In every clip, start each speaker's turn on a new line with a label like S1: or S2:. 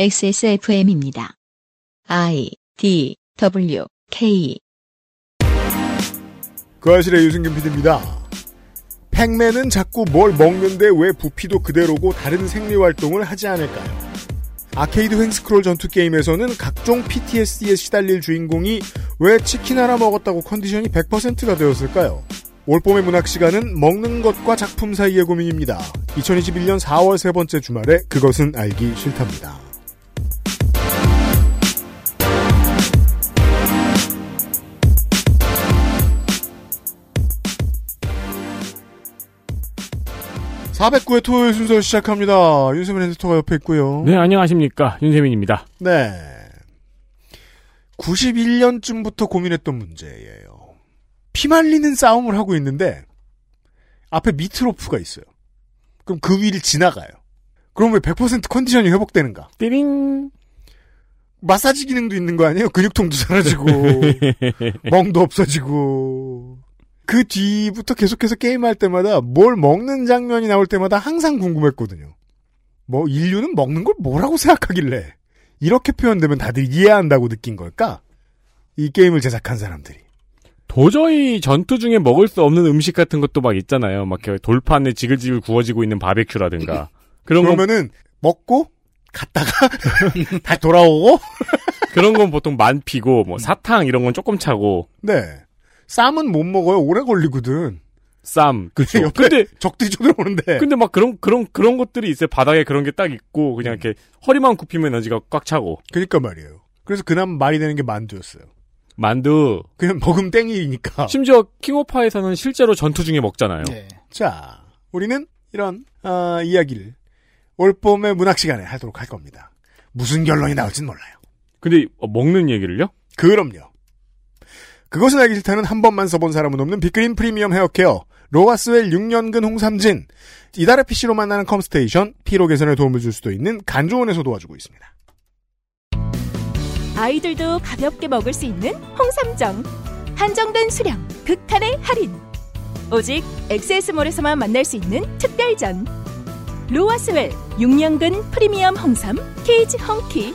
S1: XSFM입니다. I D W K
S2: 그아실의 유승균 PD입니다. 팩맨은 자꾸 뭘 먹는데 왜 부피도 그대로고 다른 생리활동을 하지 않을까요? 아케이드 횡스크롤 전투 게임에서는 각종 PTSD에 시달릴 주인공이 왜 치킨 하나 먹었다고 컨디션이 100%가 되었을까요? 올봄의 문학 시간은 먹는 것과 작품 사이의 고민입니다. 2021년 4월 세 번째 주말에 그것은 알기 싫답니다. (409회) 토요일 순서 시작합니다 윤세민 엔터가 옆에 있고요
S3: 네, 안녕하십니까. 윤세민입니다.
S2: 네. 91년쯤부터 고민했던 문제예요. 피말리는 싸움을 하고 있는데 앞에 미트로프가 있어요. 그럼 그 위를 지나가요. 그럼 왜 100% 컨디션이 회복되는가?
S3: 띠링!
S2: 마사지 기능도 있는 거 아니에요? 근육통도 사라지고 멍도 없어지고 그 뒤부터 계속해서 게임할 때마다 뭘 먹는 장면이 나올 때마다 항상 궁금했거든요. 뭐 인류는 먹는 걸 뭐라고 생각하길래 이렇게 표현되면 다들 이해한다고 느낀 걸까? 이 게임을 제작한 사람들이
S3: 도저히 전투 중에 먹을 수 없는 음식 같은 것도 막 있잖아요. 막 이렇게 돌판에 지글지글 구워지고 있는 바베큐라든가. 그런 건,
S2: 그러면은 먹고 갔다가 다시 돌아오고
S3: 그런 건 보통 만피고, 뭐, 사탕 이런 건 조금 차고,
S2: 네 쌈은 못 먹어요 오래 걸리거든
S3: 쌈. 뭐
S2: 그쵸. 네.
S3: 근데,
S2: 적들이 쳐들어오는데
S3: 근데 막 그런, 그런, 그런 것들이 있어요. 바닥에 그런 게 딱 있고, 그냥
S2: 음.
S3: 이렇게 허리만 굽히면 에너지가 꽉 차고.
S2: 그러니까 말이에요 그래서 그나마 말이 되는 게 만두였어요
S3: 만두.
S2: 그냥 먹음 땡이니까
S3: 심지어 킹오파에서는 실제로 전투 중에 먹잖아요.
S2: 네. 자, 우리는 이런 아, 이야기를 올 봄의 문학 시간에 하도록 할 겁니다. 무슨 결론이 나올진 몰라요.
S3: 근데 어, 먹는 얘기를요?
S2: 그럼요. 그것은 알기 싫다는 한 번만 써본 사람은 없는 빅그린 프리미엄 헤어케어 로아스웰 6년근 홍삼진 이달의 PC로 만나는 컴스테이션 피로 개선에 도움을 줄 수도 있는 간조원에서 도와주고 있습니다.
S4: 아이들도 가볍게 먹을 수 있는 홍삼정 한정된 수량 극한의 할인 오직 엑세스몰에서만 만날 수 있는 특별전 로아스웰 6년근 프리미엄 홍삼 케이지 헝키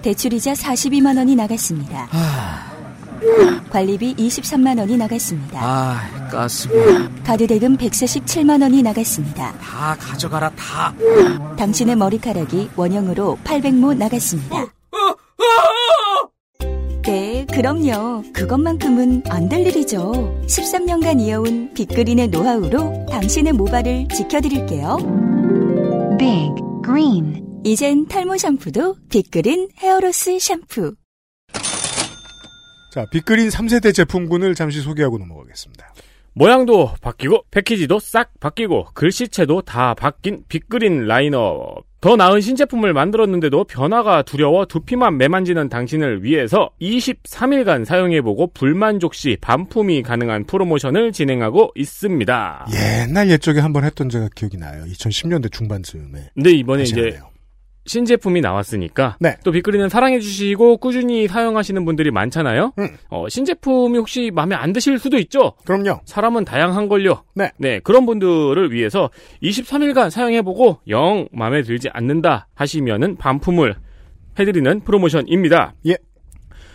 S5: 대출이자 42만 원이 나갔습니다. 관리비 23만 원이 나갔습니다.
S6: 아, 가스비.
S5: 카드 대금 147만 원이 나갔습니다.
S6: 다 가져가라, 다.
S5: 당신의 머리카락이 원형으로 800모 나갔습니다. 네, 그럼요. 그것만큼은 안 될 일이죠. 13년간 이어온 빅그린의 노하우로 당신의 모발을 지켜드릴게요.
S1: Big Green
S5: 이젠 탈모 샴푸도 빅그린 헤어로스 샴푸.
S2: 자, 빅그린 3세대 제품군을 잠시 소개하고 넘어가겠습니다.
S3: 모양도 바뀌고 패키지도 싹 바뀌고 글씨체도 다 바뀐 빅그린 라인업 더 나은 신제품을 만들었는데도 변화가 두려워 두피만 매만지는 당신을 위해서 23일간 사용해보고 불만족 시 반품이 가능한 프로모션을 진행하고 있습니다
S2: 옛날 옛적에 한번 했던 제가 기억이 나요. 2010년대 중반쯤에
S3: 근데 이번에
S2: 다시
S3: 이제
S2: 하네요.
S3: 신제품이 나왔으니까
S2: 네.
S3: 또 빅그린은 사랑해주시고 꾸준히 사용하시는 분들이 많잖아요
S2: 음.
S3: 어, 신제품이 혹시 마음에 안 드실 수도 있죠
S2: 그럼요.
S3: 사람은 다양한걸요.
S2: 네.
S3: 그런 분들을 위해서 23일간 사용해보고 영 마음에 들지 않는다 하시면은 반품을 해드리는 프로모션입니다.
S2: 예.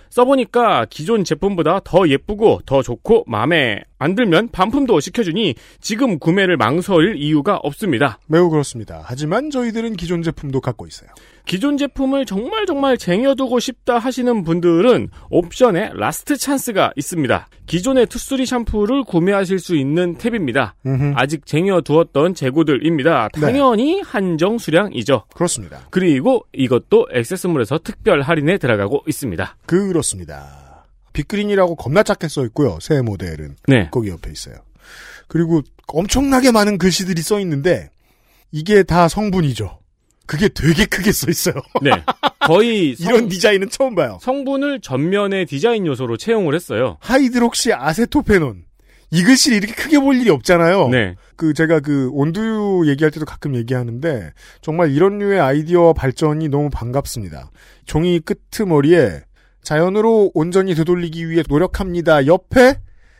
S3: 써보니까 기존 제품보다 더 예쁘고 더 좋고 마음에 안 들면 반품도 시켜주니 지금 구매를 망설일 이유가 없습니다.
S2: 매우 그렇습니다. 하지만 저희들은 기존 제품도 갖고 있어요.
S3: 기존 제품을 정말 정말 쟁여두고 싶다 하시는 분들은 옵션에 라스트 찬스가 있습니다. 기존의 투쓰리 샴푸를 구매하실 수 있는 탭입니다. 아직 쟁여두었던 재고들입니다.
S2: 네.
S3: 당연히 한정 수량이죠.
S2: 그렇습니다.
S3: 그리고 이것도 액세스몰에서 특별 할인에 들어가고 있습니다.
S2: 그렇습니다. 빅그린이라고 겁나 작게 써 있고요. 새 모델은
S3: 네.
S2: 거기 옆에 있어요. 그리고 엄청나게 많은 글씨들이 써 있는데 이게 다 성분이죠. 그게 되게 크게 써 있어요.
S3: 네. 거의 성,
S2: 이런 디자인은 처음 봐요.
S3: 성분을 전면의 디자인 요소로 채용을 했어요.
S2: 하이드록시 아세토페논. 이 글씨를 이렇게 크게 볼 일이 없잖아요.
S3: 네.
S2: 그 제가 그 온두유 얘기할 때도 가끔 얘기하는데 정말 이런 류의 아이디어와 발전이 너무 반갑습니다. 종이 끄트머리에 자연으로 온전히 되돌리기 위해 노력합니다. 옆에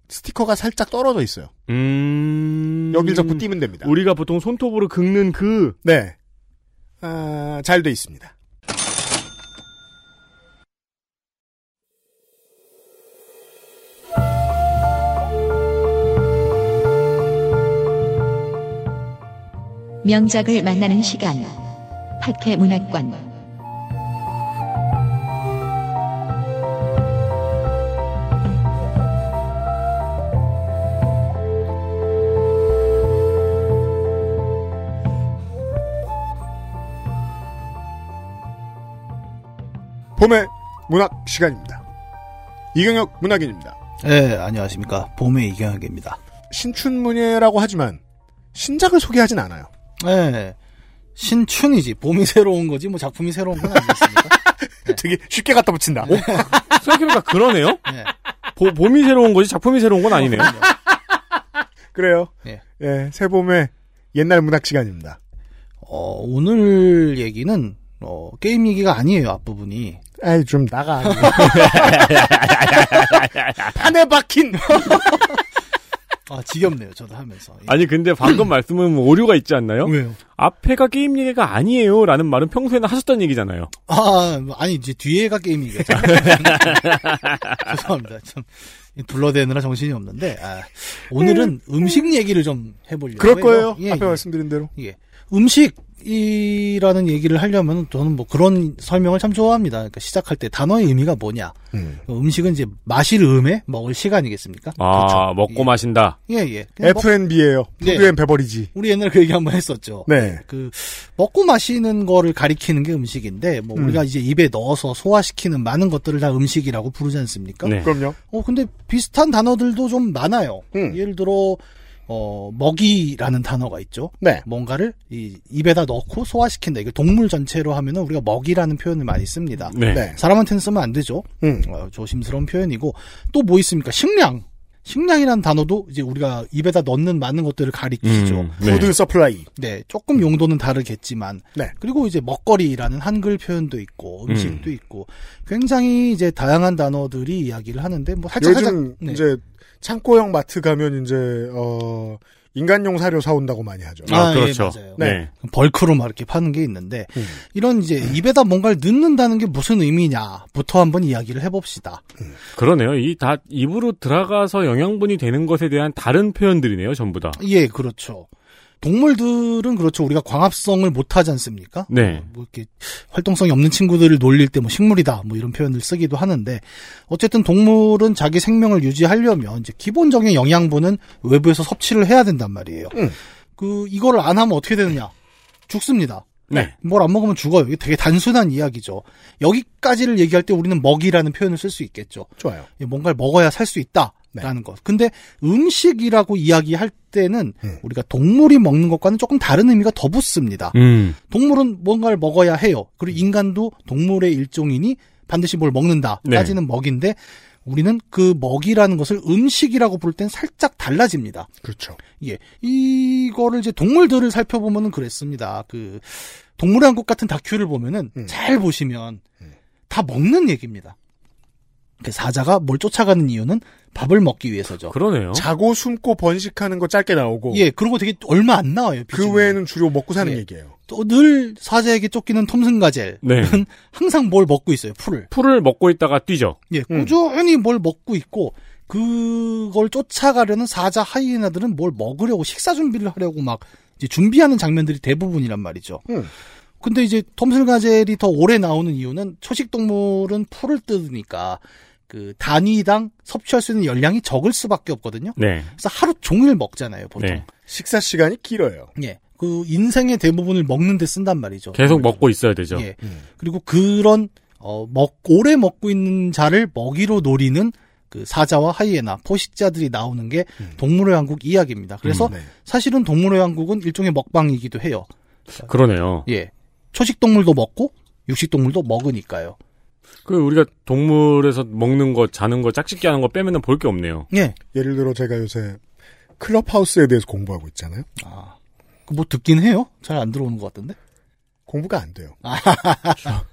S2: 스티커가 살짝 떨어져 있어요.
S3: 음.
S2: 여길 자꾸 띄면 됩니다.
S3: 우리가 보통 손톱으로 긁는 그
S2: 네. 아, 잘 돼 있습니다.
S1: 명작을 만나는 시간. 파케 문학관.
S2: 봄의 문학 시간입니다. 이경혁 문학인입니다.
S7: 예, 안녕하십니까. 봄의 이경혁입니다.
S2: 신춘문예라고 하지만 신작을 소개하진 않아요.
S7: 예. 신춘이지. 봄이 새로운 거지. 뭐 작품이 새로운 건 아니겠습니까?
S2: 되게 쉽게 갖다 붙인다.
S3: 생각해보니까 그러네요.
S7: 예.
S3: 보- 봄이 새로운 거지 작품이 새로운 건 아니네요.
S2: 그래요.
S7: 예.
S2: 예, 새봄의 옛날 문학 시간입니다.
S7: 어, 오늘 얘기는 어, 게임 얘기가 아니에요. 앞부분이.
S2: 아이 좀 나가. 판에 박힌.
S7: 아, 지겹네요. 저도 하면서. 예.
S3: 아니 근데 방금 말씀은 뭐 오류가 있지 않나요?
S2: 네.
S7: 왜요?
S3: 앞에가 게임 얘기가 아니에요라는 말은 평소에는 하셨던 얘기잖아요.
S7: 아, 뭐, 아니 이제 뒤에가 게임 얘기죠. 죄송합니다. 참 둘러대느라 정신이 없는데 아, 오늘은 음식 얘기를 좀 해보려고
S2: 네. 그럴
S7: 해요.
S2: 거예요. 앞에 말씀드린 대로.
S7: 예. 음식이라는 얘기를 하려면 저는 뭐 그런 설명을 참 좋아합니다. 그러니까 시작할 때 단어의 의미가 뭐냐.
S2: 음.
S7: 음식은 이제 마실 음에 먹을 시간이겠습니까?
S3: 아
S7: 예.
S3: 먹고 마신다.
S7: 예, 예. 그냥 먹-
S2: F&B예요.
S7: 네.
S2: 푸드 앤 베버리지.
S7: 우리 옛날에 그 얘기 한번 했었죠.
S2: 네.
S7: 그 먹고 마시는 거를 가리키는 게 음식인데 뭐
S2: 음.
S7: 우리가 이제 입에 넣어서 소화시키는 많은 것들을 다 음식이라고 부르지 않습니까?
S3: 네.
S2: 그럼요.
S7: 어 근데 비슷한 단어들도 좀 많아요.
S2: 음.
S7: 예를 들어 어 먹이라는 단어가 있죠.
S2: 네.
S7: 뭔가를 이 입에다 넣고 소화시킨다. 이게 동물 전체로 하면은 우리가 먹이라는 표현을 많이 씁니다.
S3: 네.
S2: 네.
S7: 사람한테는 쓰면 안 되죠.
S2: 음.
S7: 어, 조심스러운 표현이고 또 뭐 있습니까? 식량. 식량이라는 단어도 이제 우리가 입에다 넣는 많은 것들을 가리키죠.
S3: 음, 네.
S2: 푸드 서플라이.
S7: 네, 조금 용도는 다르겠지만,
S2: 네.
S7: 그리고 이제 먹거리라는 한글 표현도 있고 음식도 있고 굉장히 이제 다양한 단어들이 이야기를 하는데 뭐 살짝
S2: 요즘
S7: 살짝 네.
S2: 이제 창고형 마트 가면 이제 어 인간용 사료 사온다고 많이 하죠.
S3: 아,
S7: 아, 예,
S3: 그렇죠.
S7: 맞아요.
S3: 네.
S2: 네.
S7: 벌크로 막 이렇게 파는 게 있는데
S2: 음.
S7: 이런 이제 입에다 뭔가를 넣는다는 게 무슨 의미냐부터 한번 이야기를 해봅시다.
S3: 그러네요. 이 다 입으로 들어가서 영양분이 되는 것에 대한 다른 표현들이네요, 전부 다.
S7: 예, 그렇죠. 동물들은 그렇죠. 우리가 광합성을 못 하지 않습니까?
S3: 네.
S7: 뭐 이렇게 활동성이 없는 친구들을 놀릴 때 뭐 식물이다 뭐 이런 표현을 쓰기도 하는데 어쨌든 동물은 자기 생명을 유지하려면 이제 기본적인 영양분은 외부에서 섭취를 해야 된단 말이에요.
S2: 음.
S7: 그 이거를 안 하면 어떻게 되느냐? 죽습니다.
S3: 네.
S7: 뭘 안 먹으면 죽어요. 이게 되게 단순한 이야기죠. 여기까지를 얘기할 때 우리는 먹이라는 표현을 쓸 수 있겠죠.
S2: 좋아요.
S7: 예, 뭔가를 먹어야 살 수
S3: 네.
S7: 있다라는 것. 근데 음식이라고 이야기할 때는
S2: 음.
S7: 우리가 동물이 먹는 것과는 조금 다른 의미가 더 붙습니다.
S3: 네. 음.
S7: 동물은 뭔가를 먹어야 해요. 그리고 인간도 동물의 일종이니 반드시 뭘 먹는다.
S3: 네.
S7: 까지는 먹인데 우리는 그 먹이라는 것을 음식이라고 부를 땐 살짝 달라집니다.
S2: 그렇죠.
S7: 예. 이거를 이제 동물들을 살펴보면은 그랬습니다. 그 동물의 한국 같은 다큐를 보면은
S2: 음.
S7: 잘 보시면
S2: 음.
S7: 다 먹는 얘기입니다. 그 사자가 뭘 쫓아가는 이유는 밥을 먹기 위해서죠.
S3: 그러네요.
S2: 자고 숨고 번식하는 거 짧게 나오고
S7: 예, 그리고 되게 얼마 안 나와요.
S2: 그
S7: 비중이.
S2: 외에는 주로 먹고 사는
S7: 예.
S2: 얘기예요.
S7: 또 늘 사자에게 쫓기는 톰슨 가젤.
S3: 네.
S7: 항상 뭘 먹고 있어요. 풀을.
S3: 풀을 먹고 있다가 뛰죠.
S7: 예,
S2: 음.
S7: 꾸준히 뭘 먹고 있고 그걸 쫓아가려는 사자 하이에나들은 뭘 먹으려고 식사 준비를 하려고 막 이제 준비하는 장면들이 대부분이란 말이죠.
S2: 음.
S7: 근데 이제 톰슨 가젤이 더 오래 나오는 이유는 초식 동물은 풀을 뜯으니까 그 단위당 섭취할 수 있는 열량이 적을 수밖에 없거든요.
S3: 네.
S7: 그래서 하루 종일 먹잖아요, 보통.
S3: 네.
S2: 식사 시간이 길어요.
S7: 예. 그 인생의 대부분을 먹는 데 쓴단 말이죠.
S3: 계속 먹고 있어야 되죠.
S7: 네. 예. 그리고 그런 어, 먹 오래 먹고 있는 자를 먹이로 노리는 그 사자와 하이에나 포식자들이 나오는 게 동물의 왕국 이야기입니다. 그래서
S2: 네.
S7: 사실은 동물의 왕국은 일종의 먹방이기도 해요.
S3: 그러네요.
S7: 예. 초식 동물도 먹고 육식 동물도 먹으니까요.
S3: 그 우리가 동물에서 먹는 거, 자는 거, 짝짓기 하는 거 빼면은 볼 게 없네요.
S7: 예.
S2: 예를 들어 제가 요새 클럽하우스에 대해서 공부하고 있잖아요.
S7: 아. 그뭐 듣긴 해요. 잘 안 들어오는 것 같던데.
S2: 공부가 안 돼요.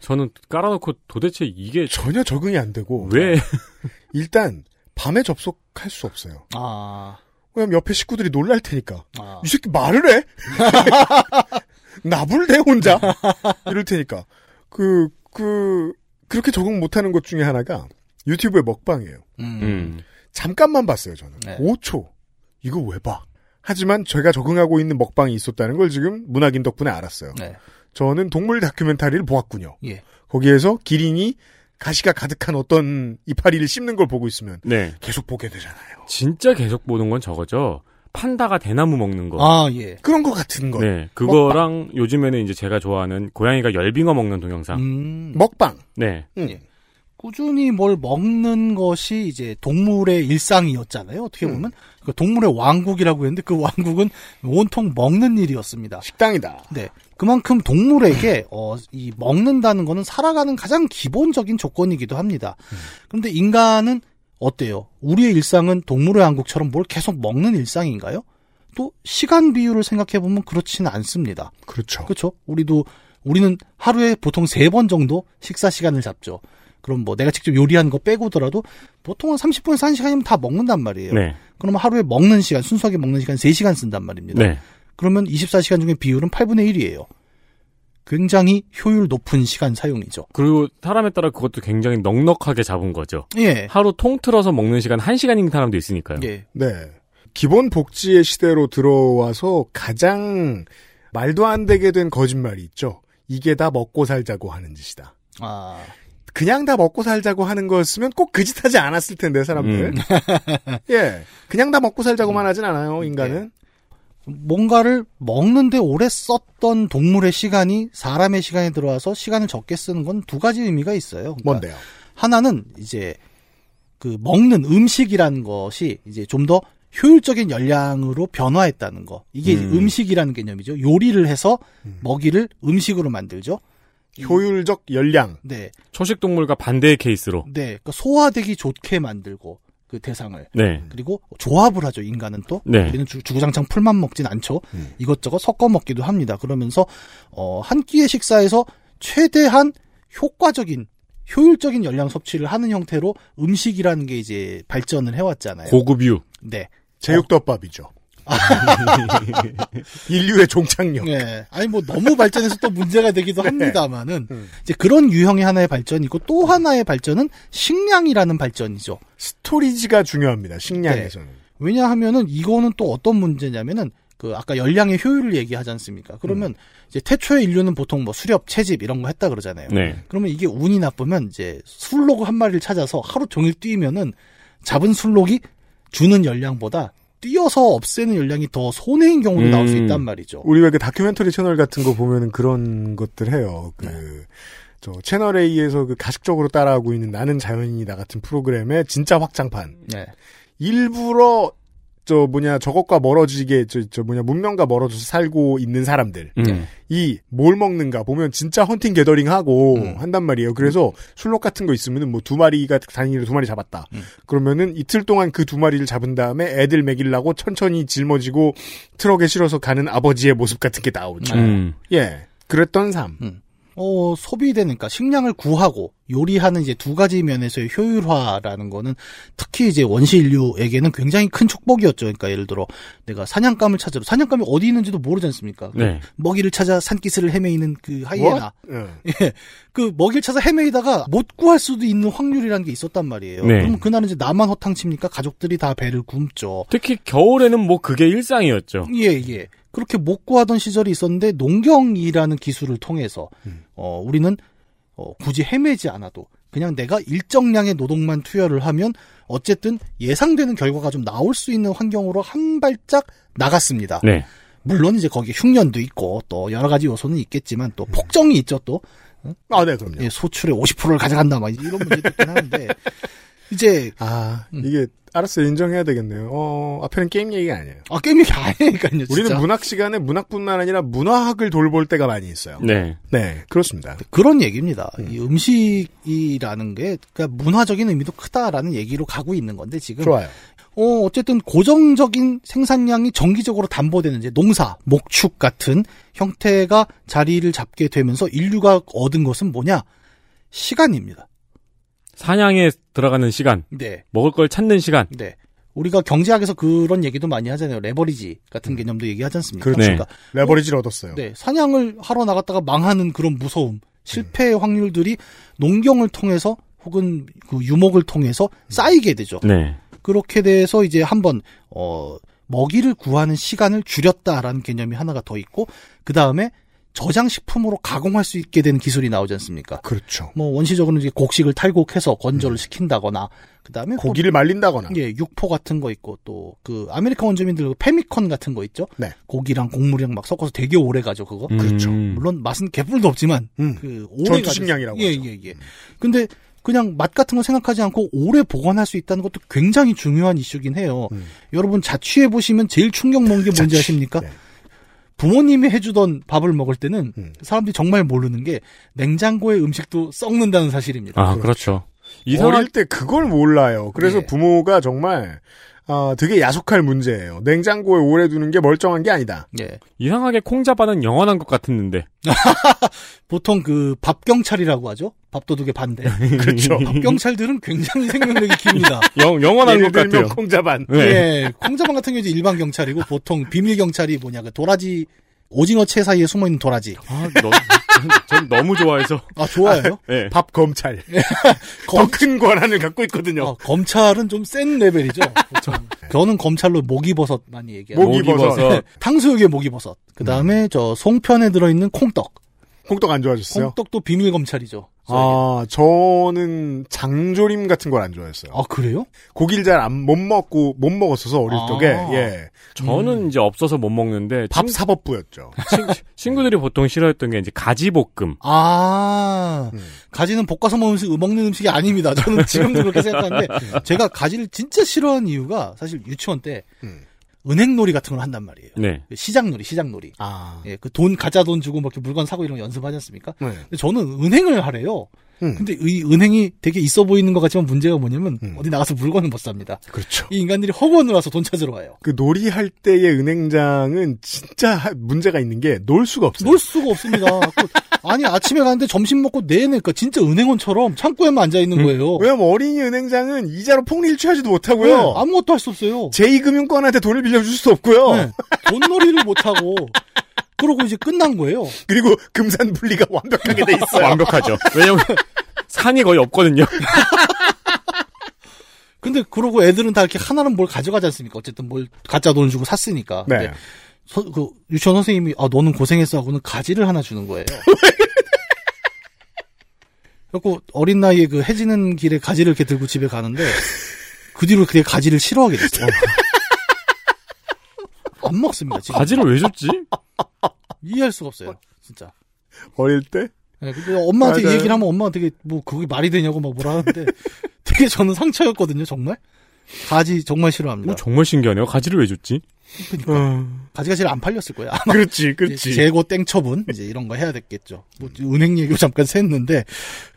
S3: 저는 깔아놓고 도대체 이게
S2: 전혀 적응이 안 되고
S3: 왜
S2: 일단 밤에 접속할 수 없어요.
S7: 아.
S2: 왜냐면 옆에 식구들이 놀랄 테니까.
S7: 아.
S2: 이 새끼 말을 해? 나불대 혼자? 이럴 테니까. 그, 그, 그렇게 적응 못하는 것 중에 하나가 유튜브의 먹방이에요.
S7: 음.
S3: 음.
S2: 잠깐만 봤어요, 저는.
S7: 네.
S2: 5초. 이거 왜 봐? 하지만 제가 적응하고 있는 먹방이 있었다는 걸 지금 문학인 덕분에 알았어요.
S7: 네.
S2: 저는 동물 다큐멘터리를 보았군요.
S7: 예.
S2: 거기에서 기린이 가시가 가득한 어떤 이파리를 씹는 걸 보고 있으면
S3: 네.
S2: 계속 보게 되잖아요.
S3: 진짜 계속 보는 건 저거죠. 판다가 대나무 먹는 거.
S7: 아, 어, 예.
S2: 그런 것 같은 거.
S3: 네. 그거랑 요즘에는 이제 제가 좋아하는 고양이가 열빙어 먹는 동영상.
S7: 음.
S2: 먹방.
S3: 네.
S2: 음.
S7: 예. 꾸준히 뭘 먹는 것이 이제 동물의 일상이었잖아요. 어떻게 보면 그 동물의 왕국이라고 했는데 그 왕국은 온통 먹는 일이었습니다.
S2: 식당이다.
S7: 네. 그만큼 동물에게 어, 이 먹는다는 거는 살아가는 가장 기본적인 조건이기도 합니다. 그런데 인간은 어때요? 우리의 일상은 동물의 왕국처럼 뭘 계속 먹는 일상인가요? 또 시간 비율을 생각해 보면 그렇지는 않습니다.
S2: 그렇죠.
S7: 그렇죠. 우리도 우리는 하루에 보통 세 번 정도 식사 시간을 잡죠. 그럼 뭐 내가 직접 요리한 거 빼고더라도 보통은 30분에서 1시간이면 다 먹는단 말이에요.
S3: 네.
S7: 그러면 하루에 먹는 시간, 순수하게 먹는 시간 3시간 쓴단 말입니다.
S3: 네.
S7: 그러면 24시간 중에 비율은 8분의 1이에요. 굉장히 효율 높은 시간 사용이죠.
S3: 그리고 사람에 따라 그것도 굉장히 넉넉하게 잡은 거죠.
S7: 예.
S3: 하루 통틀어서 먹는 시간 1시간인 사람도 있으니까요.
S7: 예.
S2: 네. 기본 복지의 시대로 들어와서 가장 말도 안 되게 된 거짓말이 있죠. 이게 다 먹고 살자고 하는 짓이다.
S7: 아.
S2: 그냥 다 먹고 살자고 하는 거였으면 꼭 그 짓 하지 않았을 텐데 사람들. 예. 그냥 다 먹고
S7: 음.
S2: 살자고만 하진 않아요,
S7: 예.
S2: 인간은.
S7: 그러니까 뭔가를 먹는데 오래 썼던 동물의 시간이 사람의 시간에 들어와서 시간을 적게 쓰는 건 두 가지 의미가 있어요. 그러니까
S2: 뭔데요?
S7: 하나는 이제 그 먹는 음식이라는 것이 이제 좀 더 효율적인 열량으로 변화했다는 거. 이게
S3: 음.
S7: 음. 식이라는 개념이죠. 요리를 해서 먹이를 음식으로 만들죠.
S2: 효율적 열량.
S7: 네.
S3: 초식 동물과 반대의 케이스로.
S7: 네. 그러니까 소화되기 좋게 만들고 그 대상을
S3: 네.
S7: 그리고 조합을 하죠. 인간은 또
S3: 네.
S7: 우리는 주, 주구장창 풀만 먹진 않죠. 이것저것 섞어 먹기도 합니다. 그러면서 어, 한 끼의 식사에서 최대한 효과적인 효율적인 열량 섭취를 하는 형태로 음식이라는 게 이제 발전을 해왔잖아요.
S3: 고급유.
S7: 네.
S2: 제육덮밥이죠. 인류의 종착역.
S7: 예. 아니 뭐 너무 발전해서 또 문제가 되기도 합니다만은
S2: 음.
S7: 이제 그런 유형의 하나의 발전이고 또 하나의 발전은 식량이라는 발전이죠.
S2: 스토리지가 중요합니다. 식량에서는.
S7: 왜냐하면은 이거는 또 어떤 문제냐면은 그 아까 열량의 효율을 얘기하지 않습니까? 그러면
S3: 음.
S7: 이제 태초의 인류는 보통 뭐 수렵, 채집 이런 거 했다 그러잖아요.
S3: 네.
S7: 그러면 이게 운이 나쁘면 이제 술록 한 마리를 찾아서 하루 종일 뛰면은 잡은 술록이 주는 열량보다 뛰어서 없애는 열량이 더 손해인 경우도 나올 수
S3: 음.
S7: 있단 말이죠.
S2: 우리 왜그 다큐멘터리 채널 같은 거 보면은 그런 것들 해요. 그, 저, 채널 A에서 그 가식적으로 따라하고 있는 나는 자연인이다 같은 프로그램의 진짜 확장판.
S7: 네.
S2: 일부러, 저, 뭐냐, 저것과 멀어지게, 저, 저, 뭐냐, 문명과 멀어져서 살고 있는 사람들.
S3: 음.
S7: 예.
S2: 이 뭘 먹는가 보면 진짜 헌팅 게더링 하고
S7: 음.
S2: 한단 말이에요. 그래서 술록 같은 거 있으면은 뭐 두 마리가 단위로 두 마리 잡았다.
S7: 음.
S2: 그러면은 이틀 동안 그 두 마리를 잡은 다음에 애들 먹이려고 천천히 짊어지고 트럭에 실어서 가는 아버지의 모습 같은 게 나오죠.
S3: 음.
S2: 예. 그랬던 삶.
S7: 어, 소비되니까 식량을 구하고 요리하는 이제 두 가지 면에서의 효율화라는 거는 특히 이제 원시 인류에게는 굉장히 큰 축복이었죠. 그러니까 예를 들어 내가 사냥감을 찾으러 사냥감이 어디 있는지도 모르지 않습니까?
S3: 네. 뭐?
S7: 먹이를 찾아 산기슬을 헤매이는 그 하이에나.
S2: 예.
S7: 예. 그 먹이를 찾아 헤매이다가 못 구할 수도 있는 확률이라는 게 있었단 말이에요.
S3: 네.
S7: 그럼 그날은 이제 나만 허탕칩니까? 가족들이 다 배를 굶죠.
S3: 특히 겨울에는 뭐 그게 일상이었죠.
S7: 예, 예. 그렇게 못 구하던 시절이 있었는데 농경이라는 기술을 통해서
S2: 음.
S7: 어, 우리는 어, 굳이 헤매지 않아도 그냥 내가 일정량의 노동만 투여를 하면 어쨌든 예상되는 결과가 좀 나올 수 있는 환경으로 한 발짝 나갔습니다.
S3: 네.
S7: 물론 이제 거기에 흉년도 있고 또 여러 가지 요소는 있겠지만 또 폭정이 있죠 또
S2: 아, 네, 그럼요.
S7: 예, 소출의 50%를 가져간다 막 이런 문제도 있긴 하는데 이제
S2: 아,
S7: 음.
S2: 이게 알았어요. 인정해야 되겠네요. 어, 앞에는 게임 얘기가 아니에요.
S7: 아 게임 얘기 아니니까요. 진짜.
S2: 우리는 문학 시간에 문학뿐만 아니라 문화학을 돌볼 때가 많이 있어요.
S7: 음.
S3: 네.
S2: 네, 그렇습니다.
S7: 그런 얘기입니다.
S2: 네.
S7: 이 음식이라는 게 그러니까 문화적인 의미도 크다라는 얘기로 가고 있는 건데 지금
S2: 좋아요.
S7: 어, 어쨌든 고정적인 생산량이 정기적으로 담보되는 이제 농사, 목축 같은 형태가 자리를 잡게 되면서 인류가 얻은 것은 뭐냐? 시간입니다.
S3: 사냥에 들어가는 시간,
S7: 네.
S3: 먹을 걸 찾는 시간.
S7: 네. 우리가 경제학에서 그런 얘기도 많이 하잖아요. 레버리지 같은 개념도 얘기하지 않습니까?
S2: 음. 그렇죠.
S7: 러니까
S2: 레버리지를 얻었어요.
S7: 네, 사냥을 하러 나갔다가 망하는 그런 무서움,
S2: 네.
S7: 실패의 확률들이 농경을 통해서 혹은 그 유목을 통해서 쌓이게 되죠.
S3: 네.
S7: 그렇게 돼서 이제 한번 어 먹이를 구하는 시간을 줄였다라는 개념이 하나가 더 있고 그 다음에 저장 식품으로 가공할 수 있게 된 기술이 나오지 않습니까?
S2: 그렇죠.
S7: 뭐 원시적으로는 이제 곡식을 탈곡해서 건조를 시킨다거나 그 다음에
S2: 네. 고기를 말린다거나.
S7: 예, 육포 같은 거 있고 또 그 아메리카 원주민들 그 페미컨 같은 거 있죠.
S2: 네.
S7: 고기랑 곡물이랑 막 섞어서 되게 오래 가죠 그거.
S3: 그렇죠.
S7: 물론 맛은 개뿔도 없지만
S2: 음.
S7: 그 오래 가죠.
S2: 전투식량이라고
S7: 예,
S2: 하죠. 음.
S7: 예, 예. 근데 그냥 맛 같은 거 생각하지 않고 오래 보관할 수 있다는 것도 굉장히 중요한 이슈긴 해요.
S2: 음.
S7: 여러분 자취해 보시면 제일 충격 먹은 게 뭔지
S2: 자취.
S7: 아십니까?
S2: 네.
S7: 부모님이 해주던 밥을 먹을 때는
S2: 음.
S7: 사람들이 정말 모르는 게 냉장고의 음식도 썩는다는 사실입니다.
S3: 아, 그렇죠.
S2: 어릴 때 그걸 몰라요. 그래서
S7: 네.
S2: 부모가 정말 아, 되게 야속할 문제예요. 냉장고에 오래 두는 게 멀쩡한 게 아니다.
S7: 예.
S3: 이상하게 콩자반은 영원한 것 같았는데.
S7: 보통 그 밥경찰이라고 하죠. 밥도둑의 반대. 음.
S2: 그렇죠.
S7: 밥경찰들은 굉장히 생명력이 깁니다.
S3: 영, 영원한
S2: 예를
S3: 것 같아요.
S2: 들면 콩자반.
S3: 네.
S7: 예, 콩자반 같은 경우 이제 일반 경찰이고 보통 비밀 경찰이 뭐냐 그 도라지 오징어 채 사이에 숨어 있는 도라지.
S3: 아, 너, 전 너무 좋아해서.
S7: 아 좋아요.
S3: 네.
S2: 밥 검찰.
S7: 검-
S2: 더 큰 권한을 갖고 있거든요.
S7: 예. 어, 검찰은 좀 센 레벨이죠. 보통.
S2: 네.
S7: 저는 검찰로 목이버섯 많이 얘기해요.
S2: 목이 버섯. 예.
S3: 버섯.
S7: 탕수육에 목이버섯. 그 다음에 저 송편에 들어있는 콩떡.
S2: 콩떡 안 좋아하셨어요?
S7: 콩떡도 비밀 검찰이죠.
S2: 아, 저는 장조림 같은 걸 안 좋아했어요.
S7: 아 그래요?
S2: 고기를 잘 못 먹고 못 먹었어서 어릴
S7: 아.
S2: 적에 예.
S3: 저는 이제 없어서 못 먹는데.
S2: 밥
S3: 친-
S2: 사법부였죠.
S3: 친- 친구들이 보통 싫어했던 게 이제 가지볶음.
S7: 아
S2: 음.
S7: 가지는 볶아서 먹는 음식 먹는 음식이 아닙니다. 저는 지금도 그렇게 생각하는데 제가 가지를 진짜 싫어하는 이유가 사실 유치원 때
S2: 음.
S7: 은행놀이 같은 걸 한단 말이에요.
S3: 네.
S7: 시장놀이, 시장놀이.
S2: 아.
S7: 예, 그 돈 가짜 돈 주고 막 이렇게 물건 사고 이런 거 연습하지 않습니까?
S2: 네.
S7: 근데 저는 은행을 하래요.
S2: 음.
S7: 근데 이 은행이 되게 있어 보이는 것 같지만 문제가 뭐냐면
S2: 음.
S7: 어디 나가서 물건을 못 삽니다.
S2: 그렇죠.
S7: 이 인간들이 허구원을 와서 돈 찾으러 와요.
S2: 그 놀이할 때의 은행장은 진짜 하- 문제가 있는 게 놀 수가 없어요.
S7: 놀 수가 없습니다. 그- 아니 아침에 가는데 점심 먹고 내내 그러니까 진짜 은행원처럼 창고에만 앉아 있는 거예요.
S2: 음. 왜냐면 어린이 은행장은 이자로 폭리를 취하지도
S7: 네,
S2: 못하고요.
S7: 아무것도 할 수 없어요.
S2: 제2금융권한테 돈을 빌려줄 수도 없고요.
S7: 네, 돈놀이를 못 하고 그러고 이제 끝난 거예요.
S2: 그리고 금산 분리가 완벽하게 돼 있어요.
S3: 완벽하죠. 왜냐면 산이 거의 없거든요.
S7: 근데 그러고 애들은 다 이렇게 하나는 뭘 가져가지 않습니까? 어쨌든 뭘 가짜 돈을 주고 샀으니까.
S2: 네.
S7: 근데 서- 그 유치원 선생님이 아 너는 고생했어 하고는 가지를 하나 주는 거예요. 그래고 어린 나이에 그 해지는 길에 가지를 이렇게 들고 집에 가는데 그 뒤로 그게 가지를 싫어하게 됐어요. 안 먹습니다 지금.
S3: 가지를 왜 줬지?
S7: 이해할 수가 없어요. 진짜.
S2: 어릴 때?
S7: 네, 근데 엄마한테
S2: 맞아요.
S7: 얘기를 하면 엄마가 되게 뭐 그게 말이 되냐고 막 뭐라 하는데 되게 저는 상처였거든요 정말 가지 정말
S3: 오,
S7: 싫어합니다
S3: 뭐 정말 신기하네요. 가지를 왜 줬지?
S7: 가지가 제일 안 팔렸을 거예요 아마
S2: 그렇지,
S7: 이제 재고 땡처분 이제 이런 거 해야 됐겠죠 뭐 은행 얘기로 잠깐 샜는데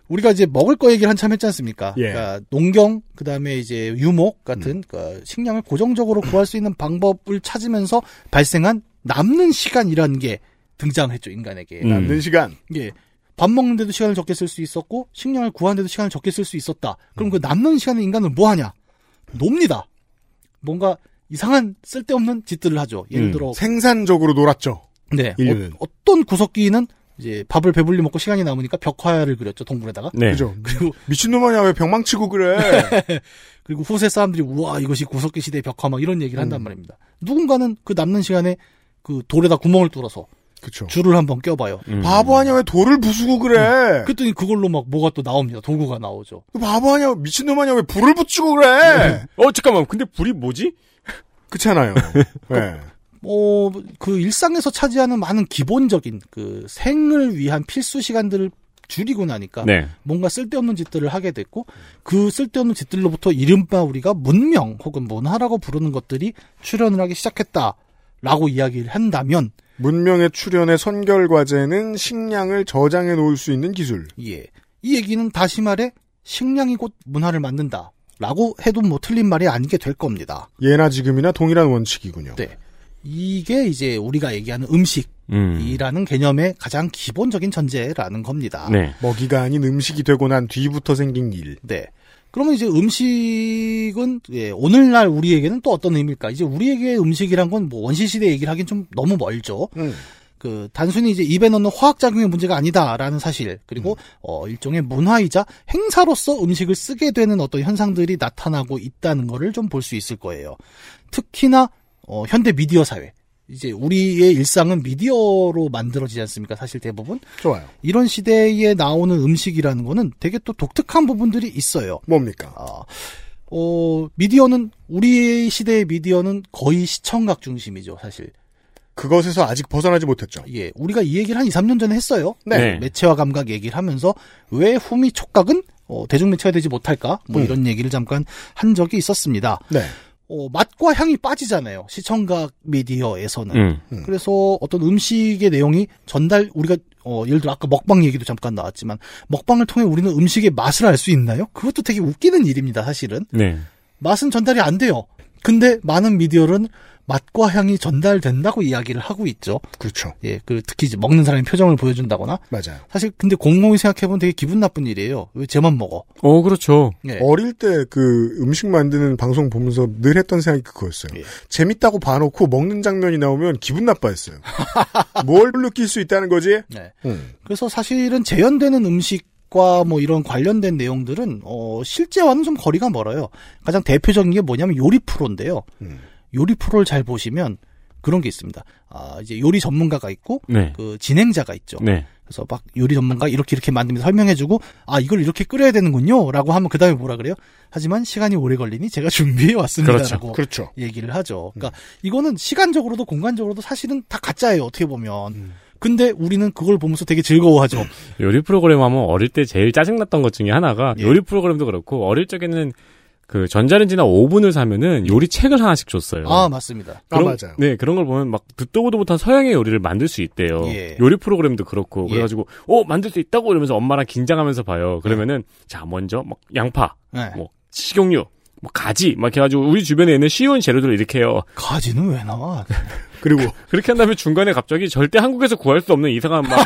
S7: 우리가 이제 먹을 거 얘기를 한참 했지 않습니까
S2: 예.
S7: 그러니까 농경 그다음에 이제 유목 같은 그러니까 식량을 고정적으로 구할 수 있는 방법을 찾으면서 발생한 남는 시간이라는 게 등장했죠 인간에게
S3: 음.
S2: 남는 시간.
S7: 예. 밥 먹는데도 시간을 적게 쓸 수 있었고 식량을 구하는데도 시간을 적게 쓸 수 있었다. 그럼 그 남는 시간에 인간은 뭐 하냐? 놉니다. 뭔가 이상한 쓸데없는 짓들을 하죠. 예를
S3: 음.
S7: 들어
S2: 생산적으로 놀았죠.
S7: 네.
S2: 인류는.
S7: 어, 떤 구석기는 이제 밥을 배불리 먹고 시간이 남으니까 벽화를 그렸죠. 동굴에다가.
S3: 네.
S2: 그죠?
S7: 그리고
S2: 미친놈아냐, 왜 병망치고 그래?
S7: 그리고 후세 사람들이 우와 이것이 구석기 시대의 벽화 막 이런 얘기를
S3: 음.
S7: 한단 말입니다. 누군가는 그 남는 시간에 그 돌에다 구멍을 뚫어서
S2: 그쵸.
S7: 줄을 한번 껴봐요.
S3: 음.
S2: 바보 아냐, 왜 돌을 부수고 그래?
S7: 음. 그랬더니 그걸로 막 뭐가 또 나옵니다. 도구가 나오죠.
S2: 그 바보 아냐, 미친놈 아냐, 왜 불을 붙이고 그래?
S3: 어, 잠깐만. 근데 불이 뭐지?
S2: 그렇잖아요. 네.
S7: 어, 그 일상에서 차지하는 많은 기본적인 그 생을 위한 필수 시간들을 줄이고 나니까
S3: 네.
S7: 뭔가 쓸데없는 짓들을 하게 됐고 그 쓸데없는 짓들로부터 이른바 우리가 문명 혹은 문화라고 부르는 것들이 출현을 하기 시작했다라고 이야기를 한다면
S2: 문명의 출현의 선결 과제는 식량을 저장해 놓을 수 있는 기술.
S7: 예. 이 얘기는 다시 말해 식량이 곧 문화를 만든다라고 해도 뭐 틀린 말이 아니게 될 겁니다.
S2: 예나 지금이나 동일한 원칙이군요.
S7: 네. 이게 이제 우리가 얘기하는 음식이라는
S3: 음.
S7: 개념의 가장 기본적인 전제라는 겁니다.
S3: 네.
S2: 먹이가 아닌 음식이 되고 난 뒤부터 생긴 일.
S7: 네. 그러면 이제 음식은 예, 오늘날 우리에게는 또 어떤 의미일까? 이제 우리에게 음식이란 건 뭐 원시 시대 얘기를 하긴 좀 너무 멀죠.
S2: 음.
S7: 그 단순히 이제 입에 넣는 화학 작용의 문제가 아니다라는 사실 그리고 어 일종의 문화이자 행사로서 음식을 쓰게 되는 어떤 현상들이 나타나고 있다는 거를 좀 볼 수 있을 거예요. 특히나 어 현대 미디어 사회 이제 우리의 일상은 미디어로 만들어지지 않습니까? 사실 대부분
S2: 좋아요.
S7: 이런 시대에 나오는 음식이라는 거는 되게 또 독특한 부분들이 있어요.
S2: 뭡니까?
S7: 아, 어, 미디어는 우리 시대의 미디어는 거의 시청각 중심이죠, 사실.
S2: 그것에서 아직 벗어나지 못했죠.
S7: 예, 우리가 이 얘기를 한 2, 3년 전에 했어요.
S3: 네.
S7: 매체와 감각 얘기를 하면서 왜 후미 촉각은 어, 대중매체가 되지 못할까? 뭐
S2: 음.
S7: 이런 얘기를 잠깐 한 적이 있었습니다.
S2: 네.
S7: 어, 맛과 향이 빠지잖아요. 시청각 미디어에서는.
S3: 음.
S7: 그래서 어떤 음식의 내용이 전달 우리가 어, 예를 들어 아까 먹방 얘기도 잠깐 나왔지만 먹방을 통해 우리는 음식의 맛을 알 수 있나요? 그것도 되게 웃기는 일입니다, 사실은.
S3: 네.
S7: 맛은 전달이 안 돼요. 근데 많은 미디어는 맛과 향이 전달된다고 이야기를 하고 있죠.
S2: 그렇죠.
S7: 예, 그 특히 이제 먹는 사람의 표정을 보여준다거나
S2: 맞아요.
S7: 사실 근데 곰곰이 생각해보면 되게 기분 나쁜 일이에요. 왜 쟤만 먹어?
S3: 어, 그렇죠.
S7: 예.
S2: 어릴 때 그 음식 만드는 방송 보면서 늘 했던 생각이 그거였어요.
S7: 예.
S2: 재밌다고 봐놓고 먹는 장면이 나오면 기분 나빠했어요. 뭘 느낄 수 있다는 거지?
S7: 네.
S2: 음.
S7: 그래서 사실은 재현되는 음식과 뭐 이런 관련된 내용들은 어 실제와는 좀 거리가 멀어요. 가장 대표적인 게 뭐냐면 요리 프로인데요.
S2: 음.
S7: 요리 프로를 잘 보시면 그런 게 있습니다. 아 이제 요리 전문가가 있고
S3: 네.
S7: 그 진행자가 있죠.
S3: 네.
S7: 그래서 막 요리 전문가 이렇게 이렇게 만들면 설명해주고 아 이걸 이렇게 끓여야 되는군요라고 하면 그 다음에 뭐라 그래요? 하지만 시간이 오래 걸리니 제가 준비해 왔습니다라고
S2: 그렇죠. 음.
S7: 얘기를 하죠. 그러니까 이거는 시간적으로도 공간적으로도 사실은 다 가짜예요 어떻게 보면.
S2: 음.
S7: 근데 우리는 그걸 보면서 되게 즐거워하죠.
S3: 요리 프로그램 하면 어릴 때 제일 짜증났던 것 중에 하나가
S7: 예.
S3: 요리 프로그램도 그렇고 어릴 적에는 그 전자레인지나 오븐을 사면은 요리 책을 하나씩 줬어요.
S7: 아 맞습니다.
S2: 아,
S3: 그런,
S2: 맞아요.
S3: 네, 그런 걸 보면 막 듣도 보도 못한 서양의 요리를 만들 수 있대요.
S7: 예.
S3: 요리 프로그램도 그렇고.
S7: 예.
S3: 그래가지고, 어, 만들 수 있다고 이러면서 엄마랑 긴장하면서 봐요. 그러면은, 자, 먼저, 막, 양파,
S7: 네.
S3: 뭐, 식용유, 뭐, 가지, 막, 이렇게 해가지고, 우리 주변에 있는 쉬운 재료들 을 이렇게 해요.
S7: 가지는 왜 나와?
S2: 그리고
S3: 그렇게 한 다음에 중간에 갑자기 절대 한국에서 구할 수 없는 이상한 막,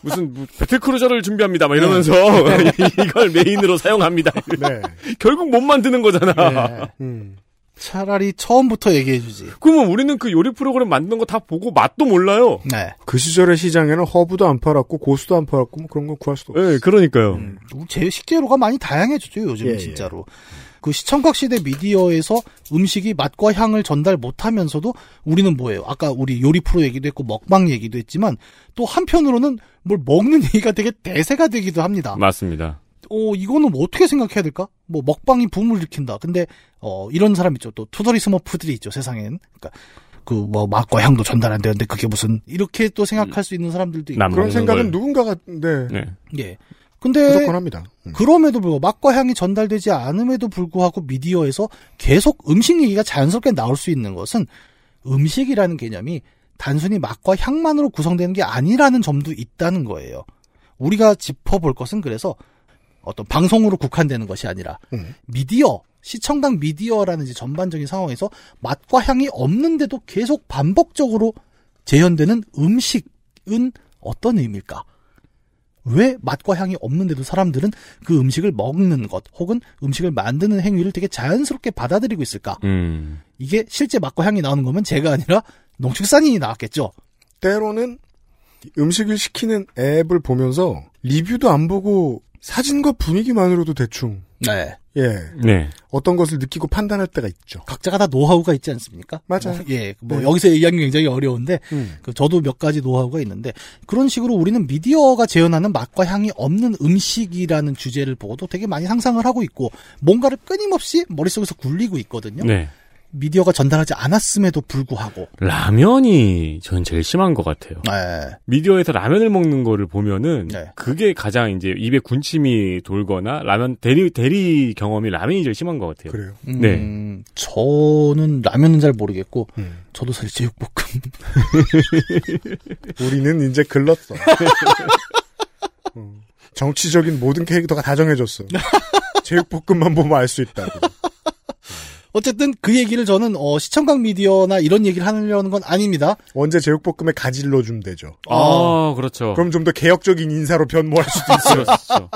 S3: 무슨, 뭐 배틀크루저를 준비합니다. 막 이러면서, 네. 이걸 메인으로 사용합니다.
S2: 네.
S3: 결국 못 만드는 거잖아.
S2: 음.
S7: 네. 차라리 처음부터 얘기해주지.
S3: 그러면 우리는 그 요리 프로그램 만드는 거 다 보고 맛도 몰라요.
S7: 네.
S2: 그 시절의 시장에는 허브도 안 팔았고 고수도 안 팔았고 뭐 그런 거 구할 수도 없어요.
S3: 네, 그러니까요.
S7: 제 식재료가 많이 다양해졌죠 요즘
S2: 음. 예, 예.
S7: 진짜로. 그 시청각 시대 미디어에서 음식이 맛과 향을 전달 못하면서,도 우리는 뭐예요? 아까 우리 요리 프로 얘기도 했고 먹방 얘기도 했지만 또 한편으로는 뭘 먹는 얘기가 되게 대세가 되기도 합니다.
S3: 맞습니다.
S7: 어, 이거는 뭐 어떻게 생각해야 될까? 뭐 먹방이 붐을 일으킨다. 근데 어, 이런 사람 있죠. 또 투덜이 스머프들이 있죠. 세상엔. 그러니까 그 뭐 맛과 향도 전달 안 되는데 그게 무슨 이렇게 또
S2: 음.
S7: 생각할 수 있는 사람들도 있고.
S3: 남-
S2: 그런
S3: 먹는
S2: 생각은
S3: 걸.
S2: 누군가가 네,
S3: 네.
S7: 예. 근데
S2: 무조건 합니다. 음.
S7: 그럼에도 불구하고 맛과 향이 전달되지 않음에도 불구하고 미디어에서 계속 음식 얘기가 자연스럽게 나올 수 있는 것은 음식이라는 개념이 단순히 맛과 향만으로 구성되는 게 아니라는 점도 있다는 거예요. 우리가 짚어볼 것은 그래서 어떤 방송으로 국한되는 것이 아니라
S2: 음.
S7: 미디어 시청각 미디어라는 이제 전반적인 상황에서 맛과 향이 없는데도 계속 반복적으로 재현되는 음식은 어떤 의미일까? 왜 맛과 향이 없는데도 사람들은 그 음식을 먹는 것 혹은 음식을 만드는 행위를 되게 자연스럽게 받아들이고 있을까?
S3: 음.
S7: 이게 실제 맛과 향이 나오는 거면 제가 아니라 농축산인이 나왔겠죠.
S2: 때로는 음식을 시키는 앱을 보면서 리뷰도 안 보고 사진과 분위기만으로도 대충
S7: 네.
S2: 예
S3: 네.
S2: 어떤 것을 느끼고 판단할 때가 있죠.
S7: 각자가 다 노하우가 있지 않습니까?
S2: 맞아요.
S7: 뭐, 예, 뭐
S2: 네.
S7: 여기서 얘기하기 굉장히 어려운데
S2: 음.
S7: 그 저도 몇 가지 노하우가 있는데 그런 식으로 우리는 미디어가 재현하는 맛과 향이 없는 음식이라는 주제를 보고도 되게 많이 상상을 하고 있고 뭔가를 끊임없이 머릿속에서 굴리고 있거든요.
S3: 네.
S7: 미디어가 전달하지 않았음에도 불구하고
S3: 라면이 전 제일 심한 것 같아요.
S7: 네.
S3: 미디어에서 라면을 먹는 거를 보면은
S7: 네.
S3: 그게 가장 이제 입에 군침이 돌거나 라면 대리 대리 경험이 라면이 제일 심한 것 같아요.
S2: 그래요.
S7: 음,
S3: 네.
S7: 저는 라면은 잘 모르겠고
S2: 음.
S7: 저도 사실 제육볶음
S2: 우리는 이제 글렀어. 음. 정치적인 모든 캐릭터가 다 정해졌어. 제육볶음만 보면 알 수 있다.
S7: 어쨌든 그 얘기를 저는 어, 시청각 미디어나 이런 얘기를 하려는 건 아닙니다.
S2: 언제 제육볶음에 가지러 주면 되죠.
S3: 아 그렇죠.
S2: 그럼 좀 더 개혁적인 인사로 변모할 수도 있어.
S3: 그렇죠.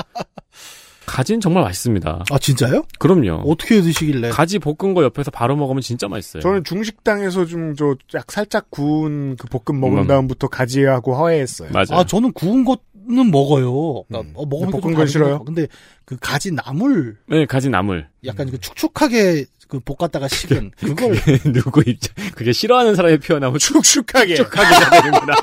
S3: 가진 정말 맛있습니다.
S7: 아 진짜요?
S3: 그럼요.
S7: 어떻게 드시길래?
S3: 가지 볶은 거 옆에서 바로 먹으면 진짜
S7: 네.
S3: 맛있어요.
S2: 저는 중식당에서 좀 저 약 살짝 구운 그 볶음 먹은
S3: 음.
S2: 다음부터 가지하고 화해했어요.
S3: 맞아요.
S7: 아 저는 구운 거는 먹어요. 그러니까
S2: 음.
S7: 어,
S2: 근데
S7: 먹으면
S2: 볶은
S7: 좀
S2: 건
S7: 다르긴
S2: 싫어요?
S7: 해요. 근데 그 가지 나물
S3: 네, 가지 나물.
S2: 음.
S7: 약간 그 축축하게 그 볶았다가 식은 그걸
S3: 누구 입장? 그게 싫어하는 사람의 표현하면
S2: 축축하게.
S3: 촉하게 되는구나.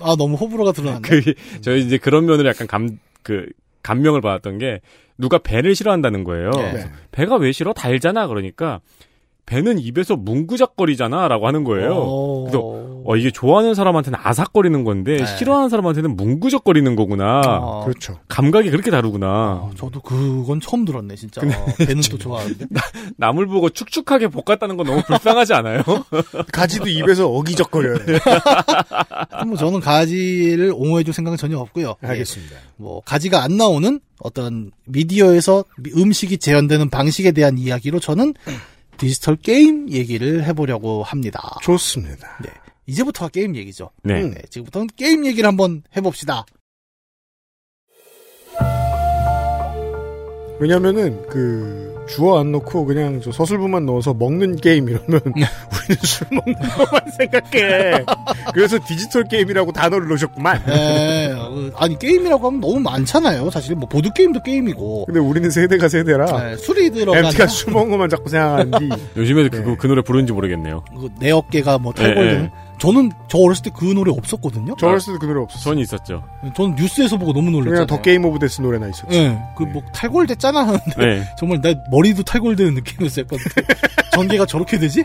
S7: 아 너무 호불호가 드러났네.
S3: 그 저희 이제 그런 면으로 약간 감 그 감명을 받았던 게 누가 배를 싫어한다는 거예요.
S7: 네.
S3: 배가 왜 싫어? 달잖아. 그러니까 배는 입에서 뭉구작거리잖아라고 하는 거예요.
S7: 어.
S3: 어, 이게 좋아하는 사람한테는 아삭거리는 건데
S7: 네.
S3: 싫어하는 사람한테는 뭉구적거리는 거구나.
S7: 아,
S2: 그렇죠.
S3: 감각이 그렇게 다르구나.
S7: 아, 저도 그건 처음 들었네 진짜. 어, 배는 또 좋아하는데.
S3: 나물 보고 축축하게 볶았다는 건 너무 불쌍하지 않아요?
S2: 가지도 입에서 어기적거려요.
S7: 네. 뭐 저는 가지를 옹호해줄 생각은 전혀 없고요. 예,
S2: 알겠습니다.
S7: 뭐 가지가 안 나오는 어떤 미디어에서 미- 음식이 재현되는 방식에 대한 이야기로 저는 디지털 게임 얘기를 해보려고 합니다.
S2: 좋습니다.
S7: 네, 이제부터가 게임 얘기죠.
S3: 네.
S2: 음.
S7: 네, 지금부터는 게임 얘기를 한번 해봅시다.
S2: 왜냐면은 그 주어 안 넣고 그냥 저 서술부만 넣어서 먹는 게임 이러면
S7: 네.
S2: 우리는 술 먹는 것만 생각해. 그래서 디지털 게임이라고 단어를 넣으셨구만.
S7: 네, 어, 아니 게임이라고 하면 너무 많잖아요. 사실 뭐 보드 게임도 게임이고
S2: 근데 우리는 세대가 세대라
S7: 네, 술이 들어가는
S2: MT가 술 먹는 것만 자꾸 생각하는데
S3: 요즘에도 그거
S2: 네.
S3: 그 노래 부르는지 모르겠네요.
S7: 그내 어깨가 뭐
S3: 네,
S7: 탈골되는.
S3: 네.
S7: 저는 저 어렸을 때 그 노래 없었거든요.
S2: 저 어렸을 때도 그 노래 없었어.
S3: 전이 있었죠.
S7: 저는 뉴스에서 보고 너무
S2: 그냥
S7: 놀랐잖아요.
S2: 더 게임 오브 데스 노래나 있었지.
S7: 예, 그뭐 탈골됐잖아 하는데
S3: 네.
S7: 정말 내 머리도 탈골되는 느낌이었을 것 같아. 전개가 저렇게 되지?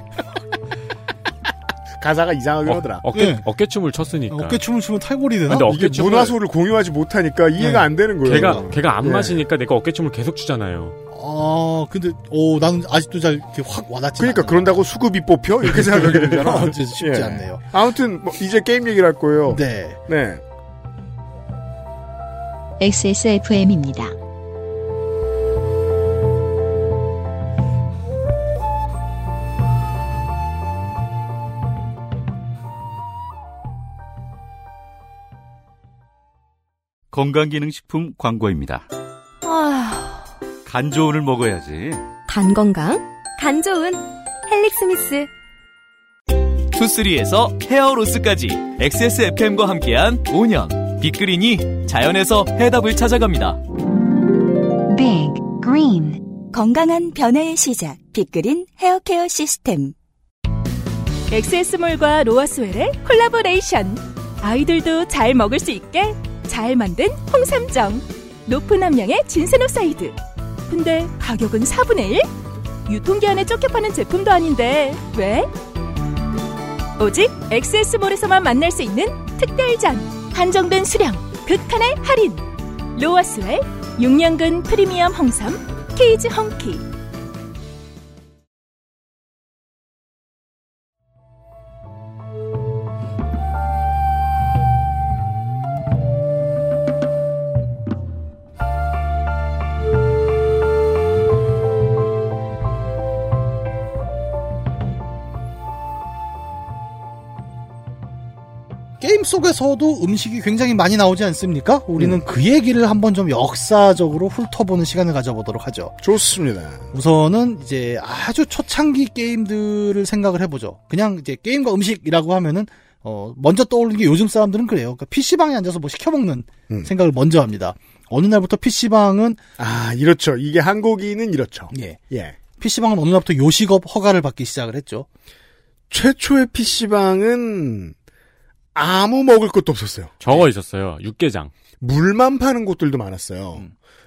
S2: 가사가 이상하긴 하더라.
S3: 어, 깨
S7: 네.
S3: 어깨춤을 췄으니까.
S2: 그러니까.
S7: 어깨춤을 추면 탈골이 되나?
S3: 근데
S2: 이게
S3: 어깨춤을
S2: 문화소를 공유하지 못하니까 이해가
S7: 네.
S2: 안 되는 거예요.
S3: 걔가 걔가 안
S2: 네.
S3: 마시니까 내가 어깨춤을 계속 추잖아요.
S7: 아, 근데 어, 나는 아직도 잘 이렇게 확 와닿지.
S2: 그러니까 그런다고 수급이 뽑혀 이렇게 생각하게 되잖아.
S7: 어째 쉽지
S2: 예.
S7: 않네요.
S2: 아무튼 뭐 이제 게임 얘기를 할 거예요.
S7: 네,
S2: 네.
S1: XSFM입니다.
S8: 건강기능식품 광고입니다.
S9: 아,
S8: 간 좋은을 먹어야지.
S9: 간 건강, 간 좋은 헬릭스미스.
S10: 투쓰리에서 헤어로스까지 XSFM과 함께한 5년 빅그린이 자연에서 해답을 찾아갑니다.
S5: Big Green 건강한 변화의 시작 빅그린 헤어케어 시스템
S4: 엑세스몰과 로아스웰의 콜라보레이션. 아이들도 잘 먹을 수 있게 잘 만든 홍삼정. 높은 함량의 진세노사이드. 근데 가격은 4분의 1? 유통기한에 쫓겨 파는 제품도 아닌데 왜? 오직 엑세스몰에서만 만날 수 있는 특별전. 한정된 수량, 극한의 할인. 로아스웰, 육년근 프리미엄 홍삼, 케이지 헝키.
S7: 게임 속에서도 음식이 굉장히 많이 나오지 않습니까? 우리는
S2: 음.
S7: 그 얘기를 한번 좀 역사적으로 훑어보는 시간을 가져보도록 하죠.
S2: 좋습니다.
S7: 우선은 이제 아주 초창기 게임들을 생각을 해보죠. 그냥 이제 게임과 음식이라고 하면은 어 먼저 떠오르는 게 요즘 사람들은 그래요. 그러니까 PC 방에 앉아서 뭐 시켜 먹는
S2: 음.
S7: 생각을 먼저 합니다. 어느 날부터 PC 방은
S2: 아, 이렇죠. 이게 한국인은 이렇죠.
S7: 예
S2: 예.
S7: PC 방은 어느 날부터 요식업 허가를 받기 시작을 했죠.
S2: 최초의 PC방은 아무 먹을 것도 없었어요.
S3: 저거 있었어요. 육개장.
S7: 음.
S2: 물만 파는 곳들도 많았어요.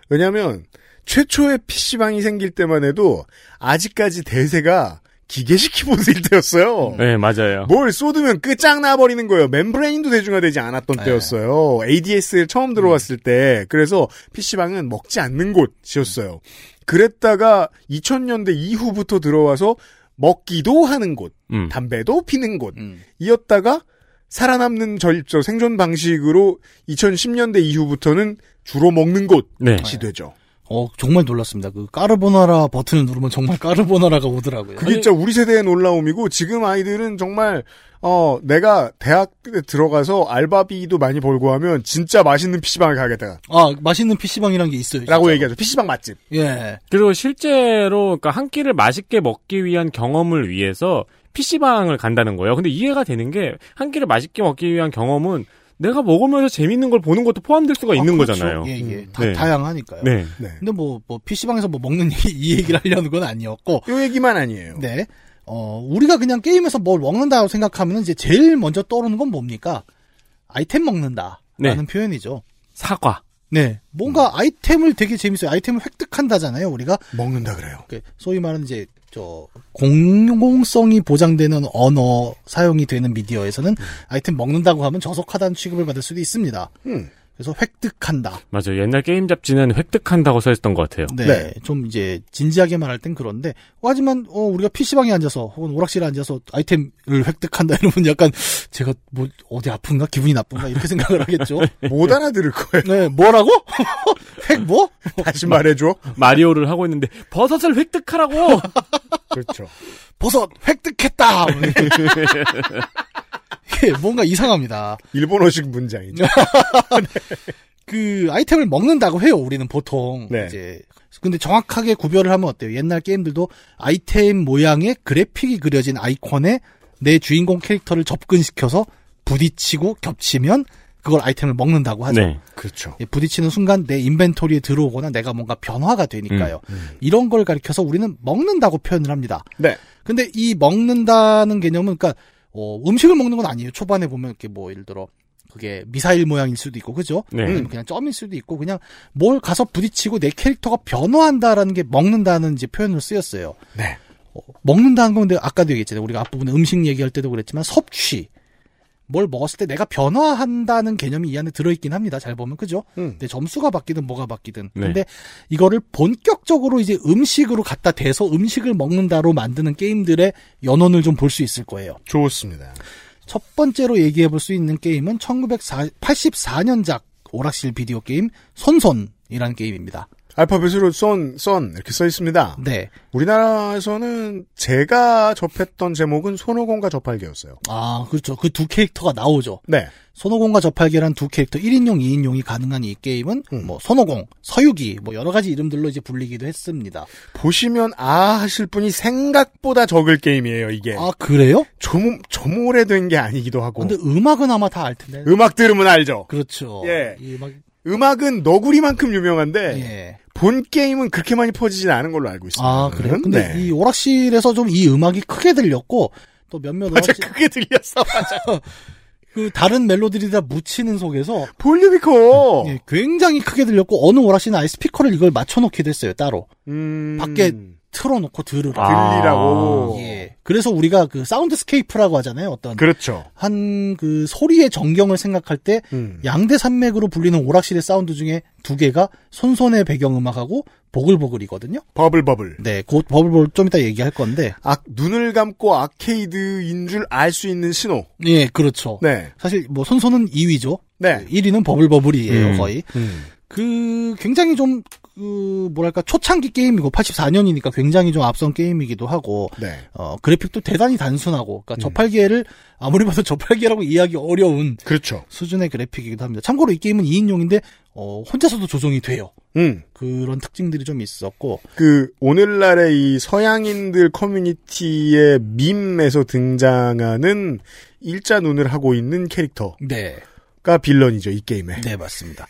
S2: 왜냐하면 최초의 PC방이 생길 때만 해도 아직까지 대세가 기계식 키보드일
S7: 음.
S2: 때였어요.
S3: 네, 맞아요.
S7: 뭐?
S2: 뭘 쏟으면 끝장나 버리는 거예요. 멤브레인도 대중화되지 않았던 때였어요. ADS에 처음 들어왔을 때. 그래서 PC방은 먹지 않는 곳이었어요. 그랬다가 2000년대 이후부터 들어와서 먹기도 하는 곳,
S3: 음.
S2: 담배도 피는 곳이었다가 살아남는 절입저 생존 방식으로 2010년대 이후부터는 주로 먹는 곳이
S7: 네.
S2: 되죠.
S7: 어, 정말 놀랐습니다. 그 까르보나라 버튼을 누르면 정말 까르보나라가 오더라고요.
S2: 그게 진짜 우리 세대의 놀라움이고 지금 아이들은 정말 어 내가 대학 에 들어가서 알바비도 많이 벌고 하면 진짜 맛있는 PC방을 가겠다.
S7: 아, 맛있는 PC방이란 게 있어요.
S2: 라고 얘기하죠. PC방 맛집.
S7: 예.
S3: 그리고 실제로 그러니까 한 끼를 맛있게 먹기 위한 경험을 위해서 PC방을 간다는 거예요. 근데 이해가 되는 게 한 끼를 맛있게 먹기 위한 경험은 내가 먹으면서 재밌는 걸 보는 것도 포함될 수가 있는
S7: 그렇죠.
S3: 거잖아요.
S7: 예, 예. 다,
S3: 네.
S7: 다양하니까요.
S3: 네.
S7: 근데 뭐, 뭐, PC방에서 뭐 먹는 얘기, 이 얘기를 하려는 건 아니었고.
S2: 요 얘기만 아니에요.
S7: 네. 어, 우리가 그냥 게임에서 뭘 먹는다고 생각하면 이제 제일 먼저 떠오르는 건 뭡니까? 아이템 먹는다. 라는 표현이죠.
S3: 사과.
S7: 네. 뭔가 아이템을 되게 재밌어요. 아이템을 획득한다잖아요, 우리가.
S2: 먹는다 그래요.
S7: 소위 말하는 이제, 저, 공공성이 보장되는 언어 사용이 되는 미디어에서는 아이템 먹는다고 하면 저속하다는 취급을 받을 수도 있습니다. 그래서 획득한다.
S3: 맞아요. 옛날 게임 잡지는 획득한다고 써있던 것 같아요.
S7: 네, 좀 이제 진지하게 말할 땐 그런데 어, 하지만 어, 우리가 PC방에 앉아서 혹은 오락실에 앉아서 아이템을 획득한다 이러면 약간 제가 뭐 어디 아픈가 기분이 나쁜가 이렇게 생각을 하겠죠.
S2: 못 알아들을 거예요.
S7: 네, 뭐라고? 획 뭐?
S2: 다시 말해줘.
S3: 마리오를 하고 있는데 버섯을 획득하라고.
S2: 그렇죠.
S7: 버섯 획득했다. 이게 뭔가 이상합니다.
S2: 일본어식 문장이죠.
S7: 그 아이템을 먹는다고 해요. 우리는 보통
S2: 네.
S7: 이제 근데 정확하게 구별을 하면 어때요? 옛날 게임들도 아이템 모양의 그래픽이 그려진 아이콘에 내 주인공 캐릭터를 접근시켜서 부딪히고 겹치면 그걸 아이템을 먹는다고 하죠.
S3: 네.
S2: 그렇죠.
S7: 예, 부딪히는 순간 내 인벤토리에 들어오거나 내가 뭔가 변화가 되니까요. 이런 걸 가리켜서 우리는 먹는다고 표현을 합니다.
S2: 네.
S7: 근데 이 먹는다는 개념은 그러니까 어, 음식을 먹는 건 아니에요. 초반에 보면 이렇게 뭐 예를 들어 그게 미사일 모양일 수도 있고 그죠?
S3: 네.
S7: 아니면 그냥 점일 수도 있고 그냥 뭘 가서 부딪히고 내 캐릭터가 변화한다라는 게 먹는다는 이제 표현으로 쓰였어요.
S2: 네.
S7: 어, 먹는다는 건데 아까도 얘기했잖아요. 우리가 앞부분에 음식 얘기할 때도 그랬지만 섭취 뭘 먹었을 때 내가 변화한다는 개념이 이 안에 들어있긴 합니다. 잘 보면 그죠? 근데 점수가 바뀌든 뭐가 바뀌든.
S3: 네.
S7: 근데 이거를 본격적으로 이제 음식으로 갖다 대서 음식을 먹는다로 만드는 게임들의 연원을 좀 볼 수 있을 거예요.
S2: 좋습니다.
S7: 첫 번째로 얘기해 볼 수 있는 게임은 1984년작 오락실 비디오 게임 손손이라는 게임입니다.
S2: 알파벳으로 쏜, 쏜 이렇게 써 있습니다.
S7: 네.
S2: 우리나라에서는 제가 접했던 제목은 손오공과 저팔계였어요.
S7: 아, 그렇죠. 그 두 캐릭터가 나오죠.
S2: 네.
S7: 손오공과 저팔계란 두 캐릭터 1인용, 2인용이 가능한 이 게임은 뭐 손오공, 서유기 뭐 여러 가지 이름들로 이제 불리기도 했습니다.
S2: 보시면 아 하실 분이 생각보다 적을 게임이에요, 이게.
S7: 아, 그래요?
S2: 좀, 좀 오래된 게 아니기도 하고.
S7: 근데 음악은 아마 다 알 텐데.
S2: 어. 음악 들으면 알죠.
S7: 그렇죠.
S2: 예.
S7: 이 음악
S2: 음악은 너구리만큼 유명한데
S7: 예.
S2: 본 게임은 그렇게 많이 퍼지진 않은 걸로 알고 있습니다.
S7: 아, 그래요? 근데
S2: 네.
S7: 이 오락실에서 좀 이 음악이 크게 들렸고 또 몇몇
S2: 맞아,
S7: 오락실
S2: 크게 들렸어.
S7: 그 다른 멜로디들이 다 묻히는 속에서
S2: 볼륨이 커.
S7: 예, 굉장히 크게 들렸고 어느 오락실은 아예 스피커를 이걸 맞춰 놓기도 했어요 따로
S2: 음.
S7: 밖에 틀어 놓고 들으라.
S2: 아. 들리라고.
S7: 예. 그래서 우리가 그 사운드스케이프라고 하잖아요. 어떤
S2: 그렇죠.
S7: 한 그 소리의 전경을 생각할 때
S2: 음.
S7: 양대 산맥으로 불리는 오락실의 사운드 중에 두 개가 손손의 배경음악하고 보글보글이거든요.
S2: 버블버블.
S7: 네, 그 버블볼 좀 이따 얘기할 건데.
S2: 아, 눈을 감고 아케이드인 줄 알 수 있는 신호.
S7: 예, 그렇죠.
S2: 네.
S7: 사실 뭐 손손은 2위죠.
S2: 네.
S7: 1위는 버블버블이에요,
S3: 음.
S7: 거의. 그 굉장히 좀 그 뭐랄까 초창기 게임이고 84년이니까 굉장히 좀 앞선 게임이기도 하고
S2: 네.
S7: 어 그래픽도 대단히 단순하고 그러니까 저팔계를 아무리 봐도 저팔계라고 이해하기 어려운
S2: 그렇죠.
S7: 수준의 그래픽이기도 합니다. 참고로 이 게임은 2인용인데 어 혼자서도 조종이 돼요.
S2: 음.
S7: 그런 특징들이 좀 있었고
S2: 그 오늘날의 이 서양인들 커뮤니티의 밈에서 등장하는 일자 눈을 하고 있는 캐릭터가
S7: 네.
S2: 빌런이죠 이 게임에.
S7: 네, 맞습니다.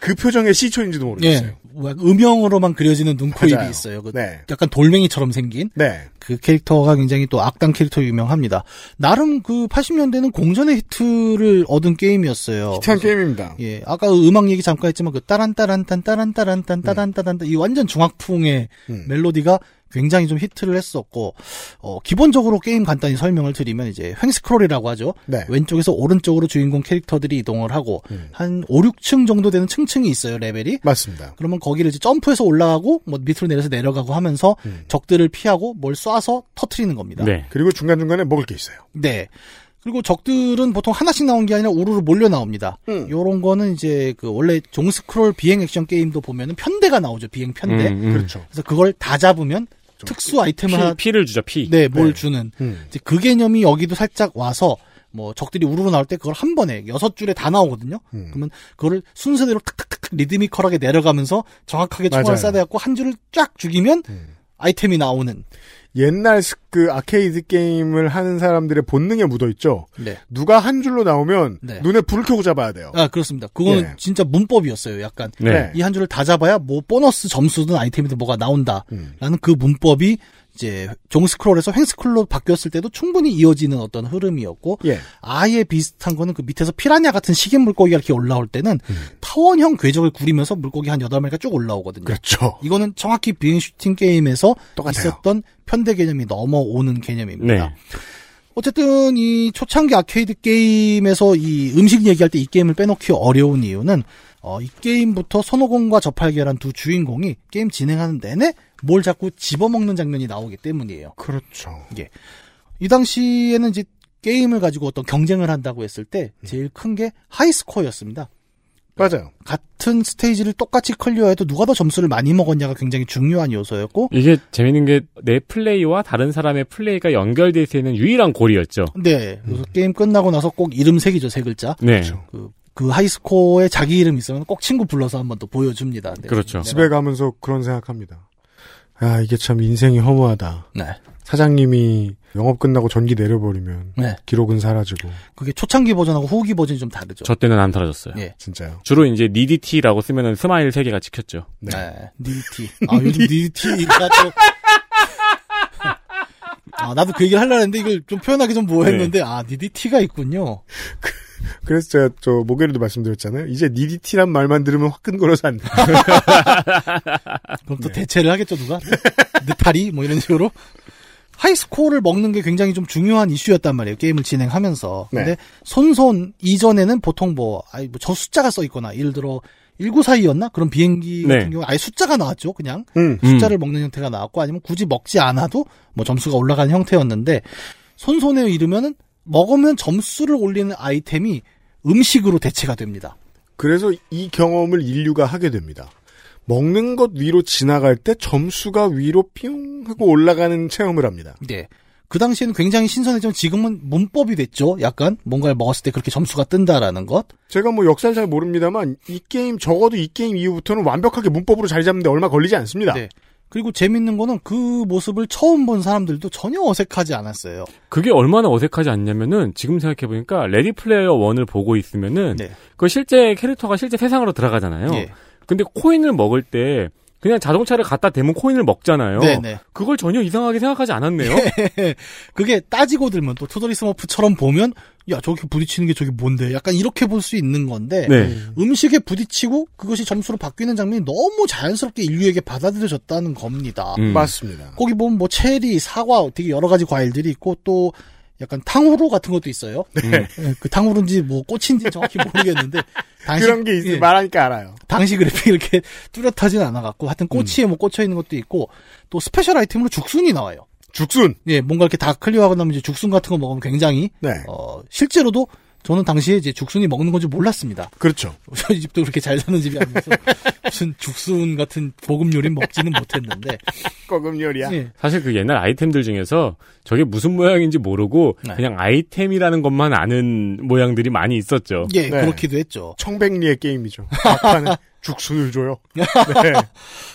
S2: 그 표정의 시초인지도 모르겠어요.
S7: 예, 뭐 음영으로만 그려지는 눈코입이
S2: 맞아요.
S7: 있어요. 그
S2: 네.
S7: 약간 돌멩이처럼 생긴
S2: 네.
S7: 그 캐릭터가 굉장히 또 악당 캐릭터 로 유명합니다. 나름 그 80년대는 공전의 히트를 얻은 게임이었어요.
S2: 히트한 게임입니다.
S7: 예, 아까 음악 얘기 잠깐 했지만 그 따란따란딴
S2: 음.
S7: 따란따란딴 따란따란딴 이 완전 중악풍의 멜로디가 굉장히 좀 히트를 했었고 어, 기본적으로 게임 간단히 설명을 드리면 이제 횡스크롤이라고 하죠.
S2: 네. 음.
S7: 왼쪽에서 오른쪽으로 주인공 캐릭터들이 이동을 하고 한 5, 6층 정도 되는 층층이 있어요, 레벨이.
S2: 맞습니다.
S7: 그러면 거기를 이제 점프해서 올라가고 뭐 밑으로 내려서 내려가고 하면서
S3: 음.
S7: 적들을 피하고 뭘 쏴서 터트리는
S3: 네.
S7: 겁니다.
S2: 그리고 중간중간에 먹을 게 있어요.
S7: 네. 그리고 적들은 보통 하나씩 나온 게 아니라 우르르 몰려 나옵니다.
S3: 음.
S7: 이
S2: 음.
S7: 요런 거는 이제 그 원래 종 스크롤 비행 액션 게임도 보면은 편대가 나오죠. 비행 편대.
S3: 음, 음.
S2: 그렇죠.
S7: 그래서 그걸 다 잡으면 특수 아이템 하나
S3: 피, 를 주죠, 피.
S7: 네, 뭘 주는.
S2: 음.
S7: 이제 그 개념이 여기도 살짝 와서 뭐 적들이 우르르 나올 때 그걸 한 번에 여섯 줄에 다 나오거든요.
S2: 음.
S7: 그러면 그거를 순서대로 탁탁탁 리드미컬하게 내려가면서 정확하게 총알을
S2: 맞아요. 음.
S7: 쏴대갖고 한 줄을 쫙 죽이면 아이템이 나오는.
S2: 옛날 스- 그 아케이드 게임을 하는 사람들의 본능에 묻어있죠.
S7: 네.
S2: 누가 한 줄로 나오면
S7: 네.
S2: 눈에 불을 켜고 잡아야 돼요.
S7: 아 그렇습니다. 그거는
S2: 예.
S7: 진짜 문법이었어요. 약간
S2: 네.
S7: 이 한 줄을 다 잡아야 뭐 보너스 점수든 아이템이든 뭐가 나온다라는 그 문법이 이제 종 스크롤에서 횡 스크롤로 바뀌었을 때도 충분히 이어지는 어떤 흐름이었고
S2: 예.
S7: 아예 비슷한 거는 그 밑에서 피라냐 같은 식인 물고기가 이렇게 올라올 때는
S2: 음.
S7: 타원형 궤적을 구리면서 물고기 한 8마리가 쭉 올라오거든요.
S2: 그렇죠.
S7: 이거는 정확히 비행 슈팅 게임에서
S2: 똑같아요.
S7: 있었던 편대 개념이 넘어오는 개념입니다.
S3: 네.
S7: 어쨌든 이 초창기 아케이드 게임에서 이 음식 얘기할 때 이 게임을 빼놓기 어려운 이유는 어, 이 게임부터 손오공과 저팔계란 두 주인공이 게임 진행하는 내내 뭘 자꾸 집어먹는 장면이 나오기 때문이에요.
S2: 그렇죠.
S7: 예. 이 당시에는 이제 게임을 가지고 어떤 경쟁을 한다고 했을 때
S2: 음.
S7: 제일 큰 게 하이스코어였습니다.
S2: 맞아요.
S7: 같은 스테이지를 똑같이 클리어해도 누가 더 점수를 많이 먹었냐가 굉장히 중요한 요소였고
S2: 음.
S3: 이게 재밌는 게 내 플레이와 다른 사람의 플레이가 연결될 수 있는 유일한 고리였죠.
S7: 네. 그래서
S2: 음.
S7: 게임 끝나고 나서 꼭 이름 색이죠, 세 글자.
S3: 네.
S7: 그, 그 하이스코어에 자기 이름 있으면 꼭 친구 불러서 한 번 더 보여줍니다. 네.
S3: 그렇죠.
S2: 집에 가면서 그런 생각합니다. 아, 이게 참 인생이 허무하다.
S7: 네.
S2: 사장님이 영업 끝나고 전기 내려버리면
S7: 네.
S2: 기록은 사라지고.
S7: 그게 초창기 버전하고 후기 버전이 좀 다르죠.
S3: 저 때는 안 사라졌어요.
S7: 예.
S2: 진짜요.
S3: 주로 이제 니디티라고 쓰면은 스마일 세개가 찍혔죠.
S7: 네. 니티. 아, 요즘 니티가 또. 아, 나도 그 얘기를 하려고 했는데 이걸 좀 표현하기 좀
S3: 네.
S7: 뭐했는데, 아, 니디티가 있군요.
S2: 그래서 제가 저 목요일에도 말씀드렸잖아요. 이제 니디티란 말만 들으면 화끈거려서 안 돼.
S7: 그럼 또
S2: 네.
S7: 대체를 하겠죠, 누가? 느타리? 뭐 이런 식으로? 하이스코어를 먹는 게 굉장히 좀 중요한 이슈였단 말이에요, 게임을 진행하면서.
S2: 네.
S7: 근데 손손 이전에는 보통 뭐, 아이, 뭐, 저 숫자가 써 있거나, 예를 들어, 1942였나? 그런 비행기
S3: 네.
S7: 같은 경우 아예 숫자가 나왔죠, 그냥.
S2: 음.
S7: 숫자를 먹는 형태가 나왔고, 아니면 굳이 먹지 않아도 뭐 점수가 올라가는 형태였는데, 손손에 이르면은 먹으면 점수를 올리는 아이템이 음식으로 대체가 됩니다.
S2: 그래서 이 경험을 인류가 하게 됩니다. 먹는 것 위로 지나갈 때 점수가 위로 뿅 하고 올라가는 체험을 합니다.
S7: 네. 그 당시에는 굉장히 신선했지만 지금은 문법이 됐죠. 약간 뭔가를 먹었을 때 그렇게 점수가 뜬다라는 것.
S2: 제가 뭐 역사를 잘 모릅니다만 이 게임 적어도 이 게임 이후부터는 완벽하게 문법으로 자리 잡는데 얼마 걸리지 않습니다.
S7: 네. 그리고 재밌는 거는 그 모습을 처음 본 사람들도 전혀 어색하지 않았어요.
S3: 그게 얼마나 어색하지 않냐면은 지금 생각해 보니까 레디 플레이어 1을 보고 있으면은
S7: 네.
S3: 그 실제 캐릭터가 실제 세상으로 들어가잖아요.
S7: 예.
S3: 근데 코인을 먹을 때 그냥 자동차를 갖다 대면 코인을 먹잖아요.
S7: 네네.
S3: 그걸 전혀 이상하게 생각하지 않았네요.
S7: 그게 따지고 들면 또 투더리 스머프처럼 보면 야 저렇게 부딪히는 게 저게 뭔데? 약간 이렇게 볼 수 있는 건데
S3: 네.
S7: 음식에 부딪히고 그것이 점수로 바뀌는 장면이 너무 자연스럽게 인류에게 받아들여졌다는 겁니다.
S3: 음.
S2: 맞습니다.
S7: 거기 보면 뭐 체리, 사과, 되게 여러 가지 과일들이 있고 또 약간 탕후루 같은 것도 있어요.
S2: 네.
S7: 예, 그 탕후루인지 뭐 꽃인지 정확히 모르겠는데 당시
S2: 그런 게 있,
S7: 예,
S2: 말하니까 알아요.
S7: 당시 그래픽 이렇게 뚜렷하진 않아갖고 하여튼 꼬치에
S2: 음.
S7: 뭐 꽂혀 있는 것도 있고 또 스페셜 아이템으로 죽순이 나와요.
S2: 죽순.
S7: 예, 뭔가 이렇게 다 클리어하고 나면 이제 죽순 같은 거 먹으면 굉장히
S2: 네.
S7: 어 실제로도 저는 당시에 이제 죽순이 먹는 건지 몰랐습니다.
S2: 그렇죠.
S7: 저희 집도 그렇게 잘 사는 집이 아니어서 무슨 죽순 같은 보급 요리 먹지는 못했는데
S2: 거금 요리야.
S7: 예,
S3: 사실 그 옛날 아이템들 중에서 저게 무슨 모양인지 모르고
S7: 네.
S3: 그냥 아이템이라는 것만 아는 모양들이 많이 있었죠.
S7: 예
S2: 네.
S7: 그렇기도 했죠.
S2: 청백리의 게임이죠. 막판에 죽순을 줘요.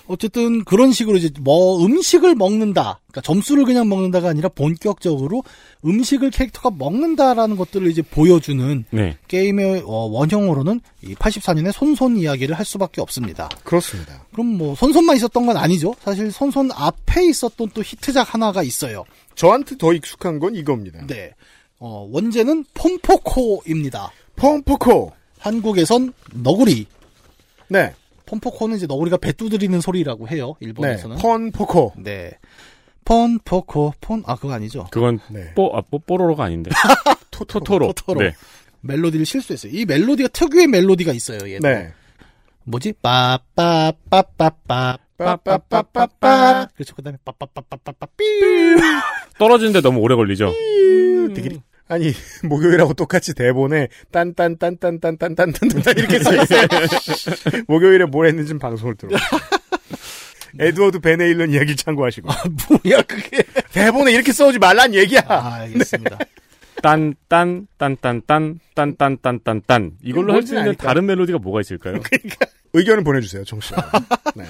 S7: 어쨌든 그런 식으로 이제 뭐 음식을 먹는다. 그러니까 점수를 그냥 먹는다가 아니라 본격적으로 음식을 캐릭터가 먹는다라는 것들을 이제 보여주는
S3: 네.
S7: 게임의 어, 원형으로는 84년의 손손 이야기를 할 수밖에 없습니다.
S2: 그렇습니다.
S7: 그럼 뭐 손손만 있었던 건 아니죠. 사실 손손 앞에 있었던 또 히트작 하나가 있어요.
S2: 저한테 더 익숙한 건 이겁니다.
S7: 네. 어, 원제는 폼포코입니다.
S2: 폼포코.
S7: 한국에선 너구리.
S2: 네.
S7: 폼포코는 이제 너구리가 배 두드리는 소리라고 해요. 일본에서는.
S2: 네. 폰포코.
S7: 네. 폰포코 폰 아 그거 아니죠.
S3: 그건
S2: 네.
S3: 뽀, 아, 뽀, 뽀로로가 아닌데. 토토로.
S7: 토토로.
S3: 네.
S7: 멜로디를 실수했어요. 이 멜로디가 특유의 멜로디가 있어요. 얘
S2: 네.
S7: 뭐지? 빠빠빠빠빠 빠빠빠빠빠. 그렇죠. 그다음에 빠빠빠빠빠빠 삐.
S3: 떨어지는데 너무 오래 걸리죠.
S2: 되게- 아니 목요일하고 똑같이 대본에 딴딴딴딴딴딴딴딴딴 이렇게 써 있어요. 목요일에 뭘 했는지 방송을 들어. 에드워드 베네일런 이야기 참고하시고
S7: 뭐야 그게?
S2: 대본에 이렇게 써오지 말란 얘기야.
S7: 아, 알겠습니다.
S2: 네.
S3: 딴, 딴, 딴, 딴, 딴, 딴, 딴, 딴, 딴, 딴. 이걸로 할 수 있는
S2: 아닐까요?
S3: 다른 멜로디가 뭐가 있을까요?
S2: 의견을 보내주세요, 정씨. 네.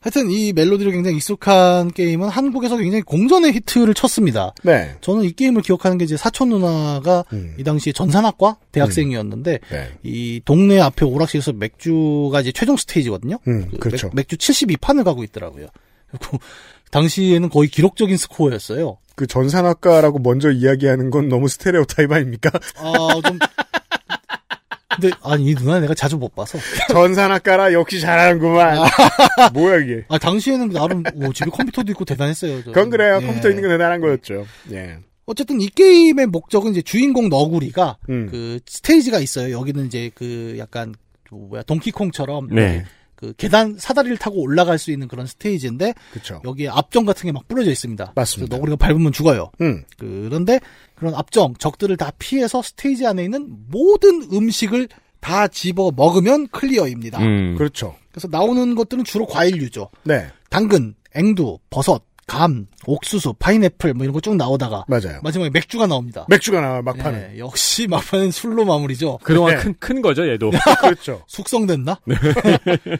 S7: 하여튼 이 멜로디로 굉장히 익숙한 게임은 한국에서 굉장히 공전의 히트를 쳤습니다.
S2: 네.
S7: 저는 이 게임을 기억하는 게 이제 사촌 누나가
S2: 음.
S7: 이 당시 전산학과 대학생이었는데
S2: 네.
S7: 이 동네 앞에 오락실에서 맥주가 이제 최종 스테이지거든요.
S2: 음,
S7: 그
S2: 그렇죠.
S7: 맥, 주 72판을 가고 있더라고요. 그리고 당시에는 거의 기록적인 스코어였어요.
S2: 그 전산학과라고 먼저 이야기하는 건 너무 스테레오 타입 아닙니까?
S7: 아, 좀 근데 아니 이 누나 내가 자주 못 봐서
S2: 전산학과라 역시 잘하는구만. 뭐야 이게?
S7: 아 당시에는 나름 오, 집에 컴퓨터도 있고 대단했어요. 저는.
S2: 그건 그래요.
S7: 예.
S2: 컴퓨터 있는 건 대단한 거였죠. 예.
S7: 어쨌든 이 게임의 목적은 이제 주인공 너구리가
S2: 음.
S7: 그 스테이지가 있어요. 여기는 이제 그 약간 그 뭐야 동키콩처럼
S3: 네.
S7: 그 계단 사다리를 타고 올라갈 수 있는 그런 스테이지인데
S2: 그렇죠.
S7: 여기에 압정 같은 게 막 뿌려져 있습니다.
S2: 맞습니다.
S7: 그래서 너구리가 밟으면 죽어요.
S2: 음.
S7: 그런데 그런 압정 적들을 다 피해서 스테이지 안에 있는 모든 음식을 다 집어 먹으면 클리어입니다.
S3: 음.
S2: 그렇죠.
S7: 그래서 나오는 것들은 주로 과일류죠.
S2: 네.
S7: 당근, 앵두, 버섯, 감, 옥수수, 파인애플 뭐 이런 거 쭉 나오다가
S3: 네.
S2: 맞아요.
S7: 마지막에 맥주가 나옵니다.
S2: 맥주가 나와 막판에.
S7: 예, 역시 막판은 술로 마무리죠.
S3: 그동안
S2: 네.
S3: 큰, 큰 거죠, 얘도.
S2: 그렇죠.
S7: 숙성됐나?
S3: 네.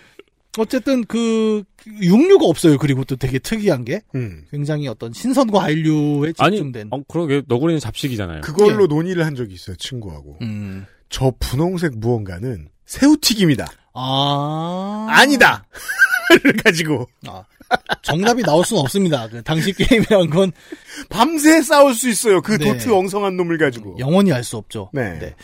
S7: 어쨌든 그 육류가 없어요. 그리고 또 되게 특이한 게
S2: 음.
S7: 굉장히 어떤 신선과 과일류에
S3: 아니,
S7: 집중된.
S3: 어, 그러게, 너구리는 잡식이잖아요.
S7: 예.
S2: 그걸로 논의를 한 적이 있어요, 친구하고.
S7: 음.
S2: 저 분홍색 무언가는 새우튀김이다.
S7: 아
S2: 아니다! 를 가지고
S7: 아, 정답이 나올 수는 없습니다. 그 당시 게임이란 건
S2: 밤새 싸울 수 있어요. 그
S7: 네.
S2: 도트 엉성한 놈을 가지고.
S7: 영원히 알 수 없죠.
S2: 네.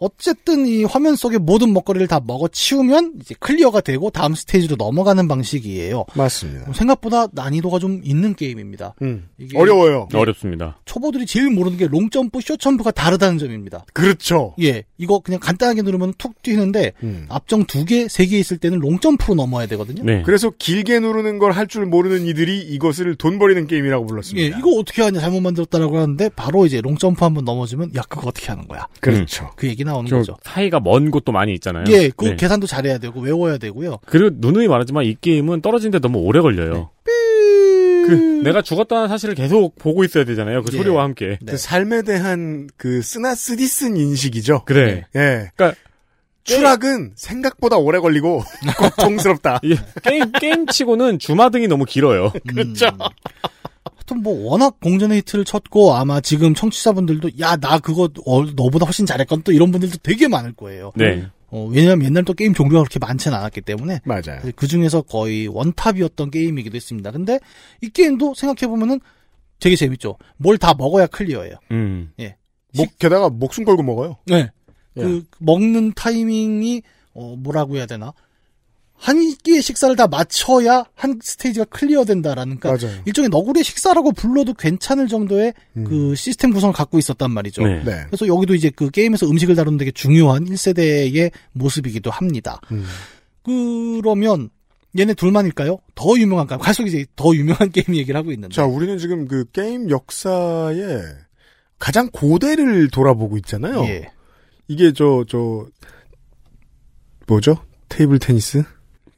S7: 어쨌든 이 화면 속의 모든 먹거리를 다 먹어치우면 이제 클리어가 되고 다음 스테이지로 넘어가는 방식이에요.
S2: 맞습니다.
S7: 생각보다 난이도가 좀 있는 게임입니다.
S2: 음.
S7: 뭐 이게-
S2: 어려워요.
S3: 네, 어렵습니다.
S7: 초보들이 제일 모르는 게 롱점프, 쇼점프가 다르다는 점입니다.
S2: 그렇죠.
S7: 예, 이거 그냥 간단하게 누르면 툭 뛰는데
S2: 음.
S7: 앞정 두 개, 세 개 있을 때는 롱점프로 넘어야 되거든요.
S3: 네.
S2: 그래서 길게 누르는 걸 할 줄 모르는 이들이 이것을 돈 버리는 게임이라고 불렀습니다.
S7: 예, 이거 어떻게 하냐 잘못 만들었다라고 하는데 바로 이제 롱점프 한번 넘어지면 야 그거 어떻게 하는 거야?
S2: 그렇죠.
S7: 그 얘기 나오는
S3: 저
S7: 거죠.
S3: 사이가 먼 곳도 많이 있잖아요.
S7: 예, 그
S3: 네.
S7: 계산도 잘해야 되고 외워야 되고요. 음.
S3: 그리고 누누이 말하지만 이 게임은 떨어지는데 너무 오래 걸려요.
S7: 네.
S3: 그 내가 죽었다는 사실을 계속 보고 있어야 되잖아요. 그
S7: 예.
S3: 소리와 함께.
S7: 네.
S2: 그 삶에 대한 그 쓰나쓰디쓴 인식이죠.
S7: 네.
S3: 그래.
S2: 예.
S3: 그러니까
S2: 추락은 생각보다 오래 걸리고 고통스럽다.
S3: 이 게임 게임 치고는 주마등이 너무 길어요.
S7: 그렇죠. 하여튼 뭐 워낙 공전의 히트를 쳤고 아마 지금 청취자분들도 야 나 그거 어, 너보다 훨씬 잘했건 또 이런 분들도 되게 많을 거예요.
S3: 네.
S7: 어, 왜냐면 하 옛날 또 게임 종류가 그렇게 많지는 않았기 때문에
S2: 맞아요.
S7: 그 중에서 거의 원탑이었던 게임이기도 했습니다. 근데 이 게임도 생각해 보면은 되게 재밌죠. 뭘 다 먹어야 클리어예요.
S3: 음.
S2: 목, 게다가 목숨 걸고 먹어요.
S7: 네.
S2: 예.
S7: 그 먹는 타이밍이 어 뭐라고 해야 되나? 한 끼의 식사를 다 맞춰야 한 스테이지가 클리어된다라는 그러니까
S2: 맞아요.
S7: 일종의 너구리 식사라고 불러도 괜찮을 정도의
S2: 음.
S7: 그 시스템 구성을 갖고 있었단 말이죠.
S3: 네.
S2: 네.
S7: 그래서 여기도 이제 그 게임에서 음식을 다루는 되게 중요한 1세대의 모습이기도 합니다.
S2: 음.
S7: 그러면 얘네 둘만일까요? 더 유명한가요? 갈수록 이제 더 유명한 게임 얘기를 하고 있는데.
S2: 자, 우리는 지금 그 게임 역사에 가장 고대를 돌아보고 있잖아요.
S7: 예.
S2: 이게 저, 저, 뭐죠? 테이블 테니스?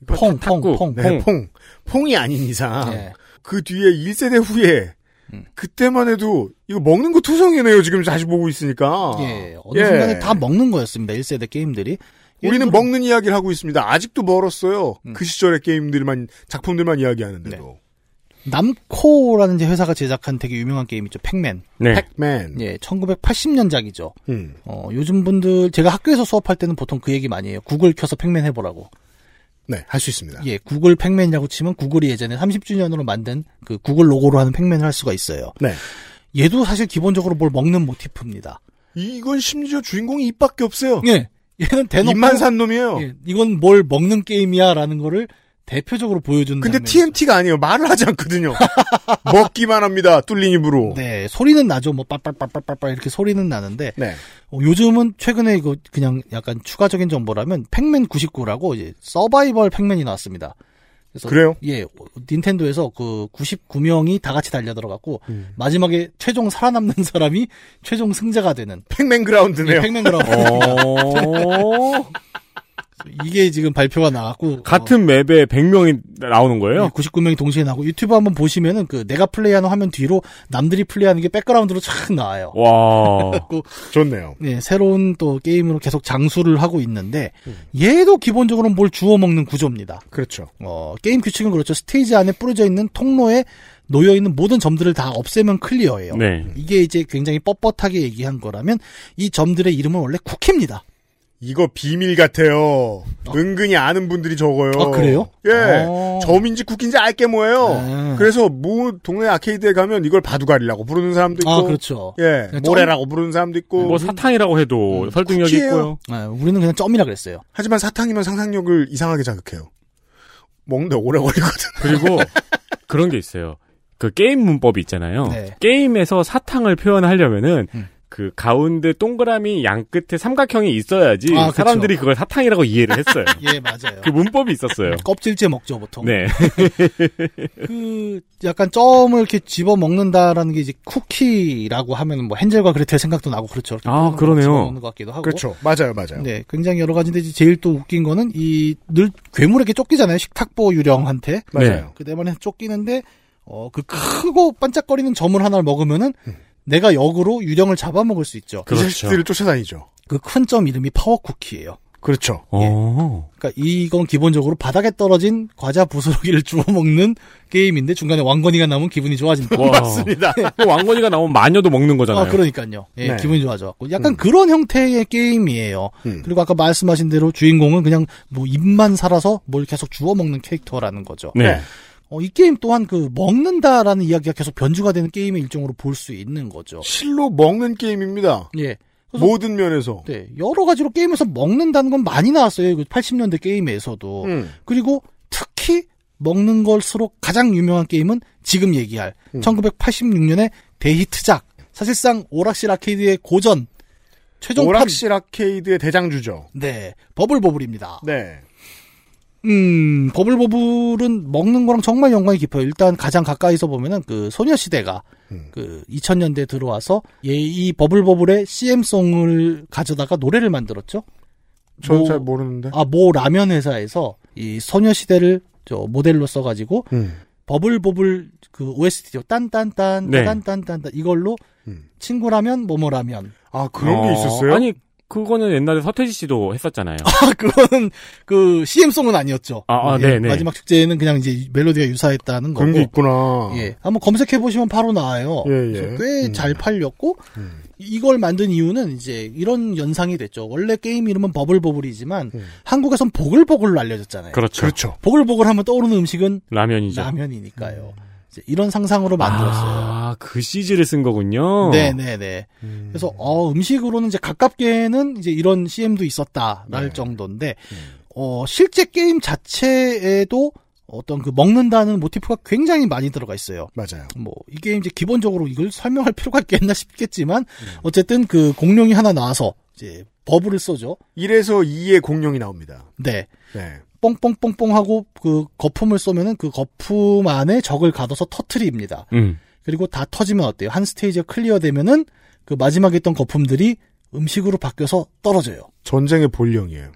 S7: 펑, 펑,
S3: 탁구.
S7: 펑.
S2: 네,
S3: 퐁.
S2: 퐁. 퐁이 아닌 이상.
S7: 예.
S2: 그 뒤에 1세대 후에
S7: 음.
S2: 그때만 해도 이거 먹는 거 투성이네요. 지금 다시 보고 있으니까. 예.
S7: 예. 어느 순간에 다 먹는 거였습니다. 1세대 게임들이.
S2: 우리는 먹는 이야기를 하고 있습니다. 아직도 멀었어요.
S7: 음.
S2: 그 시절의 게임들만 작품들만 이야기하는데도.
S7: 남코라는 이제 회사가 제작한 되게 유명한 게임 있죠. 팩맨.
S2: 네. 팩맨. 음.
S7: 예, 1980년작이죠. 어, 요즘 분들 제가 학교에서 수업할 때는 보통 그 얘기 많이 해요. 구글 켜서 팩맨 해보라고.
S2: 네, 할 수 있습니다.
S7: 예, 구글 팩맨이라고 치면 구글이 예전에 30주년으로 만든 그 구글 로고로 하는 팩맨을 할 수가 있어요.
S2: 네.
S7: 얘도 사실 기본적으로 뭘 먹는 모티프입니다.
S2: 이건 심지어 주인공이 입밖에 없어요.
S7: 예. 얘는 대놓고
S2: 입만 산 놈이에요.
S7: 예, 이건 뭘 먹는 게임이야라는 거를 대표적으로 보여주는.
S2: 근데
S7: 장면이-
S2: TMT가 아니에요. 말을 하지 않거든요. 먹기만 합니다. 뚫린 입으로.
S7: 네, 소리는 나죠. 뭐 빠빠빠빠빠빠 이렇게 소리는 나는데
S2: 네.
S7: 어, 요즘은 최근에 이거 그냥 약간 추가적인 정보라면 팩맨 99라고 이제 서바이벌 팩맨이 나왔습니다. 그래서
S2: 그래요?
S7: 예, 어, 닌텐도에서 그 99명이 다 같이 달려 들어갔고 마지막에 최종 살아남는 사람이 최종 승자가 되는
S2: 팩맨 그라운드네요.
S7: 예, 팩맨
S3: 어.
S7: 그라운드. 이게 지금 발표가 나왔고 어,
S3: 같은 맵에 100명이 나오는 거예요?
S7: 99명이 동시에 나오고 유튜브 한번 보시면은 그 내가 플레이하는 화면 뒤로 남들이 플레이하는 게 백그라운드로 착 나와요.
S3: 와.
S7: 그래갖고
S2: 좋네요.
S7: 네, 새로운 또 게임으로 계속 장수를 하고 있는데 얘도 기본적으로 뭘 주워 먹는 구조입니다.
S2: 그렇죠.
S7: 어, 게임 규칙은 그렇죠. 스테이지 안에 뿌려져 있는 통로에 놓여 있는 모든 점들을 다 없애면 클리어예요.
S3: 네.
S7: 이게 이제 굉장히 뻣뻣하게 얘기한 거라면 이 점들의 이름은 원래 쿠키입니다.
S2: 이거 비밀 같아요. 은근히 아는 분들이 적어요.
S7: 아, 그래요?
S2: 예.
S7: 어.
S2: 점인지 쿠키인지 알게 뭐예요.
S7: 네.
S2: 그래서 뭐 동네 아케이드에 가면 이걸 바둑알이라고 부르는 사람도 있고
S7: 아, 그렇죠.
S2: 예.
S7: 그냥
S2: 모래라고 부르는 사람도 있고
S3: 뭐 사탕이라고
S7: 음.
S3: 해도 설득력이
S2: 쿠키예요.
S3: 있고요.
S7: 아, 우리는 그냥 점이라 그랬어요.
S2: 하지만 사탕이면 상상력을 이상하게 자극해요. 먹는데 오래
S7: 어?
S2: 걸리거든.
S3: 그리고 그런 게 있어요. 그 게임 문법이 있잖아요.
S7: 네.
S3: 게임에서 사탕을 표현하려면은
S7: 음.
S3: 그 가운데 동그라미 양 끝에 삼각형이 있어야지
S7: 아, 그쵸.
S3: 사람들이 그걸 사탕이라고 이해를 했어요.
S7: 예, 맞아요.
S3: 그 문법이 있었어요.
S7: 껍질째 먹죠, 보통.
S3: 네.
S7: 그 약간 점을 이렇게 집어 먹는다라는 게 이제 쿠키라고 하면 뭐 헨젤과 그레텔 생각도 나고 그렇죠. 이렇게
S3: 아, 그러네요.
S7: 집어 먹는 것 같기도 하고.
S2: 그렇죠. 맞아요, 맞아요.
S7: 네, 굉장히 여러 가지인데 이제 제일 또 웃긴 거는 이 늘 괴물에게 쫓기잖아요. 식탁보 유령한테.
S2: 맞아요.
S7: 그 대만에서 쫓기는데 어 그 크고 반짝거리는 점을 하나를 먹으면은 내가 역으로 유령을 잡아먹을 수 있죠.
S3: 그렇죠.
S2: 이 자식들을 쫓아다니죠.
S7: 그 큰 점 이름이 파워 쿠키예요.
S2: 그렇죠.
S3: 어.
S7: 그러니까 이건 기본적으로 바닥에 떨어진 과자 부스러기를 주워 먹는 게임인데 중간에 왕건이가 나오면 기분이 좋아진다.
S3: 와.
S2: 맞습니다.
S7: 네.
S3: 또그 왕건이가 나오면 마녀도 먹는 거잖아요.
S7: 아, 그러니까요. 예,
S2: 네.
S7: 기분이 좋아져갖고. 약간 그런 형태의 게임이에요.
S2: 음.
S7: 그리고 아까 말씀하신 대로 주인공은 그냥 뭐 입만 살아서 뭘 계속 주워먹는 캐릭터라는 거죠.
S3: 네.
S2: 네.
S7: 어, 이 게임 또한 그 먹는다라는 이야기가 계속 변주가 되는 게임의 일종으로 볼 수 있는 거죠.
S2: 실로 먹는 게임입니다.
S7: 예. 그래서
S2: 모든 면에서.
S7: 네, 여러 가지로 게임에서 먹는다는 건 많이 나왔어요. 그 80년대 게임에서도.
S2: 음.
S7: 그리고 특히 먹는 것으로 가장 유명한 게임은 지금 얘기할
S2: 음.
S7: 1986년의 대히트작. 사실상 오락실 아케이드의 고전. 최종 판.
S2: 오락실 아케이드의 대장주죠.
S7: 네, 버블버블입니다.
S2: 네.
S7: 음, 버블버블은 먹는 거랑 정말 연관이 깊어요. 일단 가장 가까이서 보면은 그 소녀시대가
S2: 음.
S7: 그 2000년대 들어와서 얘 이 버블버블의 CM송을 가져다가 노래를 만들었죠.
S2: 저는
S7: 뭐-
S2: 잘 모르는데.
S7: 아, 모 라면 회사에서 이 소녀시대를 저 모델로 써가지고
S2: 음.
S7: 버블버블 그 OST죠. 딴딴딴,
S3: 네.
S7: 딴딴딴, 딴 이걸로
S2: 음.
S7: 친구라면 뭐뭐라면.
S2: 아, 그런
S3: 어,
S2: 게 있었어요?
S3: 아니, 그거는 옛날에 서태지 씨도 했었잖아요.
S7: 아, 그거는 그 CM송은 아니었죠.
S3: 아, 아,
S7: 예,
S3: 네네.
S7: 마지막 축제에는 그냥 이제 멜로디가 유사했다는
S2: 그런
S7: 거고.
S2: 게 있구나.
S7: 예, 한번 검색해 보시면 바로 나와요.
S2: 어. 예, 예. 음.
S7: 꽤잘 팔렸고 이걸 만든 이유는 이제 이런 연상이 됐죠. 원래 게임 이름은 버블버블이지만 한국에선 보글보글로 알려졌잖아요.
S3: 그렇죠.
S2: 그렇죠.
S7: 보글보글하면 떠오르는 음식은
S3: 라면이죠.
S7: 라면이니까요. 이제 이런 상상으로 만들었어요.
S3: 아, 그 CG를 쓴 거군요.
S7: 네네네.
S2: 음.
S7: 그래서 어, 음식으로는 이제 가깝게는 이제 이런 CM도 있었다랄 정도인데 어, 실제 게임 자체에도 어떤 그 먹는다는 모티프가 굉장히 많이 들어가 있어요.
S2: 맞아요.
S7: 뭐 이게 이제 기본적으로 이걸 설명할 필요가 있겠나 싶겠지만 어쨌든 그 공룡이 하나 나와서 이제 버블을 쏘죠.
S2: 1에서 2의 공룡이 나옵니다.
S7: 네.
S2: 네.
S7: 뽕뽕뽕뽕 하고 그 거품을 쏘면은 그 거품 안에 적을 가둬서 터트립니다.
S3: 음.
S7: 그리고 다 터지면 어때요? 한 스테이지가 클리어되면은 그 마지막에 있던 거품들이 음식으로 바뀌어서 떨어져요.
S2: 전쟁의 본령이에요.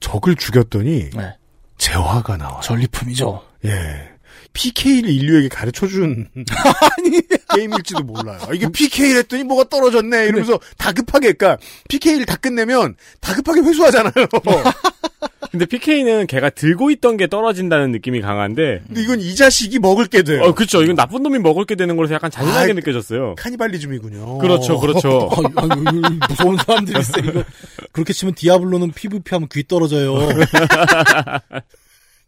S2: 적을 죽였더니
S7: 네.
S2: 재화가 나와요.
S7: 전리품이죠.
S2: 예. PK를 인류에게 가르쳐준 게임일지도 몰라요. 아, 이게 PK를 했더니 뭐가 떨어졌네 이러면서 다급하게 그러니까 PK를 다 끝내면 다급하게 회수하잖아요.
S3: 어. 근데 PK는 걔가 들고 있던 게 떨어진다는 느낌이 강한데.
S2: 근데 이건 이 자식이 먹을 게 돼요.
S3: 어, 그렇죠. 이건 나쁜 놈이 먹을 게 되는 거라서 약간 잔인하게 느껴졌어요.
S2: 그, 카니발리즘이군요.
S3: 그렇죠, 그렇죠.
S2: 어,
S7: 아, 아, 아, 무서운 사람들이 있어 이거. 그렇게 치면 디아블로는 PVP 하면 귀 떨어져요.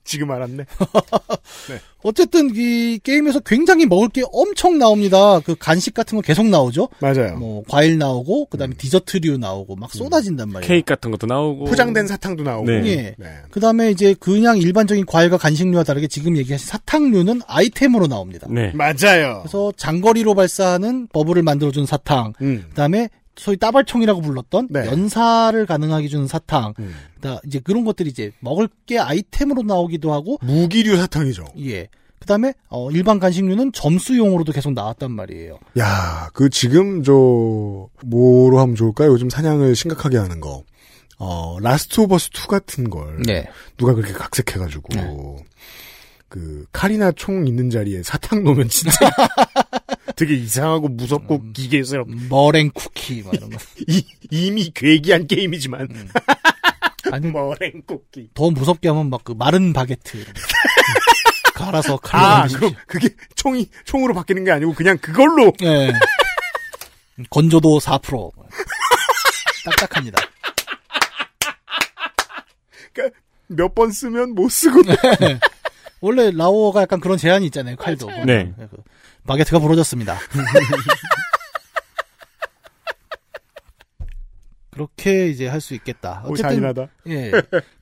S2: 지금 알았네. 네.
S7: 어쨌든 이 게임에서 굉장히 먹을 게 엄청 나옵니다. 그 간식 같은 거 계속 나오죠.
S2: 맞아요. 음.
S7: 뭐 과일 나오고 그다음에 디저트류 나오고 막 쏟아진단 말이에요.
S3: 케이크 같은 것도 나오고
S2: 포장된 사탕도 나오고.
S3: 네.
S7: 예. 그다음에 이제 그냥 일반적인 과일과 간식류와 다르게 지금 얘기하신 사탕류는 아이템으로 나옵니다.
S3: 네.
S2: 맞아요.
S7: 그래서 장거리로 발사하는 버블을 만들어준 사탕,
S2: 음.
S7: 그다음에 소위 따발총이라고 불렀던
S2: 네.
S7: 연사를 가능하게 주는 사탕,
S2: 음.
S7: 그다 이제 그런 것들이 이제 먹을 게 아이템으로 나오기도 하고,
S2: 무기류 사탕이죠.
S7: 예. 그다음에 어, 일반 간식류는 점수용으로도 계속 나왔단 말이에요.
S2: 야, 그 지금 저 뭐로 하면 좋을까요? 요즘 사냥을 심각하게 하는 거. 어, 라스트 오브 어스 2 같은 걸
S7: 네.
S2: 누가 그렇게 각색해 가지고 네. 그 칼이나 총 있는 자리에 사탕 놓으면 진짜 되게 이상하고 무섭고 기괴스럽
S7: 머랭 쿠키 막 이런 거.
S2: 이, 이미 괴기한 게임이지만
S7: 아니
S2: 머랭 쿠키.
S7: 더 무섭게 하면 막 그 마른 바게트. 이런 거. 갈아서 칼로
S2: 아,
S7: 만드십시오.
S2: 그럼 그게 총이 총으로 바뀌는 게 아니고 그냥 그걸로
S7: 예. 건조도 4%. 딱딱합니다.
S2: 그러니까 몇 번 쓰면 못 쓰고
S7: 원래 라오가 약간 그런 제한이 있잖아요, 칼도.
S3: 네.
S7: 그 바게트가 부러졌습니다. 그렇게 이제 할 수 있겠다.
S2: 오,
S7: 어쨌든
S2: 뭐 잔인하다.
S7: 예.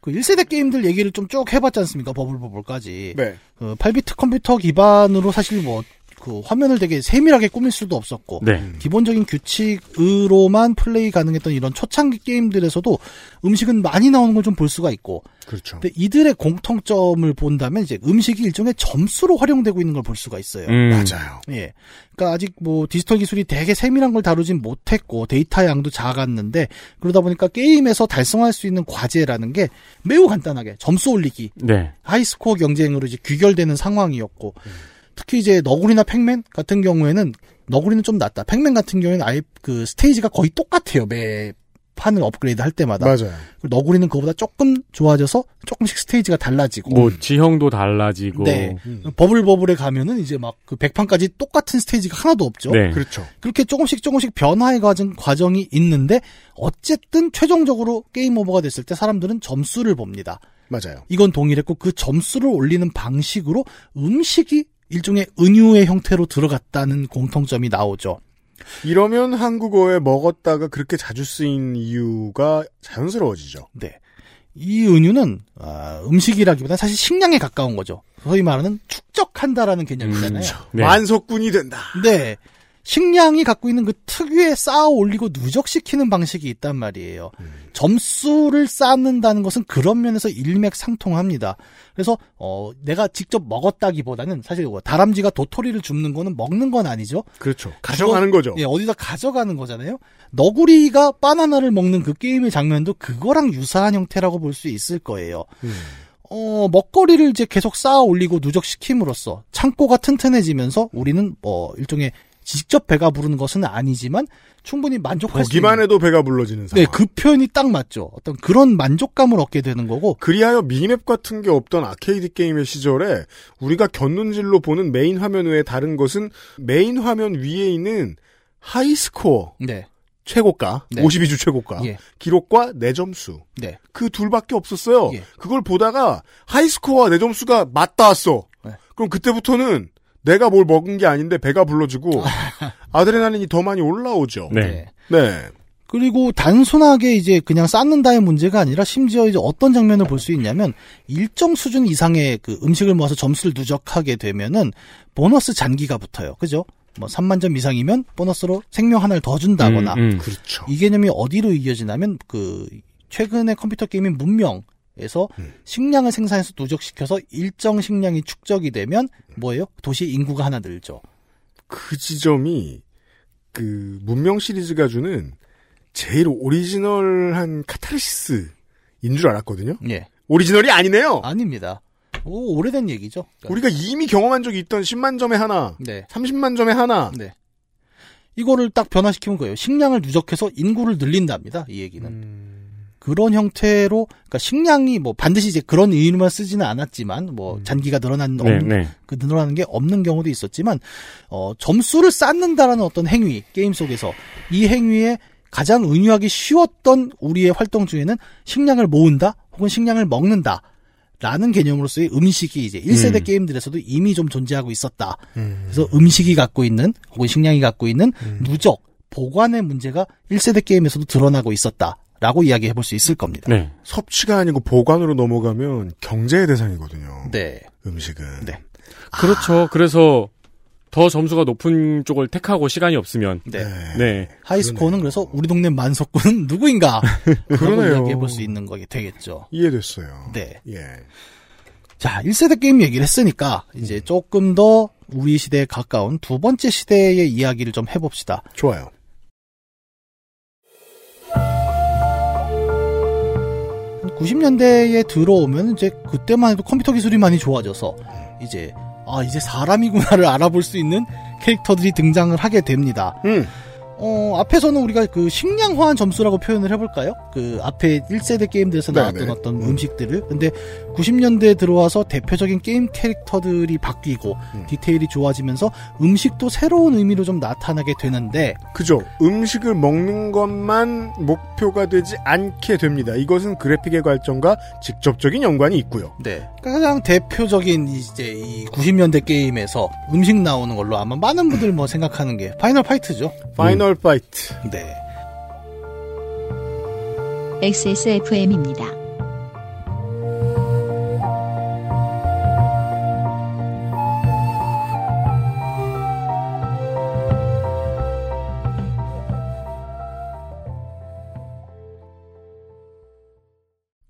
S7: 그 1세대 게임들 얘기를 좀 쭉 해봤지 않습니까? 버블버블까지.
S2: 네.
S7: 그 8비트 컴퓨터 기반으로 사실 뭐 그 화면을 되게 세밀하게 꾸밀 수도 없었고
S3: 네.
S7: 기본적인 규칙으로만 플레이 가능했던 이런 초창기 게임들에서도 음식은 많이 나오는 걸 좀 볼 수가 있고
S2: 그렇죠.
S7: 근데 이들의 공통점을 본다면 이제 음식이 일종의 점수로 활용되고 있는 걸 볼 수가 있어요.
S3: 음.
S2: 맞아요.
S7: 예. 그러니까 아직 뭐 디지털 기술이 되게 세밀한 걸 다루진 못했고 데이터 양도 작았는데 그러다 보니까 게임에서 달성할 수 있는 과제라는 게 매우 간단하게 점수 올리기,
S3: 네.
S7: 하이스코어 경쟁으로 이제 귀결되는 상황이었고 특히 이제 너구리나 팩맨 같은 경우에는 너구리는 좀 낫다. 팩맨 같은 경우에는 아예 그 스테이지가 거의 똑같아요. 매 판을 업그레이드 할 때마다.
S2: 맞아요.
S7: 그리고 너구리는 그보다 조금 좋아져서 조금씩 스테이지가 달라지고.
S3: 뭐 지형도 달라지고.
S7: 네.
S2: 음.
S7: 버블버블에 가면은 이제 막 그 백판까지 똑같은 스테이지가 하나도 없죠.
S3: 네.
S2: 그렇죠.
S7: 그렇게 조금씩 조금씩 변화의 과정, 과정이 있는데 어쨌든 최종적으로 게임 오버가 됐을 때 사람들은 점수를 봅니다.
S2: 맞아요.
S7: 이건 동일했고 그 점수를 올리는 방식으로 음식이 일종의 은유의 형태로 들어갔다는 공통점이 나오죠.
S2: 이러면 한국어에 먹었다가 그렇게 자주 쓰인 이유가 자연스러워지죠.
S7: 네. 이 은유는 아, 음식이라기보다는 사실 식량에 가까운 거죠. 소위 말하는 축적한다라는 개념이잖아요.
S3: 네.
S2: 만석군이 된다.
S7: 네. 식량이 갖고 있는 그 특유의 쌓아 올리고 누적시키는 방식이 있단 말이에요. 점수를 쌓는다는 것은 그런 면에서 일맥상통합니다. 그래서 어, 내가 직접 먹었다기보다는 사실 뭐 다람쥐가 도토리를 줍는 거는 먹는 건 아니죠.
S2: 그렇죠. 가져가는 거죠.
S7: 예, 어디다 가져가는 거잖아요. 너구리가 바나나를 먹는 그 게임의 장면도 그거랑 유사한 형태라고 볼 수 있을 거예요.
S2: 음.
S7: 어, 먹거리를 이제 계속 쌓아 올리고 누적시킴으로써 창고가 튼튼해지면서 우리는 뭐 일종의 직접 배가 부르는 것은 아니지만 충분히 만족할 수
S2: 보기만
S7: 있는
S2: 해도 배가 불러지는 상황.
S7: 네, 그 표현이 딱 맞죠. 어떤 그런 만족감을 얻게 되는 거고
S2: 그리하여 미니맵 같은 게 없던 아케이드 게임의 시절에 우리가 곁눈질로 보는 메인 화면 외에 다른 것은 메인 화면 위에 있는 하이스코어
S7: 네.
S2: 최고가
S7: 네.
S2: 52주 최고가
S7: 예.
S2: 기록과 내 점수
S7: 네.
S2: 그 둘밖에 없었어요.
S7: 예.
S2: 그걸 보다가 하이스코어와 내 점수가 맞닿았어.
S7: 네.
S2: 그럼 그때부터는 내가 뭘 먹은 게 아닌데 배가 불러지고 아드레날린이 더 많이 올라오죠.
S3: 네.
S7: 네.
S2: 네.
S7: 그리고 단순하게 이제 그냥 쌓는다의 문제가 아니라 심지어 이제 어떤 장면을 볼 수 있냐면 일정 수준 이상의 그 음식을 모아서 점수를 누적하게 되면은 보너스 잔기가 붙어요. 그죠? 뭐 3만 점 이상이면 보너스로 생명 하나를 더 준다거나
S3: 음, 음.
S2: 그렇죠.
S7: 이 개념이 어디로 이어지냐면 그 최근에 컴퓨터 게임인 문명에서 식량을 생산해서 누적시켜서 일정 식량이 축적이 되면 뭐예요? 도시 인구가 하나 늘죠.
S2: 그 지점이 그 문명 시리즈가 주는 제일 오리지널한 카타르시스인 줄 알았거든요.
S7: 예.
S2: 오리지널이 아니네요.
S7: 아닙니다. 오, 오래된 얘기죠. 그러니까. 네.
S2: 우리가 이미 경험한 적이 있던 10만 점에 하나, 30만 점에 하나.
S7: 이거를 딱 변화시키는 거예요. 식량을 누적해서 인구를 늘린답니다. 이 얘기는. 그런 형태로 그러니까 식량이 뭐 반드시 이제 그런 의미만 쓰지는 않았지만 뭐 잔기가 늘어난
S3: 네,
S7: 없는-
S3: 네.
S7: 그 늘어나는 게 없는 경우도 있었지만 어 점수를 쌓는다라는 어떤 행위 게임 속에서 이 행위에 가장 은유하기 쉬웠던 우리의 활동 중에는 식량을 모은다 혹은 식량을 먹는다 라는 개념으로서의 음식이 이제 1세대
S11: 음.
S7: 게임들에서도 이미 좀 존재하고 있었다. 그래서 음식이 갖고 있는 혹은 식량이 갖고 있는
S3: 음.
S7: 누적, 보관의 문제가 1세대 게임에서도 드러나고 있었다라고 이야기해 볼 수 있을 겁니다.
S3: 네.
S2: 섭취가 아니고 보관으로 넘어가면 경제의 대상이거든요.
S7: 네.
S2: 음식은. 아.
S3: 그렇죠. 그래서 더 점수가 높은 쪽을 택하고 시간이 없으면.
S7: 네.
S3: 네.
S7: 하이스코어는 그래서 우리 동네 만석군은 누구인가? 라고
S3: 그러네요.
S7: 이야기해 볼 수 있는 거게 되겠죠.
S2: 이해됐어요.
S7: 네.
S2: 예.
S7: 자, 1세대 게임 얘기를 했으니까
S3: 음.
S7: 이제 조금 더 우리 시대에 가까운 두 번째 시대의 이야기를 좀 해봅시다.
S2: 좋아요.
S7: 한 90년대에 들어오면 이제 그때만 해도 컴퓨터 기술이 많이 좋아져서 이제 아 이제 사람이구나를 알아볼 수 있는 캐릭터들이 등장을 하게 됩니다.
S11: 음.
S7: 어 앞에서는 우리가 그 식량화한 점수라고 표현을 해볼까요? 그 앞에 1세대 게임들에서 나왔던
S11: 네네.
S7: 어떤 음식들을 근데 90년대에 들어와서 대표적인 게임 캐릭터들이 바뀌고
S11: 음.
S7: 디테일이 좋아지면서 음식도 새로운 의미로 좀 나타나게 되는데
S2: 그죠. 음식을 먹는 것만 목표가 되지 않게 됩니다. 이것은 그래픽의 발전과 직접적인 연관이 있고요.
S7: 네. 가장 대표적인 이제 이 90년대 게임에서 음식 나오는 걸로 아마 많은 분들 뭐 생각하는 게 파이널 파이트죠. 음.
S2: 파이널 파이트.
S7: 네.
S1: XSFM입니다.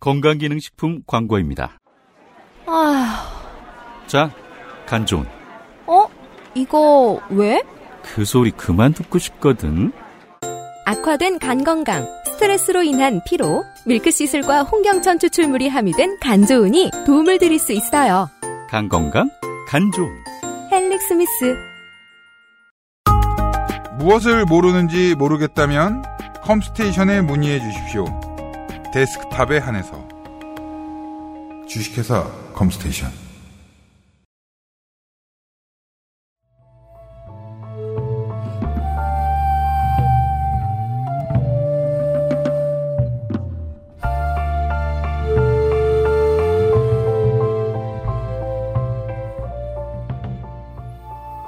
S8: 건강기능식품 광고입니다.
S9: 아,
S8: 자, 간 좋은.
S9: 어? 이거 왜?
S8: 그 소리 그만 듣고 싶거든.
S9: 악화된 간 건강, 스트레스로 인한 피로, 밀크시슬과 홍경천 추출물이 함유된 간 좋은이 도움을 드릴 수 있어요.
S8: 간 건강, 간 좋은.
S9: 헬릭 스미스.
S12: 무엇을 모르는지 모르겠다면 컴스테이션에 문의해 주십시오. 데스크탑에 한해서 주식회사 컴스테이션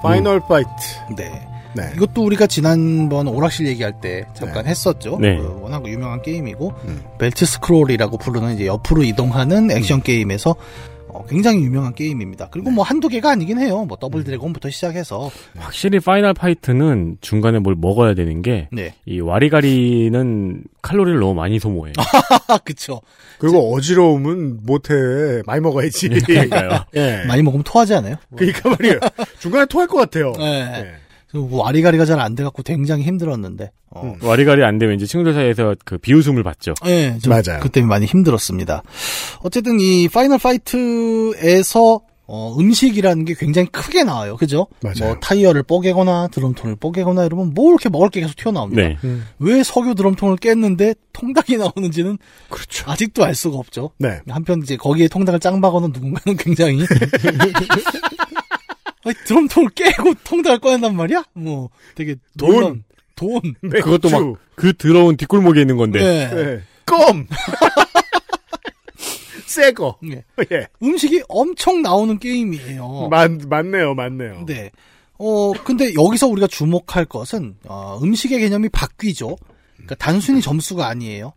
S2: 파이널 파이트.
S7: 네.
S2: 네.
S7: 음. 이것도 우리가 지난번 오락실 얘기할 때 잠깐 했었죠.
S2: 네.
S7: 그 워낙 유명한 게임이고 벨트 스크롤이라고 부르는 이제 옆으로 이동하는 액션 게임에서 어, 굉장히 유명한 게임입니다. 그리고 뭐 한두 개가 아니긴 해요. 뭐 더블 드래곤부터 시작해서
S3: 확실히 파이널 파이트는 중간에 뭘 먹어야 되는 게.
S7: 네.
S3: 이 와리가리는 칼로리를 너무 많이 소모해요.
S7: 아 그쵸.
S2: 그리고 어지러움은 못해. 많이 먹어야지.
S3: 그러니까요.
S2: 예.
S7: 네. 많이 먹으면 토하지 않아요?
S2: 그러니까 말이에요. 중간에 토할 것 같아요. 예.
S7: 네. 그래서 뭐 와리가리가 잘 안 돼갖고 굉장히 힘들었는데. 어,
S3: 와리가리 안 되면 이제 친구들 사이에서 그 비웃음을 받죠.
S7: 예, 좀 그 때문에 많이 힘들었습니다. 어쨌든 이 파이널 파이트에서 어, 음식이라는 게 굉장히 크게 나와요. 그죠? 뭐 타이어를 뽀개거나 드럼통을 뽀개거나 이러면 뭐 이렇게 먹을 게 계속 튀어나옵니다.
S3: 네.
S7: 왜 석유 드럼통을 깼는데 통닭이 나오는지는 아직도 알 수가 없죠.
S2: 네.
S7: 한편 이제 거기에 통닭을 짱박아놓은 누군가는 굉장히 아니, 드럼통을 깨고 통닭을 꺼낸단 말이야? 뭐 되게 놀란- 돈,
S3: 그것도 막 그 더러운 뒷골목에 있는 건데.
S7: 네.
S2: 껌. 새거.
S7: 네.
S2: 예.
S7: 음식이 엄청 나오는 게임이에요.
S2: 맞, 맞네요, 맞네요.
S7: 어. 네. 어, 근데 여기서 우리가 주목할 것은, 어, 음식의 개념이 바뀌죠. 그러니까 단순히 점수가 아니에요.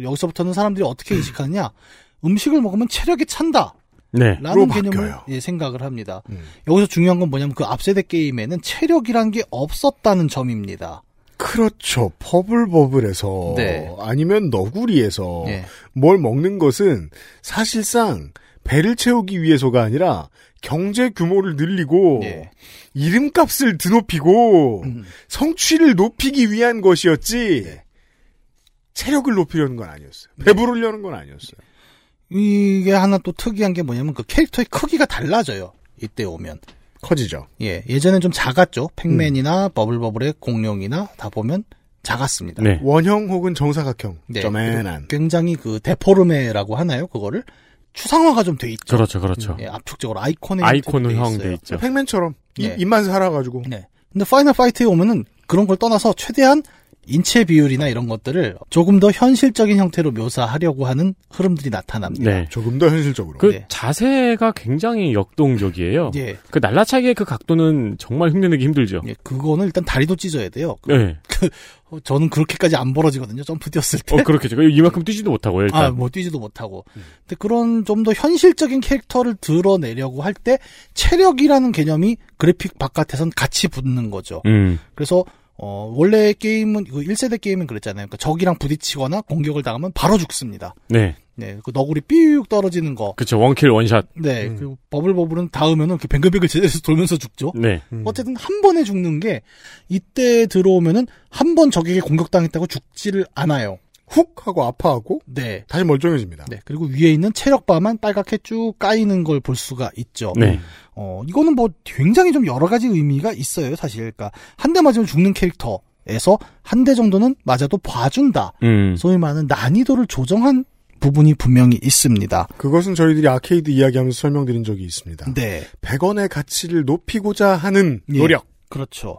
S7: 여기서부터는 사람들이 어떻게 인식하느냐. 음식을 먹으면 체력이 찬다.
S3: 네.
S7: 라는 개념을 예, 생각을 합니다. 여기서 중요한 건 뭐냐면 그 앞세대 게임에는 체력이란 게 없었다는 점입니다.
S2: 그렇죠. 퍼블버블에서
S7: 네.
S2: 아니면 너구리에서
S7: 예.
S2: 뭘 먹는 것은 사실상 배를 채우기 위해서가 아니라 경제 규모를 늘리고 이름값을 드높이고 성취를 높이기 위한 것이었지 체력을 높이려는 건 아니었어요. 배부르려는 건 아니었어요.
S7: 이게 하나 또 특이한 게 뭐냐면 그 캐릭터의 크기가 달라져요. 이때 오면.
S2: 커지죠.
S7: 예, 예전엔 좀 작았죠. 팩맨이나 버블버블의 공룡이나 다 보면 작았습니다.
S2: 네. 원형 혹은 정사각형.
S7: 네.
S2: 저맨한.
S7: 굉장히 그 데포르메라고 하나요? 그거를 추상화가 좀 돼 있죠.
S3: 그렇죠, 그렇죠.
S7: 예, 압축적으로 아이콘의
S3: 아이콘형 돼 있죠.
S2: 팩맨처럼 입-
S7: 예.
S2: 입만 살아가지고.
S7: 네. 근데 파이널 파이트에 오면은 그런 걸 떠나서 최대한 인체 비율이나 이런 것들을 조금 더 현실적인 형태로 묘사하려고 하는 흐름들이 나타납니다.
S3: 네.
S2: 조금 더 현실적으로.
S3: 그
S7: 네.
S3: 자세가 굉장히 역동적이에요.
S7: 예.
S3: 그 날라차기의 그 각도는 정말 흉내내기 힘들죠.
S7: 예, 그거는 일단 다리도 찢어야 돼요. 그-
S3: 네.
S7: 어, 저는 그렇게까지 안 벌어지거든요. 점프 뛰었을 때.
S3: 어, 그렇겠죠. 이만큼 뛰지도 못하고요, 일단.
S7: 아, 뭐 뛰지도 못하고. 근데 그런 좀 더 현실적인 캐릭터를 드러내려고 할 때 체력이라는 개념이 그래픽 바깥에선 같이 붙는 거죠.
S3: 음.
S7: 그래서 어, 원래 게임은 그 1세대 게임은 그랬잖아요. 그러니까 적이랑 부딪히거나 공격을 당하면 바로 죽습니다.
S3: 네.
S7: 네, 그 너구리 삐욱 떨어지는 거.
S3: 그쵸. 원킬 원샷.
S7: 네, 그 버블버블은 닿으면은 이렇게 뱅글뱅글 제대로 돌면서 죽죠.
S3: 네.
S7: 어쨌든 한 번에 죽는 게 이때 들어오면은 한 번 적에게 공격당했다고 죽지를 않아요.
S2: 훅 하고 아파하고
S7: 네.
S2: 다시 멀쩡해집니다.
S7: 네, 그리고 위에 있는 체력바만 빨갛게 쭉 까이는 걸 볼 수가 있죠.
S3: 네.
S7: 어, 이거는 뭐 굉장히 좀 여러 가지 의미가 있어요, 사실. 그러니까 한 대 맞으면 죽는 캐릭터에서 한 대 정도는 맞아도 봐준다.
S3: 음.
S7: 소위 말하는 난이도를 조정한 부분이 분명히 있습니다.
S2: 그것은 저희들이 아케이드 이야기하면서 설명드린 적이 있습니다.
S7: 네.
S2: 100원의 가치를 높이고자 하는
S7: 예.
S2: 노력.
S7: 그렇죠.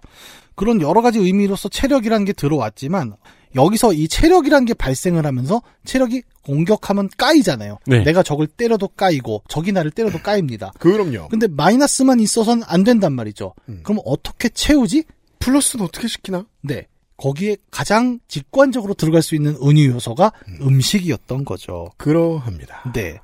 S7: 그런 여러 가지 의미로서 체력이라는 게 들어왔지만 여기서 이 체력이라는 게 발생을 하면서 체력이 공격하면 까이잖아요.
S3: 네.
S7: 내가 적을 때려도 까이고 적이 나를 때려도 까입니다.
S2: 그럼요.
S7: 근데 마이너스만 있어서는 안 된단 말이죠. 그럼 어떻게 채우지?
S2: 플러스는 어떻게 시키나?
S7: 네. 거기에 가장 직관적으로 들어갈 수 있는 은유 요소가 음식이었던 거죠.
S2: 그러합니다.
S7: 네.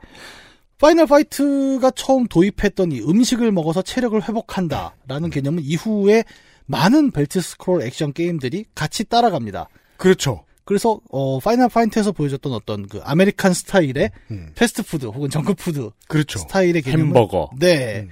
S7: 파이널 파이트가 처음 도입했던 이 음식을 먹어서 체력을 회복한다라는 개념은 이후에 많은 벨트 스크롤 액션 게임들이 같이 따라갑니다.
S2: 그렇죠.
S7: 그래서 어, 파이널 파이트에서 보여줬던 어떤 그 아메리칸 스타일의
S2: 음.
S7: 패스트푸드 혹은 정크푸드
S2: 그렇죠.
S7: 스타일의 개념은
S3: 햄버거.
S7: 네.
S2: 음.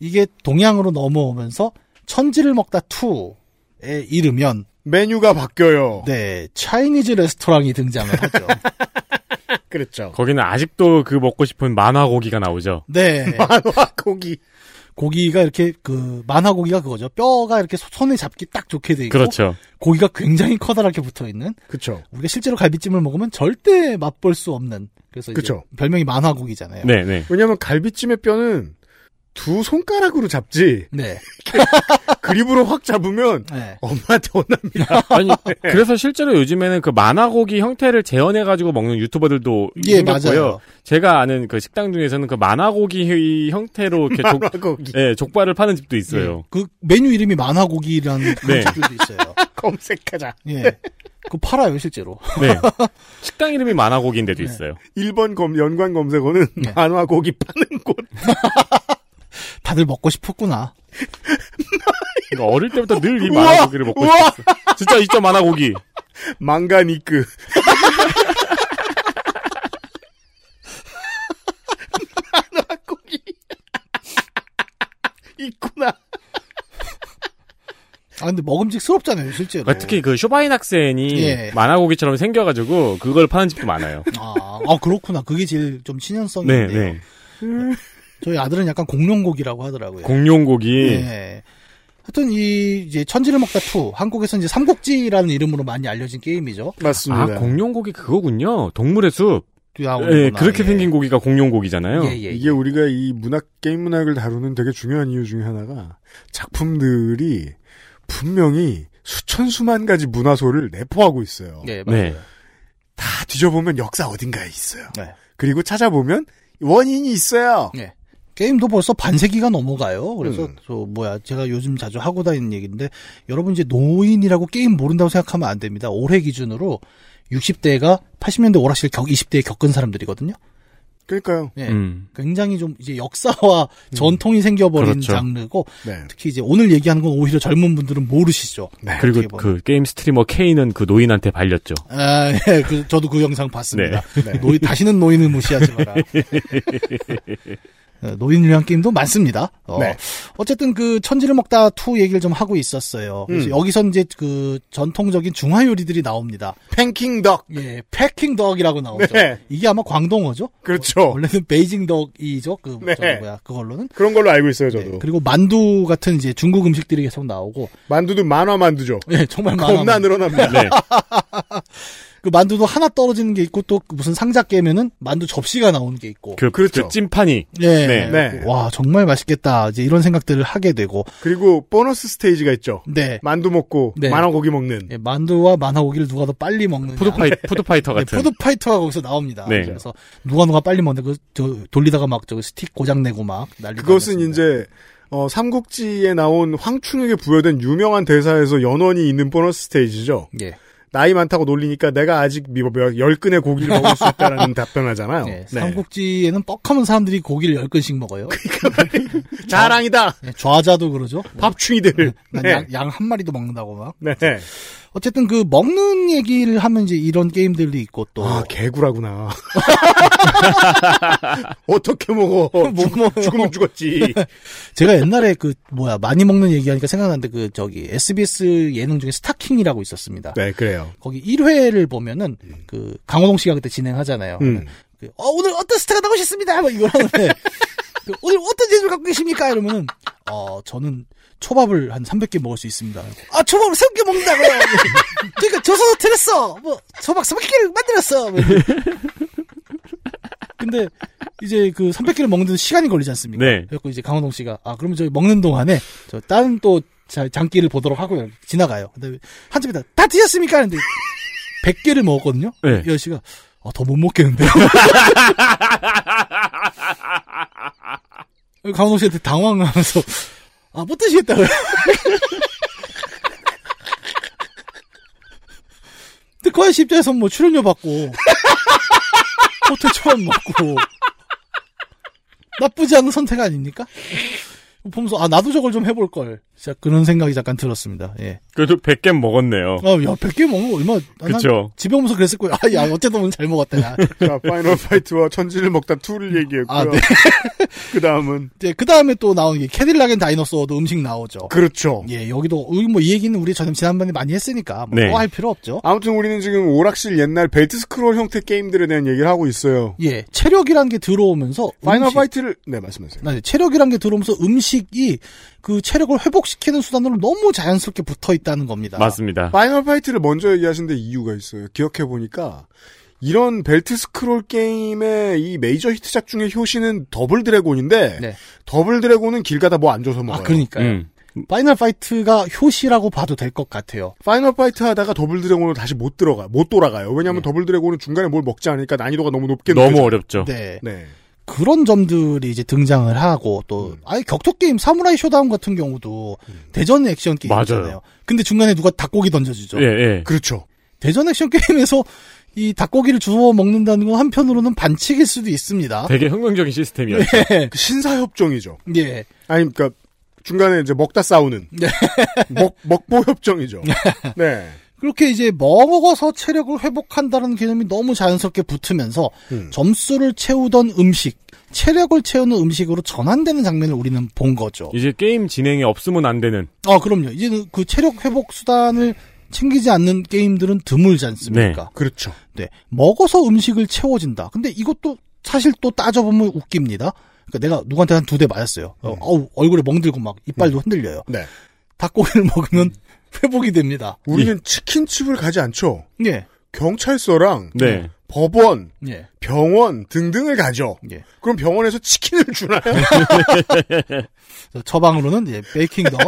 S7: 이게 동양으로 넘어오면서 천지를 먹다 2에 이르면
S2: 메뉴가 바뀌어요.
S7: 네, 차이니즈 레스토랑이 등장을 하죠.
S2: 그렇죠.
S3: 거기는 아직도 그 먹고 싶은 만화 고기가 나오죠.
S7: 네.
S2: 만화 아, 고기.
S7: 고기가 이렇게 그 만화 고기가 그거죠. 뼈가 이렇게 손- 손에 잡기 딱 좋게 돼 있고
S3: 그렇죠.
S7: 고기가 굉장히 커다랗게 붙어 있는
S2: 그렇죠.
S7: 우리가 실제로 갈비찜을 먹으면 절대 맛볼 수 없는 그래서 이제
S2: 그쵸.
S7: 별명이 만화 고기잖아요.
S3: 네, 네.
S2: 왜냐면 갈비찜의 뼈는 두 손가락으로 잡지
S7: 네.
S2: 그립으로 확 잡으면
S7: 네.
S2: 엄마한테 혼납니다.
S3: 아니, 그래서 실제로 요즘에는 그 만화 고기 형태를 재현해가지고 먹는 유튜버들도
S7: 예,
S3: 생겼고요.
S7: 맞아요.
S3: 제가 아는 그 식당 중에서는 그 만화 고기 형태로 이렇게 족,
S2: 만화 고기
S3: 예, 족발을 파는 집도 있어요.
S7: 그 메뉴 이름이 만화 고기라는 그런
S3: 네.
S7: 집들도 있어요.
S2: 검색하자.
S7: 예. 그거 팔아요, 실제로.
S3: 네. 식당 이름이 만화 고기인 데도 있어요.
S2: 1번 검, 연관 검색어는
S7: 네.
S2: 만화 고기 파는 곳.
S7: 다들 먹고 싶었구나.
S3: 그러니까 어릴 때부터 늘 이 만화 고기를 먹고 싶었어. 진짜 있죠, 만화 고기.
S2: 망가니크. 만화 고기. 있구나.
S7: 아, 근데 먹음직스럽잖아요, 실제로.
S3: 그러니까 특히 그 쇼바인학센이
S7: 네. 예.
S3: 만화 고기처럼 생겨가지고 그걸 파는 집도 많아요.
S7: 아, 아, 그렇구나. 그게 제일 좀
S3: 네,
S7: 친연성인데.
S3: 네.
S7: 저희 아들은 약간 공룡고기라고 하더라고요.
S3: 공룡 고기.
S7: 예. 하여튼 이 이제 천지를 먹다 2 한국에서 이제 삼국지라는 이름으로 많이 알려진 게임이죠.
S2: 맞습니다.
S3: 아, 공룡 고기 그거군요. 동물의 숲.
S7: 뛰어오는구나.
S3: 예, 그렇게 생긴 고기가 공룡 고기잖아요.
S7: 예, 예,
S2: 이게 우리가 이 문학 게임 문학을 다루는 되게 중요한 이유 중에 하나가 작품들이 분명히 수천 수만 가지 문화소를 내포하고 있어요.
S7: 예, 맞아요.
S3: 네.
S2: 다 뒤져보면 역사 어딘가에 있어요.
S7: 네.
S2: 그리고 찾아보면 원인이 있어요.
S7: 예. 게임도 벌써 반세기가 넘어가요. 그래서
S2: 음.
S7: 저 뭐야 제가 요즘 자주 하고 다니는 얘기인데 여러분 이제 노인이라고 게임 모른다고 생각하면 안 됩니다. 올해 기준으로 60대가 80년대 오락실 겪 20대에 겪은 사람들이거든요.
S2: 그러니까요.
S7: 예.
S3: 음.
S7: 굉장히 좀 이제 역사와 전통이 생겨버린
S3: 그렇죠.
S7: 장르고
S2: 네.
S7: 특히 이제 오늘 얘기하는 건 오히려 젊은 분들은 모르시죠.
S2: 네.
S3: 그리고
S7: 어떻게 보면.
S3: 그 게임 스트리머 K는 그 노인한테 발렸죠.
S7: 아, 예, 그, 저도 그 영상 봤습니다.
S2: 네.
S7: 노인, 다시는 노인을 무시하지 마라. 어, 노인을 위한 게임도 많습니다. 어,
S2: 네.
S7: 쨌든그 천지를 먹다 투 얘기를 좀 하고 있었어요. 그래서
S2: 음.
S7: 여기서 이제 그 전통적인 중화 요리들이 나옵니다.
S2: 팽킹덕.
S7: 예, 패킹덕이라고 나오죠.
S2: 네.
S7: 이게 아마 광동어죠?
S2: 그렇죠.
S7: 원래는 베이징덕이죠. 그
S2: 네.
S7: 저기 뭐야 그걸로는
S2: 그런 걸로 알고 있어요, 저도.
S7: 네. 그리고 만두 같은 이제 중국 음식들이 계속 나오고
S2: 만두도 만화 만두죠.
S7: 예, 정말 만화
S2: 겁나
S7: 만두.
S2: 늘어납니다.
S3: 네.
S7: 그 만두도 하나 떨어지는 게 있고 또그 무슨 상자 깨면은 만두 접시가 나오는 게 있고.
S3: 그,
S2: 그렇죠.
S3: 그 찐판이.
S7: 예.
S3: 네.
S2: 네.
S7: 와, 정말 맛있겠다. 이제 이런 생각들을 하게 되고.
S2: 그리고 보너스 스테이지가 있죠.
S7: 네.
S2: 만두 먹고
S7: 네.
S2: 만화 고기 먹는.
S7: 예, 만두와 만화고기를 누가 더 빨리 먹느냐.
S3: 푸드파이, 푸드파이터
S7: 네,
S3: 같은.
S7: 푸드파이터가 거기서 나옵니다.
S3: 네.
S7: 그래서 누가 누가 빨리 먹는데 그, 저, 돌리다가 막 저 스틱 고장내고 막 난리
S2: 그것은
S7: 났습니다.
S2: 이제 어, 삼국지에 나온 황충에게 부여된 유명한 대사에서 연원이 있는 보너스 스테이지죠.
S7: 예.
S2: 나이 많다고 놀리니까 내가 아직 미- 몇- 열 근의 고기를 먹을 수 있다라는 답변하잖아요.
S7: 예,
S2: 네.
S7: 삼국지에는 뻑하면 사람들이 고기를 열근씩 먹어요.
S2: 자랑이다.
S7: 예, 좌자도 그러죠.
S2: 밥충이들. 네.
S7: 양 한 마리도 먹는다고 막.
S2: 네.
S7: 어쨌든 그 먹는 얘기를 하면 이제 이런 게임들도 있고 또.
S2: 아 개구라구나. 어떻게 먹어? 죽, 죽으면 죽었지.
S7: 제가 옛날에 그 뭐야 많이 먹는 얘기하니까 생각나는데 그 저기 SBS 예능 중에 스타킹이라고 있었습니다.
S2: 네 그래요.
S7: 거기 1회를 보면은 그 강호동 씨가 그때 진행하잖아요.
S2: 음.
S7: 그, 어 오늘 어떤 스타가 나오셨습니다. 막 이걸 하는데 그, 오늘 어떤 재주를 갖고 계십니까? 이러면은 어 저는 초밥을 한 300개 먹을 수 있습니다. 아 초밥을 300개 먹는다고요? 그러니까 저서도 들었어. 뭐 초밥 300개를 만들었어. 뭐 이렇게. 근데 이제 그 300개를 먹는 데는 시간이 걸리지 않습니까?
S3: 네.
S7: 그래서 이제 강호동 씨가 아 그러면 저희 먹는 동안에 저 다른 또 자- 장기를 보도록 하고 지나가요. 근데 한참 있다 다 드셨습니까? 하는데 100개를 먹었거든요.
S3: 네.
S7: 이 아저씨가 아, 더 못 먹겠는데요. 강호동 씨한테 당황하면서 아, 못 드시겠다고요. 근데 그 아저씨 입장에선 뭐 출연료 받고 호텔 초밥 먹고 나쁘지 않은 선택 아닙니까? 보면서 아 나도 저걸 좀 해볼 걸. 진짜 그런 생각이 잠깐 들었습니다. 예.
S3: 그래도 100개 먹었네요.
S7: 아, 야, 100개 먹는 거 얼마, 안 한-
S3: 그쵸.
S7: 집에 오면서 그랬을 거예요. 아, 야, 어쨌든 오늘 잘 먹었다. 야.
S2: 자 파이널 파이트와 천지를 먹다 투를 얘기했고요.
S7: 아, 네.
S2: 그 다음은
S7: 이제 그 다음에 또 나오는 게 캐딜락 앤 다이너소어도 음식 나오죠.
S2: 그렇죠.
S7: 예, 여기도, 뭐 이 얘기는 우리 전 지난번에 많이 했으니까, 뭐,
S3: 네.
S7: 더할 필요 없죠.
S2: 아무튼 우리는 지금 오락실 옛날 벨트 스크롤 형태 게임들에 대한 얘기를 하고 있어요.
S7: 예, 체력이란 게 들어오면서,
S2: 파이널
S7: 음식-
S2: 파이트를 네 말씀하세요.
S7: 아, 네, 체력이란 게 들어오면서 음식이 그 체력을 회복시키는 수단으로 너무 자연스럽게 붙어 있다는 겁니다.
S3: 맞습니다.
S2: 파이널 파이트를 먼저 얘기하신데 이유가 있어요. 기억해 보니까 이런 벨트 스크롤 게임의 이 메이저 히트작 중에 효시는 더블 드래곤인데
S7: 네.
S2: 더블 드래곤은 길 가다 뭐 안 줘서 먹어요.
S7: 아, 그러니까요.
S3: 음.
S7: 파이널 파이트가 효시라고 봐도 될 것 같아요.
S2: 파이널 파이트 하다가 더블 드래곤으로 다시 못 들어가 못 돌아가요. 왜냐하면
S7: 네.
S2: 더블 드래곤은 중간에 뭘 먹지 않으니까 난이도가 너무 높게
S3: 너무
S2: 느껴져요.
S3: 어렵죠.
S7: 네.
S2: 네.
S7: 그런 점들이 이제 등장을 하고 또 아예 격투 게임 사무라이 쇼다운 같은 경우도 대전 액션 게임이잖아요.
S3: 맞아요.
S7: 근데 중간에 누가 닭고기 던져주죠.
S3: 예, 예.
S2: 그렇죠.
S7: 대전 액션 게임에서 이 닭고기를 주워 먹는다는 건 한편으로는 반칙일 수도 있습니다.
S3: 되게 혁명적인 시스템이었죠.
S7: 예.
S2: 그 신사협정이죠.
S7: 예.
S2: 아니 그러니까 중간에 이제 먹다 싸우는
S7: 네.
S2: 먹 먹보 협정이죠. 네.
S7: 그렇게 이제 먹어서 체력을 회복한다는 개념이 너무 자연스럽게 붙으면서
S2: 음.
S7: 점수를 채우던 음식, 체력을 채우는 음식으로 전환되는 장면을 우리는 본 거죠.
S3: 이제 게임 진행에 없으면 안 되는.
S7: 아, 그럼요. 이제는 그 체력 회복 수단을 챙기지 않는 게임들은 드물지 않습니까?
S2: 그렇죠.
S7: 네. 먹어서 음식을 채워진다. 근데 이것도 사실 또 따져보면 웃깁니다. 그러니까 내가 누구한테 한 두 대 맞았어요. 어, 우 얼굴에 멍들고 막 이빨도 흔들려요.
S2: 네.
S7: 닭고기를 먹으면 회복이 됩니다.
S2: 우리는 치킨집을 가지 않죠.
S7: 예.
S2: 경찰서랑
S3: 네.
S2: 법원,
S7: 예.
S2: 병원 등등을 가죠.
S7: 예.
S2: 그럼 병원에서 치킨을 주나요?
S7: 그래서 처방으로는 예, 베이킹덕.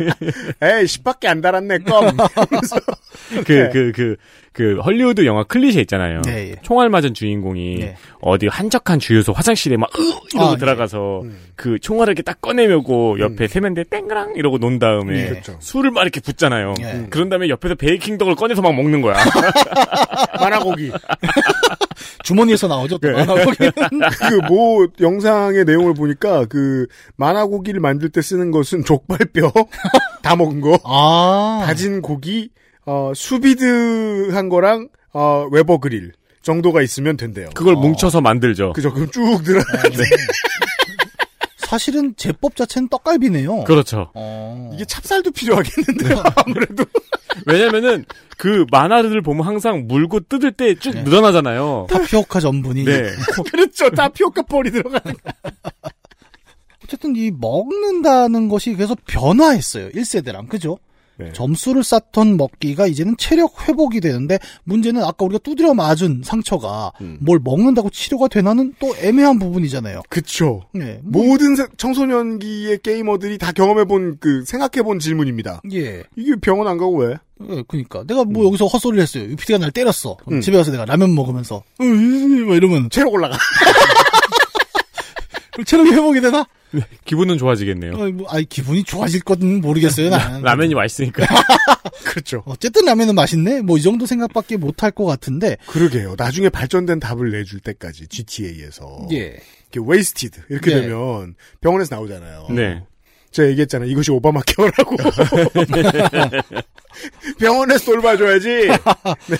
S2: 에이, 10밖에 안 달았네, 껌. 이러면서. 네.
S3: 그, 그, 그, 그, 헐리우드 영화 클리셰 있잖아요.
S7: 네, 예.
S3: 총알 맞은 주인공이
S7: 네.
S3: 어디 한적한 주유소 화장실에 막, 으! 이러고
S7: 아,
S2: 네.
S7: 예.
S3: 들어가서
S2: 음.
S3: 그 총알을 이렇게 딱 꺼내려고 옆에 세면대 땡그랑! 이러고 논
S7: 예.
S3: 다음에
S2: 그렇죠. 네.
S3: 술을 막 이렇게 붓잖아요.
S7: 예.
S3: 그런 다음에 옆에서 베이킹덕을 꺼내서 막 먹는 거야.
S2: 만화고기.
S7: 주머니에서 나오죠. 또 만화고기는.
S2: 그 뭐 영상의 내용을 보니까 그 만화고기를 만들 때 쓰는 것은 족발뼈 다 먹은 거,
S7: 아.
S2: 다진 고기, 어, 수비드 한 거랑 어, 웨버 어. 그릴 어. 정도가 있으면 된대요.
S3: 그걸 뭉쳐서 만들죠.
S2: 그죠? 그럼 쭉 늘어.
S7: 사실은 제법 자체는 떡갈비네요. 어.
S3: 그렇죠.
S2: 이게 찹쌀도 필요하겠는데요. 아무래도
S3: 왜냐면은 그 만화들 보면 항상 물고 뜯을 때
S2: 네.
S3: 쭉 늘어나잖아요.
S7: 타피오카 전분이.
S3: 네.
S2: 그렇죠. 타피오카 뻘이 들어가는 거.
S7: 어쨌든 이 먹는다는 것이 그래서 변화했어요. 1세대랑. 그죠? 점수를 쌓던 먹기가 이제는 체력 회복이 되는데 문제는 아까 우리가 두드려 맞은 상처가 뭘 먹는다고 치료가 되나는 또 애매한 부분이잖아요.
S2: 그쵸.
S7: 네.
S2: 모든 세- 청소년기의 게이머들이 다 경험해본 그 생각해본 질문입니다.
S7: 예.
S2: 이게 병원 안 가고 왜?
S7: 예, 그니까. 내가 뭐 여기서 헛소리를 했어요. 유피디가 날 때렸어. 그럼
S2: 음.
S7: 집에 가서 내가 라면 먹으면서, 으으으 막 이러면.
S2: 체력 올라가.
S7: 그럼 체력이 회복이 되나?
S3: 기분은 좋아지겠네요.
S7: 어, 뭐, 아이, 기분이 좋아질 건 모르겠어요, 난.
S3: 음. 라면이 맛있으니까.
S2: 그렇죠.
S7: 어쨌든 라면은 맛있네? 뭐, 이 정도 생각밖에 못 할 것 같은데.
S2: 그러게요. 나중에 발전된 답을 내줄 때까지 GTA에서
S7: 예.
S2: 이렇게 웨이스티드 이렇게
S7: 네.
S2: 되면 병원에서 나오잖아요.
S3: 네.
S2: 제가 얘기했잖아요. 이것이 오바마 케어라고. 병원에서 돌봐줘야지.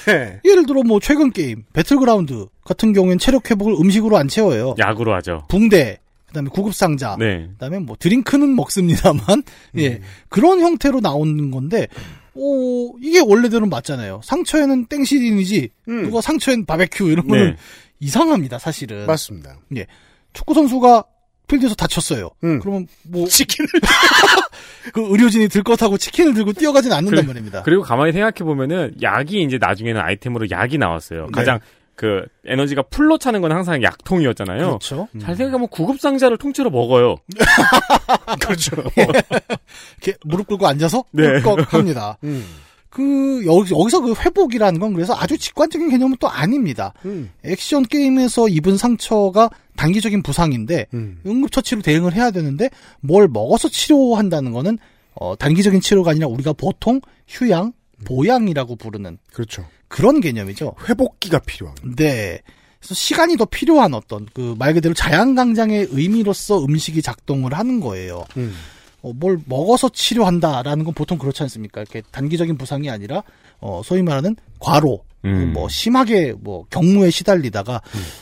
S2: 네.
S7: 예를 들어, 뭐, 최근 게임, 배틀그라운드 같은 경우엔 체력 회복을 음식으로 안 채워요.
S3: 약으로 하죠.
S7: 붕대, 그 다음에 구급상자.
S3: 네.
S7: 그다음에 뭐 드링크는 먹습니다만
S2: 음.
S7: 예 그런 형태로 나오는 건데 오 이게 원래대로 맞잖아요 상처에는 땡시린이지
S2: 음.
S7: 누가 상처엔 바베큐 이런 거는
S3: 네.
S7: 이상합니다 사실은
S2: 맞습니다.
S7: 축구 선수가 필드에서 다쳤어요
S2: 음.
S7: 그러면 뭐 그
S2: 치킨을
S7: 의료진이 들것하고 치킨을 들고 뛰어가진 않는단
S3: 그래-
S7: 말입니다
S2: 그렇죠.
S3: 그리고 가만히 생각해 보면은 약이 이제 나중에는 아이템으로 약이
S7: 네.
S3: 나왔어요. 가장 그 에너지가 풀로 차는 건 항상 약통이었잖아요.
S7: 그렇죠
S3: 잘 생각하면 구급상자를 통째로 먹어요.
S2: 그렇죠.
S7: 예. 이렇게 무릎 꿇고 앉아서
S3: 네.
S7: 꿀꺽합니다
S2: 음.
S7: 그 여기- 여기서 그 회복이라는 건 그래서 아주 직관적인 개념은 또 아닙니다
S2: 음.
S7: 액션 게임에서 입은 상처가 단기적인 부상인데
S2: 음.
S7: 응급처치로 대응을 해야 되는데 뭘 먹어서 치료한다는 거는 어, 단기적인 치료가 아니라 우리가 보통 휴양, 보양이라고 부르는
S2: 그렇죠.
S7: 그런 개념이죠.
S2: 회복기가 필요한.
S7: 네. 그래서 시간이 더 필요한 어떤 그 말 그대로 자양강장의 의미로서 음식이 작동을 하는 거예요.
S2: 음.
S7: 어, 뭘 먹어서 치료한다라는 건 보통 그렇지 않습니까? 이렇게 단기적인 부상이 아니라 어, 소위 말하는 과로,
S3: 음.
S7: 뭐 심하게 뭐 경무에 시달리다가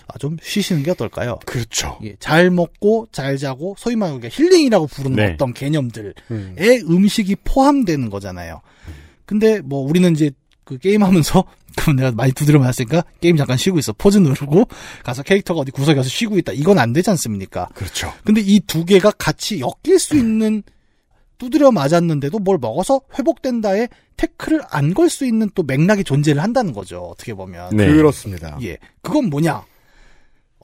S7: 아, 좀 쉬시는 게 어떨까요?
S2: 그렇죠.
S7: 예, 잘 먹고 잘 자고 소위 말하는 게 힐링이라고 부르는
S3: 네.
S7: 어떤 개념들에
S2: 음.
S7: 음식이 포함되는 거잖아요. 근데 뭐 우리는 이제 그 게임하면서 그럼 내가 많이 두드려 맞았으니까 게임 잠깐 쉬고 있어 포즈 누르고 가서 캐릭터가 어디 구석에 가서 쉬고 있다 이건 안 되지 않습니까?
S2: 그렇죠.
S7: 근데 이 두 개가 같이 엮일 수 있는 두드려 맞았는데도 뭘 먹어서 회복된다에 태클을 안 걸 수 있는 또 맥락이 존재를 한다는 거죠 어떻게 보면
S3: 네.
S2: 그렇습니다.
S7: 예. 그건 뭐냐?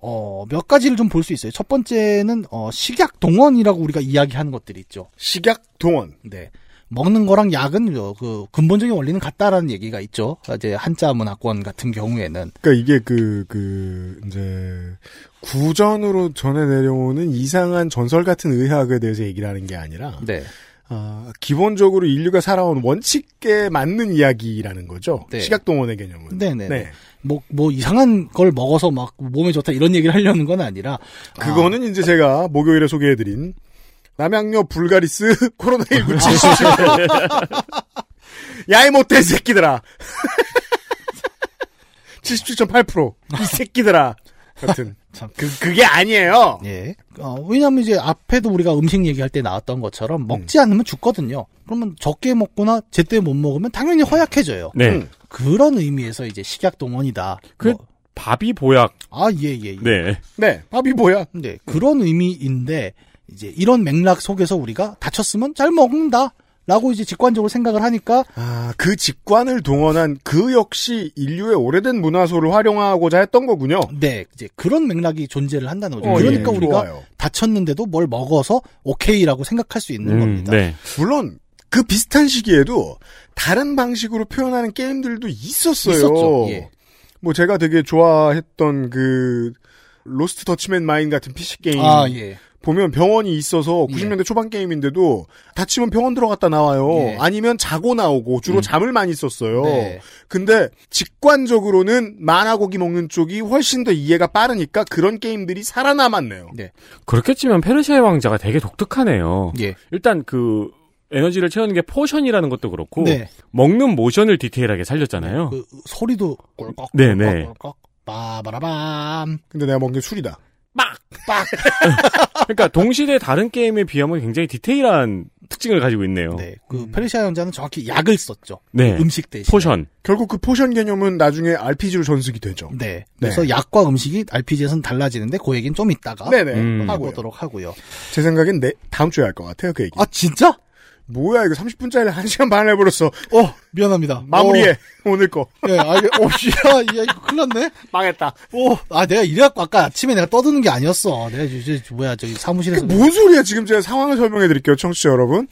S7: 어, 몇 가지를 좀 볼 수 있어요. 첫 번째는, 어, 식약 동원이라고 우리가 이야기하는 것들이 있죠.
S2: 식약 동원.
S7: 네. 먹는 거랑 약은, 어, 그, 근본적인 원리는 같다라는 얘기가 있죠. 이제 한자 문학권 같은 경우에는.
S2: 그러니까 이게 그, 그, 이제, 구전으로 전해 내려오는 이상한 전설 같은 의학에 대해서 얘기를 하는 게 아니라,
S7: 네.
S2: 아, 기본적으로 인류가 살아온 원칙에 맞는 이야기라는 거죠.
S7: 네.
S2: 식약 동원의 개념은.
S7: 네네. 뭐, 뭐, 이상한 걸 먹어서 막 몸에 좋다 이런 얘기를 하려는 건 아니라. 아,
S2: 그거는 이제 제가 목요일에 소개해드린 남양녀 불가리스
S7: 아.
S2: 코로나19 지수. 야이 못된 새끼들아. 77.8%. 이 새끼들아. 같은.
S7: 참.
S2: 그, 그게 아니에요.
S7: 예. 어, 왜냐면 이제 앞에도 우리가 음식 얘기할 때 나왔던 것처럼
S2: 음.
S7: 먹지 않으면 죽거든요. 그러면 적게 먹거나 제때 못 먹으면 당연히 허약해져요.
S3: 네.
S2: 음.
S7: 그런 의미에서 이제 식약 동원이다.
S3: 그-
S7: 뭐,
S3: 밥이 보약.
S7: 아, 예, 예. 예.
S3: 네.
S2: 네. 밥이 뭐야?
S7: 네, 그런 의미인데 이제 이런 맥락 속에서 우리가 다쳤으면 잘 먹는다. 라고 이제 직관적으로 생각을 하니까
S2: 아, 그 직관을 동원한 그 역시 인류의 오래된 문화소를 활용하고자 했던 거군요.
S7: 네, 이제 그런 맥락이 존재를 한다는 거죠.
S2: 어,
S7: 그러니까
S2: 예,
S7: 우리가
S2: 좋아요.
S7: 다쳤는데도 뭘 먹어서 오케이라고 생각할 수 있는
S3: 음,
S7: 겁니다.
S3: 네.
S2: 물론 그 비슷한 시기에도 다른 방식으로 표현하는 게임들도 있었어요.
S7: 있었죠. 예.
S2: 뭐 제가 되게 좋아했던 그 로스트 더치맨 마인 같은 PC 게임
S7: 아, 예.
S2: 보면 병원이 있어서
S7: 예.
S2: 90년대 초반 게임인데도 다치면 병원 들어갔다 나와요.
S7: 예.
S2: 아니면 자고 나오고 주로
S3: 음.
S2: 잠을 많이 썼어요.
S7: 네.
S2: 근데 직관적으로는 만화 고기 먹는 쪽이 훨씬 더 이해가 빠르니까 그런 게임들이 살아남았네요.
S3: 그렇게 치면 페르시아의 왕자가 되게 독특하네요.
S7: 예.
S3: 일단 그 에너지를 채우는 게 포션이라는 것도 그렇고
S7: 네.
S3: 먹는 모션을 디테일하게 살렸잖아요.
S7: 그 소리도 꿀꺽
S3: 네, 네.
S7: 꿀꺽 빠바라밤. 그
S2: 근데 내가 먹는 게 술이다.
S3: 막
S7: 빡.
S3: 그러니까 동시대 다른 게임에 비하면 굉장히 디테일한 특징을 가지고 있네요.
S7: 네. 그
S2: 음.
S7: 페르시아 연자는 정확히 약을 썼죠.
S3: 어. 네.
S7: 음식 대신
S3: 포션.
S2: 결국 그 포션 개념은 나중에 RPG로 전승이 되죠.
S7: 네. 그래서 약과 음식이 RPG에서는 달라지는데 그 얘기는 좀 이따가
S2: 네네.
S7: 음.
S2: 하고요.
S7: 해보도록 하고요.
S2: 제 생각엔 내 다음 주에 할 것 같아요 그 얘기.
S7: 아 진짜?
S2: 뭐야 이거 30분짜리 1시간 반 해버렸어.
S7: 어 미안합니다.
S2: 마무리해 오늘 거.
S7: 어, 네. 알게. 어, 야, 야 이거 큰일 났네.
S2: 망했다.
S7: 오, 아 내가 이래갖고 아까 아침에 내가 떠드는 게 아니었어. 내가 이제 뭐야 저기 사무실에서
S2: 뭔 소리야 지금 제가 상황을 설명해 드릴게요 청취자 여러분.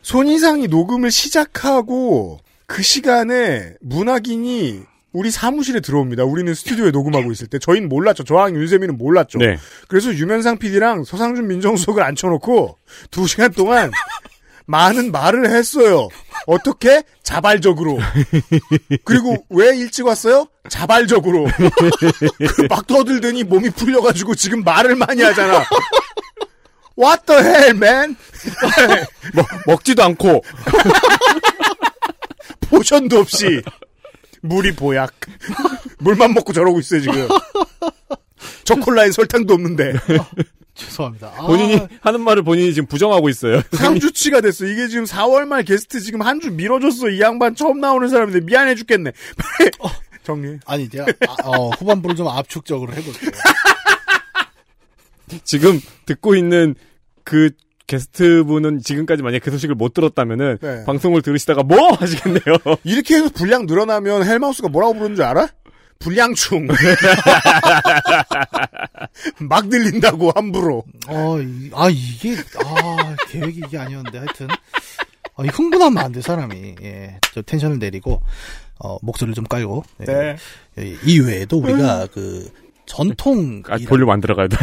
S2: 손이상이 녹음을 시작하고 그 시간에 문학인이 우리 사무실에 들어옵니다. 우리는 스튜디오에 녹음하고 있을 때 저희는 몰랐죠. 저랑 윤세민은 몰랐죠.
S3: 네.
S2: 그래서 유면상 PD랑 서상준 민정수석을 앉혀놓고 두 시간 동안 많은 말을 했어요. 어떻게? 자발적으로. 그리고 왜 일찍 왔어요? 자발적으로. 그막 떠들더니 몸이 풀려가지고 지금 말을 많이 하잖아. What the hell, man?
S3: 먹지도 않고
S2: 포션도 없이. 물이 보약. 물만 먹고 저러고 있어요, 지금. 저 콜라에 설탕도 없는데.
S7: 죄송합니다. 아,
S3: 본인이 하는 말을 본인이 지금 부정하고 있어요.
S2: 그러니까 상주치가 됐어. 이게 지금 4월 말 게스트 지금 한 주 밀어줬어. 이 양반 처음 나오는 사람인데 미안해 죽겠네. 어. 정리.
S7: 아니 제가 아, 어, 후반부를 좀 압축적으로 해볼게요.
S3: 지금 듣고 있는 그 게스트분은 지금까지 만약 그 소식을 못 들었다면은
S2: 네.
S3: 방송을 들으시다가 뭐 하시겠네요.
S2: 이렇게 해서 분량 늘어나면 헬마우스가 뭐라고 부르는 줄 알아? 불량충. 막 늘린다고, 함부로.
S7: 어, 이- 아 이게 아 계획이 이게 아니었는데 하여튼 어, 이 흥분하면 안 돼 사람이 예, 저 텐션을 내리고 어, 목소리를 좀 깔고 예,
S3: 네.
S7: 예, 이외에도 우리가 그 전통
S3: 음. 아, 볼륨 안 들어가야 돼.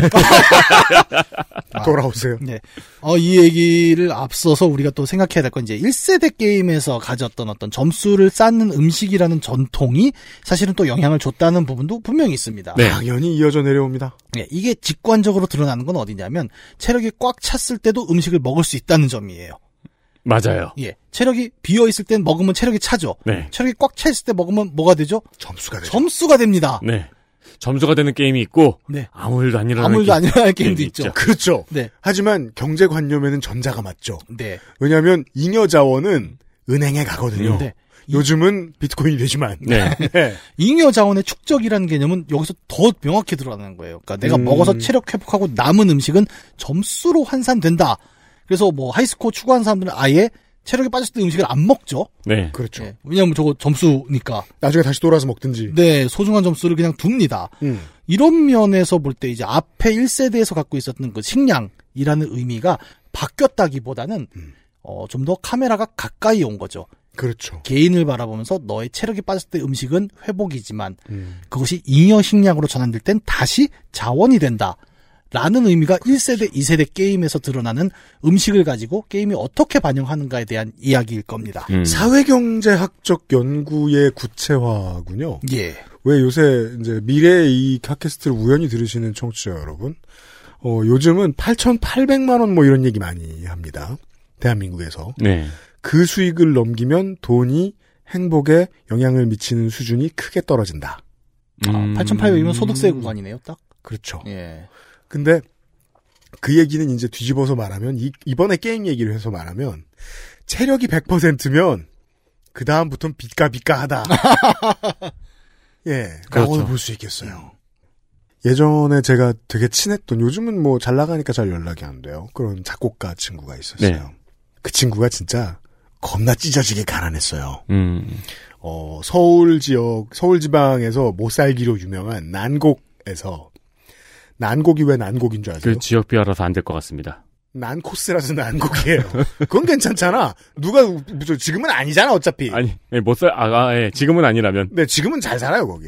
S2: 돌아오세요.
S7: 네. 어, 이 얘기를 앞서서 우리가 또 생각해야 될 건 이제 1세대 게임에서 가졌던 어떤 점수를 쌓는 음식이라는 전통이 사실은 또 영향을 줬다는 부분도 분명히 있습니다.
S3: 네.
S2: 당연히 이어져 내려옵니다.
S7: 네, 이게 직관적으로 드러나는 건 어디냐면 체력이 꽉 찼을 때도 음식을 먹을 수 있다는 점이에요.
S3: 맞아요.
S7: 예. 체력이 비어 있을 땐 먹으면 체력이 차죠.
S3: 네.
S7: 체력이 꽉 차 있을 때 먹으면 뭐가 되죠?
S2: 점수가 되죠.
S7: 점수가 됩니다.
S3: 네. 점수가 되는 게임이 있고
S7: 네.
S3: 아무 일도 안 일어나는
S7: 아무 일도 안
S3: 게임.
S7: 일어날 게임도
S3: 게임이
S7: 있죠.
S3: 있죠.
S2: 그렇죠.
S7: 네.
S2: 하지만 경제관념에는 전자가 맞죠.
S7: 네.
S2: 왜냐면 하 잉여자원은 은행에 가거든요.
S7: 네.
S2: 요즘은 비트코인이 되지만.
S3: 네.
S2: 음. 네.
S7: 잉여 자원의 축적이라는 개념은 여기서 더 명확히 드러나는 거예요. 그러니까 내가
S2: 음.
S7: 먹어서 체력 회복하고 남은 음식은 점수로 환산된다. 그래서 뭐 하이스코어 추구하는 사람들은 아예 체력이 빠졌을 때 음식을 안 먹죠.
S3: 네.
S2: 그렇죠.
S7: 예, 왜냐하면 저거 점수니까.
S2: 나중에 다시 돌아서 먹든지.
S7: 네, 소중한 점수를 그냥 둡니다.
S2: 예. 음.
S7: 이런 면에서 볼 때 이제 앞에 1세대에서 갖고 있었던 그 식량이라는 의미가 바뀌었다기보다는 어, 좀 더 카메라가 가까이 온 거죠.
S2: 그렇죠.
S7: 개인을 바라보면서 너의 체력이 빠졌을 때 음식은 회복이지만 그것이 잉여 식량으로 전환될 땐 다시 자원이 된다. 라는 의미가 1세대, 2세대 게임에서 드러나는 음식을 가지고 게임이 어떻게 반영하는가에 대한 이야기일 겁니다.
S3: 음.
S2: 사회경제학적 연구의 구체화군요.
S7: 예.
S2: 왜 요새 이제 미래의 이 팟캐스트를 우연히 들으시는 청취자 여러분, 어, 요즘은 8,800만 원 뭐 이런 얘기 많이 합니다. 대한민국에서
S3: 네.
S2: 그 수익을 넘기면 돈이 행복에 영향을 미치는 수준이 크게 떨어진다.
S7: 아,
S3: 음.
S7: 8,800이면 소득세 구간이네요, 딱.
S2: 그렇죠.
S7: 예.
S2: 근데 그 얘기는 이제 뒤집어서 말하면 이, 이번에 게임 얘기를 해서 말하면 체력이 100%면 그 다음부터는 빛가빛가하다. 예, 라고
S3: 그렇죠.
S2: 볼 수 있겠어요. 예전에 제가 되게 친했던 요즘은 뭐 잘 나가니까 잘 연락이 안 돼요. 그런 작곡가 친구가 있었어요.
S3: 네.
S2: 그 친구가 진짜 겁나 찢어지게 가난했어요.
S3: 음.
S2: 어, 서울 지역, 서울 지방에서 못 살기로 유명한 난곡에서 난곡이 왜 난곡인 줄 아세요?
S3: 그 지역 비하라서 안 될 것 같습니다.
S2: 난 코스라서 난 곡이에요. 그건 괜찮잖아. 누가 우- 무슨 지금은 아니잖아 어차피.
S3: 아니, 예, 못 살, 아, 아, 예, 지금은 아니라면.
S2: 네 지금은 잘 살아요 거기.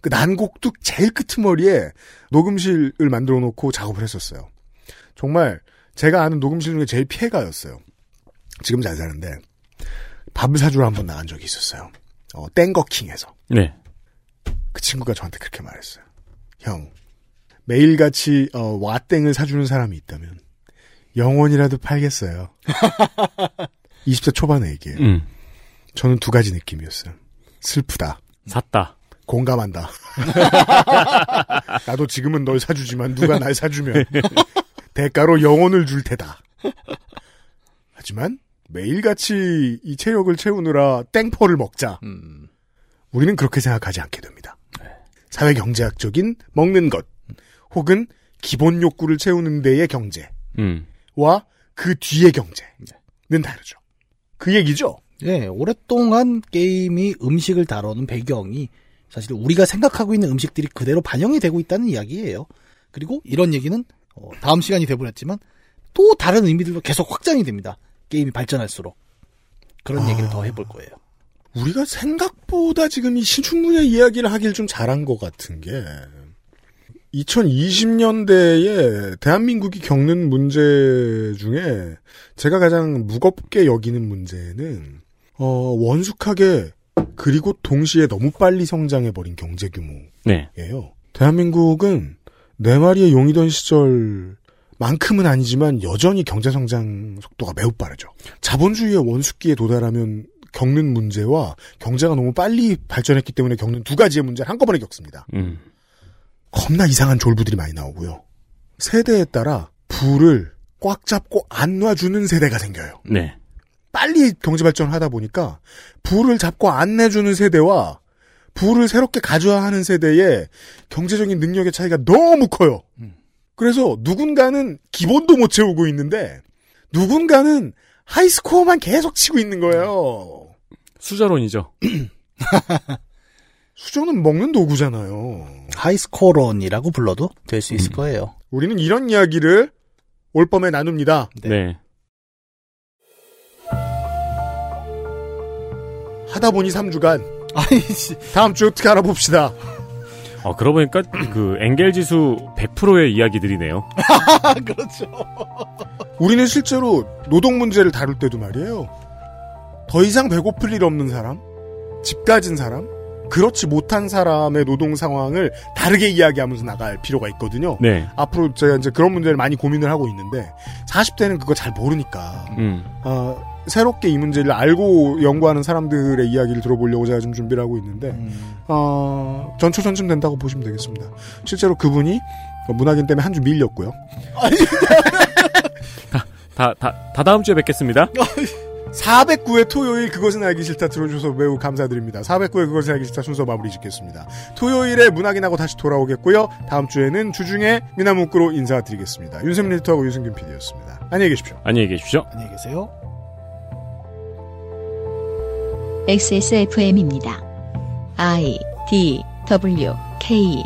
S2: 그 난곡도 제일 끄트머리에 녹음실을 만들어 놓고 작업을 했었어요. 정말 제가 아는 녹음실 중에 제일 피해가였어요. 지금 잘 사는데 밥을 사주러 한 번 나간 적이 있었어요. 어, 땡거킹에서
S3: 네.
S2: 그 친구가 저한테 그렇게 말했어요. 형 매일같이 어, 와땡을 사주는 사람이 있다면 영원이라도 팔겠어요. 20대 초반의 얘기예요.
S7: 네.
S3: 음.
S2: 저는 두 가지 느낌이었어요. 슬프다.
S3: 샀다.
S2: 공감한다. 나도 지금은 널 사주지만 누가 날 사주면 대가로 영혼을 줄 테다. 하지만 매일같이 이 체력을 채우느라 땡포를 먹자. 우리는 그렇게 생각하지 않게 됩니다. 사회 경제학적인 먹는 것 혹은 기본 욕구를 채우는 데의 경제와
S3: 음.
S2: 그 뒤의 경제는 다르죠. 그 얘기죠.
S7: 예, 오랫동안 게임이 음식을 다루는 배경이 사실 우리가 생각하고 있는 음식들이 그대로 반영이 되고 있다는 이야기예요. 그리고 이런 얘기는 어, 다음 시간이 돼버렸지만 또 다른 의미들로 계속 확장이 됩니다. 게임이 발전할수록 그런 얘기를 더 해볼 거예요.
S2: 우리가 생각보다 지금 이 신춘문예 이야기를 하길 좀 잘한 것 같은 게 2020년대에 대한민국이 겪는 문제 중에 제가 가장 무겁게 여기는 문제는 어, 원숙하게 그리고 동시에 너무 빨리 성장해버린 경제 규모예요.
S3: 네.
S2: 대한민국은 네 마리의 용이던 시절만큼은 아니지만 여전히 경제 성장 속도가 매우 빠르죠. 자본주의의 원숙기에 도달하면 겪는 문제와 경제가 너무 빨리 발전했기 때문에 겪는 두 가지의 문제를 한꺼번에 겪습니다.
S3: 음.
S2: 겁나 이상한 졸부들이 많이 나오고요. 세대에 따라 부를 꽉 잡고 안 놔주는 세대가 생겨요.
S3: 네.
S7: 음.
S2: 빨리 경제 발전을 하다 보니까 부를 잡고 안 내주는 세대와 부를 새롭게 가져야 하는 세대의 경제적인 능력의 차이가 너무 커요. 그래서 누군가는 기본도 못 채우고 있는데 누군가는 하이스코어만 계속 치고 있는 거예요.
S3: 수저론이죠.
S2: 수저는 먹는 도구잖아요.
S7: 하이스코론이라고 불러도 될 수 있을 거예요.
S2: 우리는 이런 이야기를 올 봄에 나눕니다.
S3: 네.
S2: 하다 보니 3주간
S7: 아이씨,
S2: 다음 주에 어떻게 알아봅시다.
S3: 어, 그러고 보니까 그 엔겔 지수 100%의 이야기들이네요.
S7: 아, 그렇죠.
S2: 우리는 실제로 노동 문제를 다룰 때도 말이에요. 더 이상 배고플 일 없는 사람, 집 가진 사람, 그렇지 못한 사람의 노동 상황을 다르게 이야기하면서 나갈 필요가 있거든요.
S3: 네.
S2: 앞으로 제가 이제 그런 문제를 많이 고민을 하고 있는데 40대는 그거 잘 모르니까
S3: 음.
S2: 어, 새롭게 이 문제를 알고 연구하는 사람들의 이야기를 들어보려고 제가 좀 준비를 하고 있는데 어, 전초전쯤 된다고 보시면 되겠습니다. 실제로 그분이 문학인 때문에 한 주 밀렸고요.
S3: 다, 다, 다 다음 주에 뵙겠습니다.
S2: 409회 토요일 그것은 알기 싫다 들어주셔서 매우 감사드립니다. 409회 그것은 알기 싫다 순서 마무리 짓겠습니다. 토요일에 문학인하고 다시 돌아오겠고요. 다음 주에는 주중에 미나문구로 인사드리겠습니다. 윤세민 리터하고 유승균 PD였습니다. 안녕히 계십시오.
S3: 안녕히 계십시오.
S7: 안녕히 계세요.
S1: XSFM입니다. I D W K